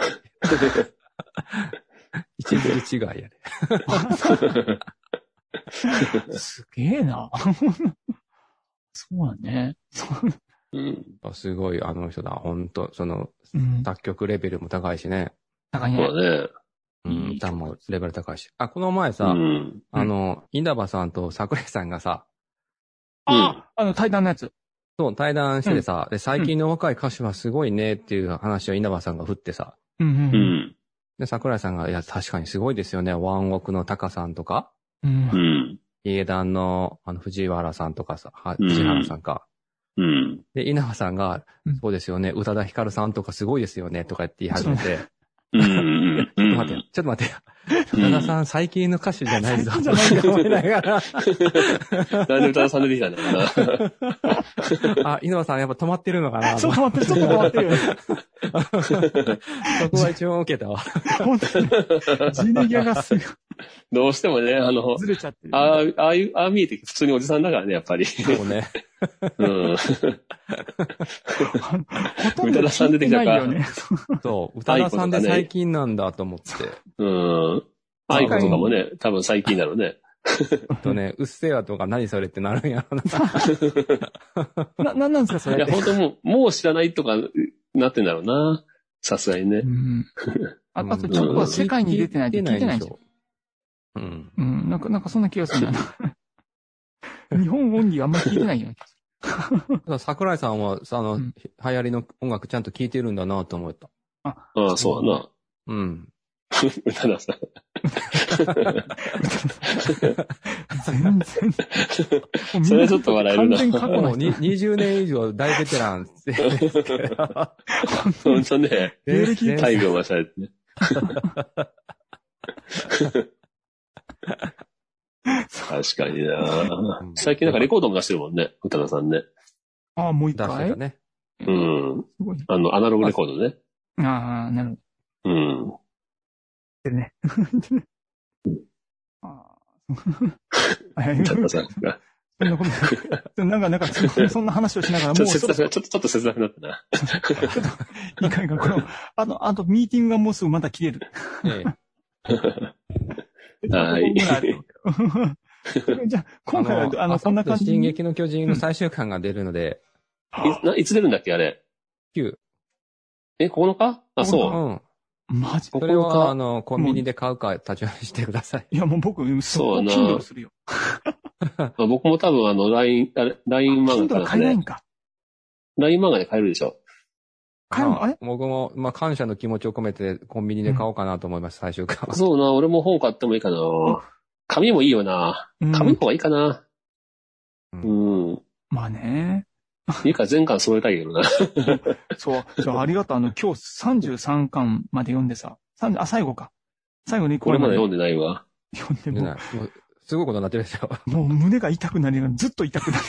[SPEAKER 4] 一日違いやね。
[SPEAKER 3] すげえな。そうだね。
[SPEAKER 2] うん。
[SPEAKER 4] すごい、あの人だ、本当その、
[SPEAKER 3] うん。
[SPEAKER 4] 作曲レベルも高いしね。
[SPEAKER 3] 高いね。
[SPEAKER 2] そうだね。
[SPEAKER 4] う
[SPEAKER 3] いい
[SPEAKER 4] ん、歌もレベル高いし。あ、この前
[SPEAKER 2] う
[SPEAKER 4] さ、
[SPEAKER 2] ん。
[SPEAKER 4] あの、稲葉さんと桜井さんがさ、
[SPEAKER 3] あ、あの、対談のやつ。
[SPEAKER 4] そう、対談しててさ、で、最近の若い歌手はすごいねっていう話を稲葉さんが振ってさ、
[SPEAKER 3] うん
[SPEAKER 2] う
[SPEAKER 3] うん
[SPEAKER 2] ん。
[SPEAKER 4] で、桜井さんが、いや、確かにすごいですよね。ワンオクのタカさんとか、
[SPEAKER 3] うん。
[SPEAKER 2] う
[SPEAKER 3] うん
[SPEAKER 2] ん。
[SPEAKER 4] 家団の、あの、藤原さんとかさ、は
[SPEAKER 2] うん
[SPEAKER 4] 藤原さんか。
[SPEAKER 2] うん。
[SPEAKER 4] で、稲葉さんが
[SPEAKER 3] うん、
[SPEAKER 4] そうですよね、宇多田ヒカルさんとかすごいですよね、とか言って言い始めて、
[SPEAKER 2] うん。
[SPEAKER 4] ちょっと待ってよ、ちょっと待ってよ。宇多田さん最近の歌手じゃないぞ、
[SPEAKER 3] 最
[SPEAKER 4] と
[SPEAKER 3] 近じゃない
[SPEAKER 4] 思いながら、
[SPEAKER 2] なんで歌田さん出てきたんだろうな。
[SPEAKER 4] [LAUGHS] あ、稲葉さんやっぱ止まってるのかな、
[SPEAKER 3] ちょ
[SPEAKER 4] そ
[SPEAKER 3] っと待って、ちょっと待ってよね。
[SPEAKER 4] こが一番受けたわ。
[SPEAKER 3] 本当に。ジネギャがすごい
[SPEAKER 2] [LAUGHS] どうしてもね、あの、
[SPEAKER 3] ずれちゃってる。
[SPEAKER 2] ああ、ああいう、ああ見えて普通におじさんだからね、やっぱり。
[SPEAKER 4] そうね。
[SPEAKER 2] うん。
[SPEAKER 3] ほとんど聞いてないよね。
[SPEAKER 4] そう、宇多田さんで最近なんだと思って。
[SPEAKER 2] うん。アイコとかもね、多分最近だろうね。
[SPEAKER 4] えっとね、うっせぇわとか何それってなるんやろ
[SPEAKER 3] な、
[SPEAKER 4] な。
[SPEAKER 3] なんなんですか、そ
[SPEAKER 2] い
[SPEAKER 3] れ
[SPEAKER 2] や、。本当もう、もう知らないとかなってんだろうな。さすがにね
[SPEAKER 3] う。ん。 [LAUGHS] ああと、チョコは世界に出てないって聞いてないんですよ。
[SPEAKER 4] 聞いてないんでしょ。うん。
[SPEAKER 3] うん、なんか、なんかそんな気がするな。 [LAUGHS] 日本オンリーあんまり聞いてないよね。
[SPEAKER 4] ただ桜井さんは、さあの、
[SPEAKER 3] うん
[SPEAKER 4] 流行りの音楽ちゃんと聴いてるんだなと思った。
[SPEAKER 2] ああ、そうだな。
[SPEAKER 4] うん。
[SPEAKER 2] 宇多田
[SPEAKER 4] [LAUGHS]
[SPEAKER 2] さん。
[SPEAKER 3] 全然。もうみんな
[SPEAKER 2] それちょっと笑えるな
[SPEAKER 3] 完全過去
[SPEAKER 4] も
[SPEAKER 3] の
[SPEAKER 4] う
[SPEAKER 3] 人
[SPEAKER 4] に20年以上大ベテランって。
[SPEAKER 2] ほんとね、
[SPEAKER 3] 芸歴
[SPEAKER 4] 全然
[SPEAKER 2] 大病まされてね。確かにな
[SPEAKER 4] うん
[SPEAKER 2] 最近なんかレコードも出してるもんね、宇多田さんね。
[SPEAKER 3] ああ、もう一
[SPEAKER 4] 出して
[SPEAKER 3] 回
[SPEAKER 4] た
[SPEAKER 3] す
[SPEAKER 4] ね。
[SPEAKER 2] うん。
[SPEAKER 3] ごい。
[SPEAKER 2] あの、アナログレコードね。
[SPEAKER 3] ああ、なるほど。
[SPEAKER 2] うん。
[SPEAKER 3] ああ。はい
[SPEAKER 2] [LAUGHS] 宇多田さんが。
[SPEAKER 3] [LAUGHS] そんなことない。なんか、なんか、そんな話をしながら、
[SPEAKER 2] ちょ
[SPEAKER 3] も
[SPEAKER 2] っ
[SPEAKER 3] う
[SPEAKER 2] と切
[SPEAKER 3] ちょ
[SPEAKER 2] な
[SPEAKER 3] っ
[SPEAKER 2] くな、ちょっと、ちょっと切なくなったな。
[SPEAKER 3] と、いいかいか、この、あと、あと、ミーティングがもうすぐまた切れる。
[SPEAKER 2] [LAUGHS]
[SPEAKER 4] ええ
[SPEAKER 2] はい
[SPEAKER 3] ちょっとここぐらいある [LAUGHS] じゃあ、今回は、あの、こんな感じ
[SPEAKER 4] 進
[SPEAKER 3] に。
[SPEAKER 4] 撃の巨人の最終巻が出るので、
[SPEAKER 2] いないつ出るんだっけ、あれ。
[SPEAKER 4] 9。
[SPEAKER 2] え、9日あ、
[SPEAKER 4] う
[SPEAKER 2] そ
[SPEAKER 4] ん。
[SPEAKER 3] マジ
[SPEAKER 2] う。
[SPEAKER 4] それ
[SPEAKER 2] 9
[SPEAKER 4] は、あ
[SPEAKER 2] 日。
[SPEAKER 4] の、コンビニで買うか立ち読みしてください。
[SPEAKER 3] いや、もう僕、す
[SPEAKER 2] そう
[SPEAKER 3] ごい
[SPEAKER 2] な
[SPEAKER 3] Kindle するよ。
[SPEAKER 2] あ僕も多分あの、LINE、あれ LINE 漫
[SPEAKER 3] Kindle
[SPEAKER 2] 画
[SPEAKER 3] は
[SPEAKER 2] とか
[SPEAKER 3] 買えない
[SPEAKER 2] ね
[SPEAKER 3] ん。か。
[SPEAKER 2] LINE 漫画で買えるでしょ。
[SPEAKER 3] 買えない
[SPEAKER 4] ま
[SPEAKER 3] あれ
[SPEAKER 4] 僕も、まあ、感謝の気持ちを込めてコンビニで買おうかなと思います、最終巻。
[SPEAKER 2] そうな、俺も本買ってもいいかな。紙もいいよな。
[SPEAKER 3] うん
[SPEAKER 2] 紙の方がいいかな。
[SPEAKER 4] う
[SPEAKER 2] うん。
[SPEAKER 3] まあね。
[SPEAKER 2] いいか、全巻揃えたいけどな。
[SPEAKER 3] そう、そう、ありがとう。あの、今日33巻まで読んでさ。三あ、最後か。最後にこ
[SPEAKER 2] これ
[SPEAKER 3] れ
[SPEAKER 2] ま
[SPEAKER 3] ま
[SPEAKER 2] で
[SPEAKER 3] で
[SPEAKER 2] 読んでないわ。
[SPEAKER 3] 読んで
[SPEAKER 4] ね
[SPEAKER 3] も
[SPEAKER 4] もうすごいことになってるでしょ。
[SPEAKER 3] う、もう胸が痛くなりながら、ずっと痛くなる。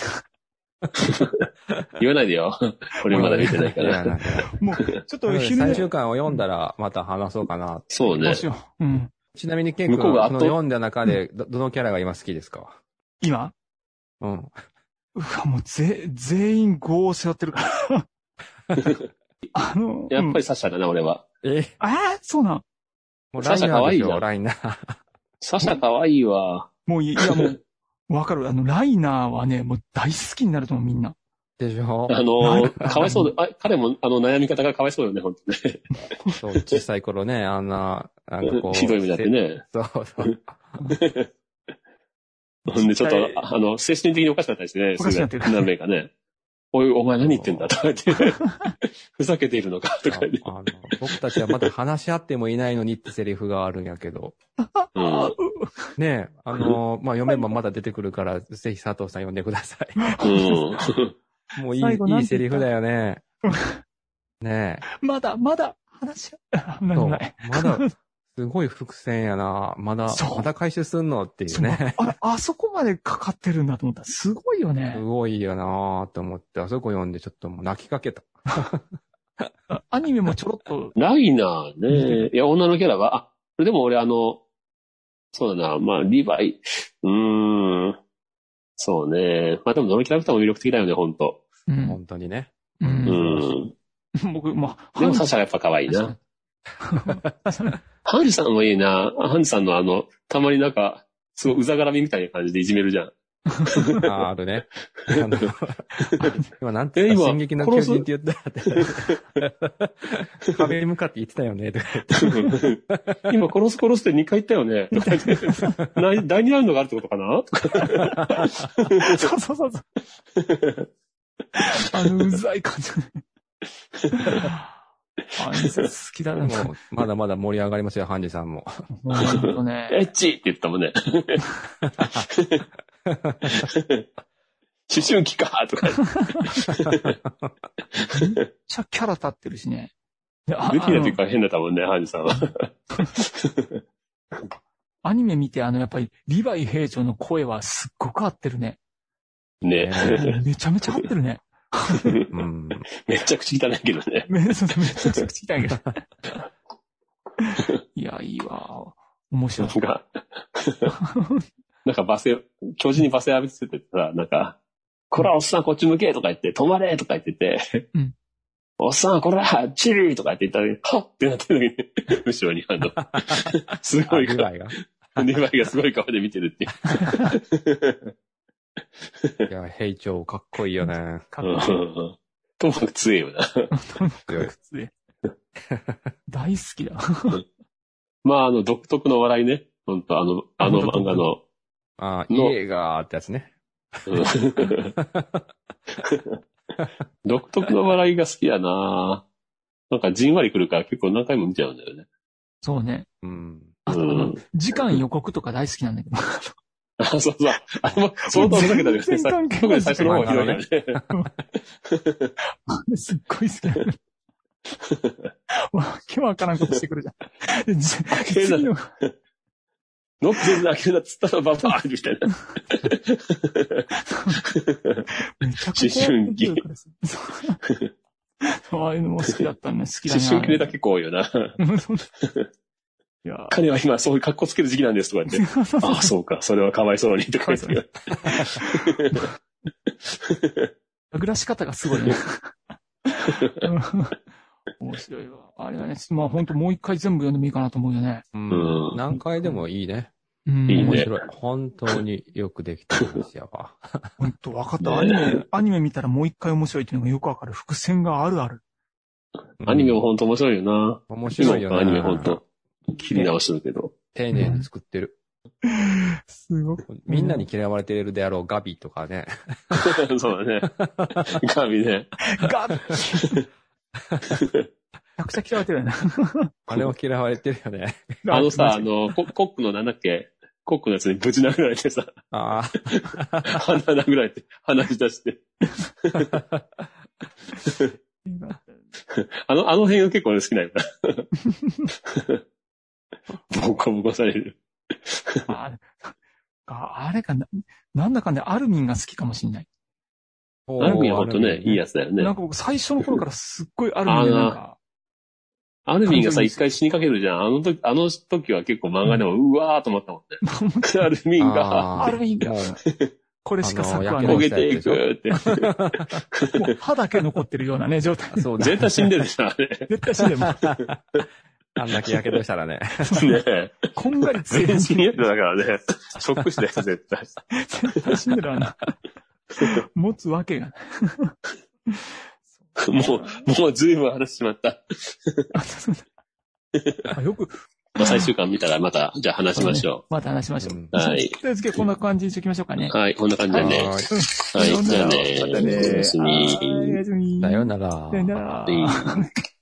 [SPEAKER 2] [LAUGHS] 言わないでよ。俺 [LAUGHS] まだ見てないか
[SPEAKER 4] い
[SPEAKER 2] ら。
[SPEAKER 4] やなんか
[SPEAKER 3] もう、ちょっと昼寝
[SPEAKER 4] 最終巻を読んだら、また話そうかな。
[SPEAKER 2] そう
[SPEAKER 3] どう
[SPEAKER 2] ね。
[SPEAKER 3] しよう。うん。
[SPEAKER 4] ちなみに、ケン君、
[SPEAKER 2] 向こうが
[SPEAKER 4] そ
[SPEAKER 2] 圧
[SPEAKER 4] の
[SPEAKER 2] 倒
[SPEAKER 4] 読んだ中で、ど、どのキャラが今好きですか
[SPEAKER 3] 今
[SPEAKER 4] うん。
[SPEAKER 3] うわ、もうぜ、全員5を背負ってるから。あの、
[SPEAKER 2] [LAUGHS] やっぱ
[SPEAKER 3] り。
[SPEAKER 2] りサシャだな、俺は。
[SPEAKER 4] え
[SPEAKER 3] ああ、そうなん。
[SPEAKER 4] もう
[SPEAKER 2] サ
[SPEAKER 4] ラ
[SPEAKER 2] ッ
[SPEAKER 4] イ
[SPEAKER 2] シャ
[SPEAKER 4] ナ
[SPEAKER 2] 可
[SPEAKER 4] ー
[SPEAKER 2] 愛
[SPEAKER 4] で
[SPEAKER 2] い
[SPEAKER 4] し
[SPEAKER 2] じゃん
[SPEAKER 4] ょ、ライナー。
[SPEAKER 2] サシャ可愛いわ。
[SPEAKER 3] もういい、いやもう、わかる。あの、ライナーはね、もう大好きになると思う、みんな。
[SPEAKER 4] でしょ
[SPEAKER 2] あの、かわいそうで、あ彼も、あの、悩み方がかわいそうよね、本当ね。
[SPEAKER 4] そう、小さい頃ね、あんな、なんかこ
[SPEAKER 2] [LAUGHS]
[SPEAKER 3] [LAUGHS]
[SPEAKER 4] う。
[SPEAKER 2] ひどい目だってね。
[SPEAKER 4] そうそう。
[SPEAKER 2] ほんで、ちょっと、あの、精神的におかしかったりしてね、
[SPEAKER 3] おかしくなってる
[SPEAKER 2] 何名かね。おい、お前何言ってんだとか言って、ふざけているのかとか言って。
[SPEAKER 4] あの僕たちはまだ話し合ってもいないのにってセリフがあるんやけど。
[SPEAKER 2] うん
[SPEAKER 4] ねえ、あのまあ、読めばまだ出てくるから、ぜひ佐藤さん読んでくださ
[SPEAKER 2] うん。
[SPEAKER 4] い。もうい
[SPEAKER 3] [LAUGHS]
[SPEAKER 4] い、
[SPEAKER 3] 最後ないん
[SPEAKER 4] い
[SPEAKER 3] て
[SPEAKER 4] セ
[SPEAKER 3] 言
[SPEAKER 4] リ
[SPEAKER 3] った
[SPEAKER 4] フだよね。ね
[SPEAKER 3] まだ、まだ、話し合う。何
[SPEAKER 4] え。そ
[SPEAKER 3] も [LAUGHS]
[SPEAKER 4] う
[SPEAKER 3] ない。
[SPEAKER 4] まだ、すごい伏線やな。まだ
[SPEAKER 3] そ、う
[SPEAKER 4] まだ回収すんのっていうね。
[SPEAKER 3] あれ、あそこまでかかってるんだと思ったら、すごいよ
[SPEAKER 4] す
[SPEAKER 3] ね。
[SPEAKER 4] ごいよなと思って、あそこ読んでちょっともう泣きかけた。
[SPEAKER 3] アニメもちょろっと、
[SPEAKER 2] ライナーね。いや、女のキャラは、あ、それでも俺あの、そうだな、まあ、リヴァイ、うーん、そうね。まあでもどのキャラクターも魅力的だよね、ほんと。
[SPEAKER 3] うん。
[SPEAKER 4] 本当にね。
[SPEAKER 3] う。
[SPEAKER 2] うんん。
[SPEAKER 3] 僕、まあ、
[SPEAKER 2] でもサシャがやっぱ可愛いな。ハンジさんもいいな。ハンジさんのあの、たまになんか、すごいうざがらみみたいな感じでいじめる [LAUGHS] じゃん。
[SPEAKER 4] ああ、あるね。
[SPEAKER 2] [LAUGHS]
[SPEAKER 4] あの今、なんて
[SPEAKER 2] え
[SPEAKER 4] 言っ
[SPEAKER 2] 今
[SPEAKER 4] た進撃の巨人って言ったって。壁に向かって言ってたよね、とか言って。
[SPEAKER 2] 今、殺す殺すって2回言ったよ [LAUGHS] ね。とか言ってな第2ラウンドがあるってことかなとか
[SPEAKER 3] [LAUGHS] そうそうそうそう。あの、うざい感じ。あれ好きだ
[SPEAKER 4] で
[SPEAKER 3] な、も
[SPEAKER 4] もまだまだ盛り上がりますよ、ハンジさんも。
[SPEAKER 3] う。もうほんとね。
[SPEAKER 2] エッチって言った [LAUGHS] もんね。思春期かとか言って。
[SPEAKER 3] めっちゃキャラ立ってるしね。いやあ
[SPEAKER 2] 無理なという
[SPEAKER 3] あ
[SPEAKER 2] か変だったもんね、ハンジさんは。
[SPEAKER 3] のアニメ見て、あの、やっぱり、リヴァイ兵長の声はすっごく合ってるね。
[SPEAKER 2] ね
[SPEAKER 3] めちゃめちゃ合ってるね。
[SPEAKER 4] うん。
[SPEAKER 2] めっちゃ口汚いけどね。
[SPEAKER 3] めそうそうめちゃくちゃ口汚いけど。いや、いいわ。面
[SPEAKER 2] な
[SPEAKER 3] 白
[SPEAKER 2] ん
[SPEAKER 3] い。
[SPEAKER 2] か、なんか罵声、教授に罵声浴びせててさ、なんか、こら、おっさんこっち向けとか言って、止まれとか言ってて、
[SPEAKER 3] うん
[SPEAKER 2] おっさん、こら、チリとか言って言ったら、はっってなってる時に、後ろに、あの、す
[SPEAKER 4] あ
[SPEAKER 2] ごい
[SPEAKER 4] ぐ
[SPEAKER 2] 顔、
[SPEAKER 4] らいが。
[SPEAKER 2] リヴァイがすごい顔で見てるっていう。
[SPEAKER 4] いや、兵長かっこいいよね。
[SPEAKER 3] かっ
[SPEAKER 2] うんう
[SPEAKER 3] こ
[SPEAKER 2] ん
[SPEAKER 3] いい
[SPEAKER 2] うんともかく強いよな。
[SPEAKER 4] 強い
[SPEAKER 3] 靴で。大好きだ。
[SPEAKER 2] まあ、あの、独特の笑いね。本当あの、あの漫画の。
[SPEAKER 4] ああ、
[SPEAKER 2] の
[SPEAKER 4] 家がってやつね。
[SPEAKER 2] 独特の笑いが好きやななんかじんわりくるから結構何回も見ちゃうんだよね。
[SPEAKER 3] そうね。
[SPEAKER 4] うん。
[SPEAKER 3] あと、あ
[SPEAKER 2] う
[SPEAKER 3] の
[SPEAKER 2] ん、
[SPEAKER 3] 時間予告とか大好きなんだけど。
[SPEAKER 2] あ、そうそう。あれも相当ふざけたりして
[SPEAKER 3] 全
[SPEAKER 2] さ、
[SPEAKER 3] 然関係
[SPEAKER 2] 特
[SPEAKER 3] ない
[SPEAKER 2] に最初の方がひどいよね。
[SPEAKER 3] すっごい好きなの。わけわからんことしてくるじゃん。でじ
[SPEAKER 2] 変な
[SPEAKER 3] 次の、
[SPEAKER 2] ノック全然開けるなっつったらババーンみたいな。
[SPEAKER 3] めちゃくちゃ
[SPEAKER 2] 思春期
[SPEAKER 3] 怖いからさ。そうああいうのも好きだったね。好きだ
[SPEAKER 2] 思
[SPEAKER 3] な。
[SPEAKER 2] 春期ネタ結構多いよな。
[SPEAKER 3] うんそういや、
[SPEAKER 2] 彼は今そういう格好つける時期なんですとか
[SPEAKER 3] [LAUGHS]
[SPEAKER 2] 言って。ああ、そうか。それはかわいそうにとか言って。
[SPEAKER 3] ぐらし方がすごいね。うん面白いわ。あれはね、まあ本当もう一回全部読んでもいいかなと思うよね。
[SPEAKER 4] うん
[SPEAKER 2] うん
[SPEAKER 4] 何回でもいいね。
[SPEAKER 3] うん。
[SPEAKER 2] いい
[SPEAKER 4] 面
[SPEAKER 2] ね
[SPEAKER 4] 白い。本当によくできてるんですよ。
[SPEAKER 3] 本当分かった、
[SPEAKER 2] ね
[SPEAKER 3] アニメ、アニメ見たらもう一回面白いっていうのがよくわかる。伏線があるある。
[SPEAKER 4] うん
[SPEAKER 2] アニメも本当面白いよな。
[SPEAKER 4] 面白いよね。
[SPEAKER 2] アニメ本当切り直してるけど。
[SPEAKER 4] 丁寧に作ってる。
[SPEAKER 3] すごく。
[SPEAKER 4] みんなに嫌われてるであろうガビとかね。
[SPEAKER 2] そうだね。ガビね。
[SPEAKER 3] ガッめちゃくちゃ嫌われてるよね。
[SPEAKER 4] あれも嫌われてるよね。
[SPEAKER 2] [LAUGHS] あのさ、あの、ココックのなんだっけコックのやつにぶち殴られて [LAUGHS] さ、
[SPEAKER 4] ああ。
[SPEAKER 2] 鼻殴られて、鼻血出して。 [LAUGHS] あの、あの辺が結構俺好きなんだ。 [LAUGHS] ボコボコされる。
[SPEAKER 3] あああれかな、なんだかんだアルミンが好きかもしれない。
[SPEAKER 2] アルミンはほんとね、いい
[SPEAKER 4] や。
[SPEAKER 2] やつだよ
[SPEAKER 3] な
[SPEAKER 2] ね
[SPEAKER 3] ん。か僕最初の頃からすっごいアルミンでなんか、
[SPEAKER 2] アルミンがさ、
[SPEAKER 3] アルミン
[SPEAKER 2] 一回死にかけるじゃん。あの時、あの時は結構漫画でも、うわーと思ったもんね。 [LAUGHS] アルミンが
[SPEAKER 4] あ
[SPEAKER 3] アルミンが
[SPEAKER 4] もう
[SPEAKER 3] これしか作は
[SPEAKER 4] あの
[SPEAKER 2] 焦
[SPEAKER 3] ない。
[SPEAKER 2] げていくって。
[SPEAKER 3] もう歯だけ残ってるようなね、状態。
[SPEAKER 4] そうだ
[SPEAKER 2] 絶対死んでるじゃん、あれ。 [LAUGHS]
[SPEAKER 3] 絶対死んでも、
[SPEAKER 4] あんだけやけどしたらね。
[SPEAKER 2] ねえ。
[SPEAKER 3] こんがりつい
[SPEAKER 2] 全
[SPEAKER 3] て
[SPEAKER 2] 身やつだからね。ショック死だよ、絶対。
[SPEAKER 3] 絶対死んでるわな。 [LAUGHS] 持つわけがない。
[SPEAKER 2] もう、もう随分話しまった。
[SPEAKER 3] あそうだ
[SPEAKER 4] あよく、
[SPEAKER 2] まあ、最終巻見たらまた、じゃあ話しましょ
[SPEAKER 3] また話しましょう。
[SPEAKER 2] う。はい。
[SPEAKER 3] とりあえず今日こんな感じにしておきましょうかね。
[SPEAKER 2] はい、こんな感じだね。
[SPEAKER 4] はー
[SPEAKER 2] はい、
[SPEAKER 3] い
[SPEAKER 2] じゃあね。
[SPEAKER 5] またね
[SPEAKER 2] おやすみ
[SPEAKER 3] [LAUGHS] はいおやすみ
[SPEAKER 4] いさようなら
[SPEAKER 3] さよなら
[SPEAKER 2] はい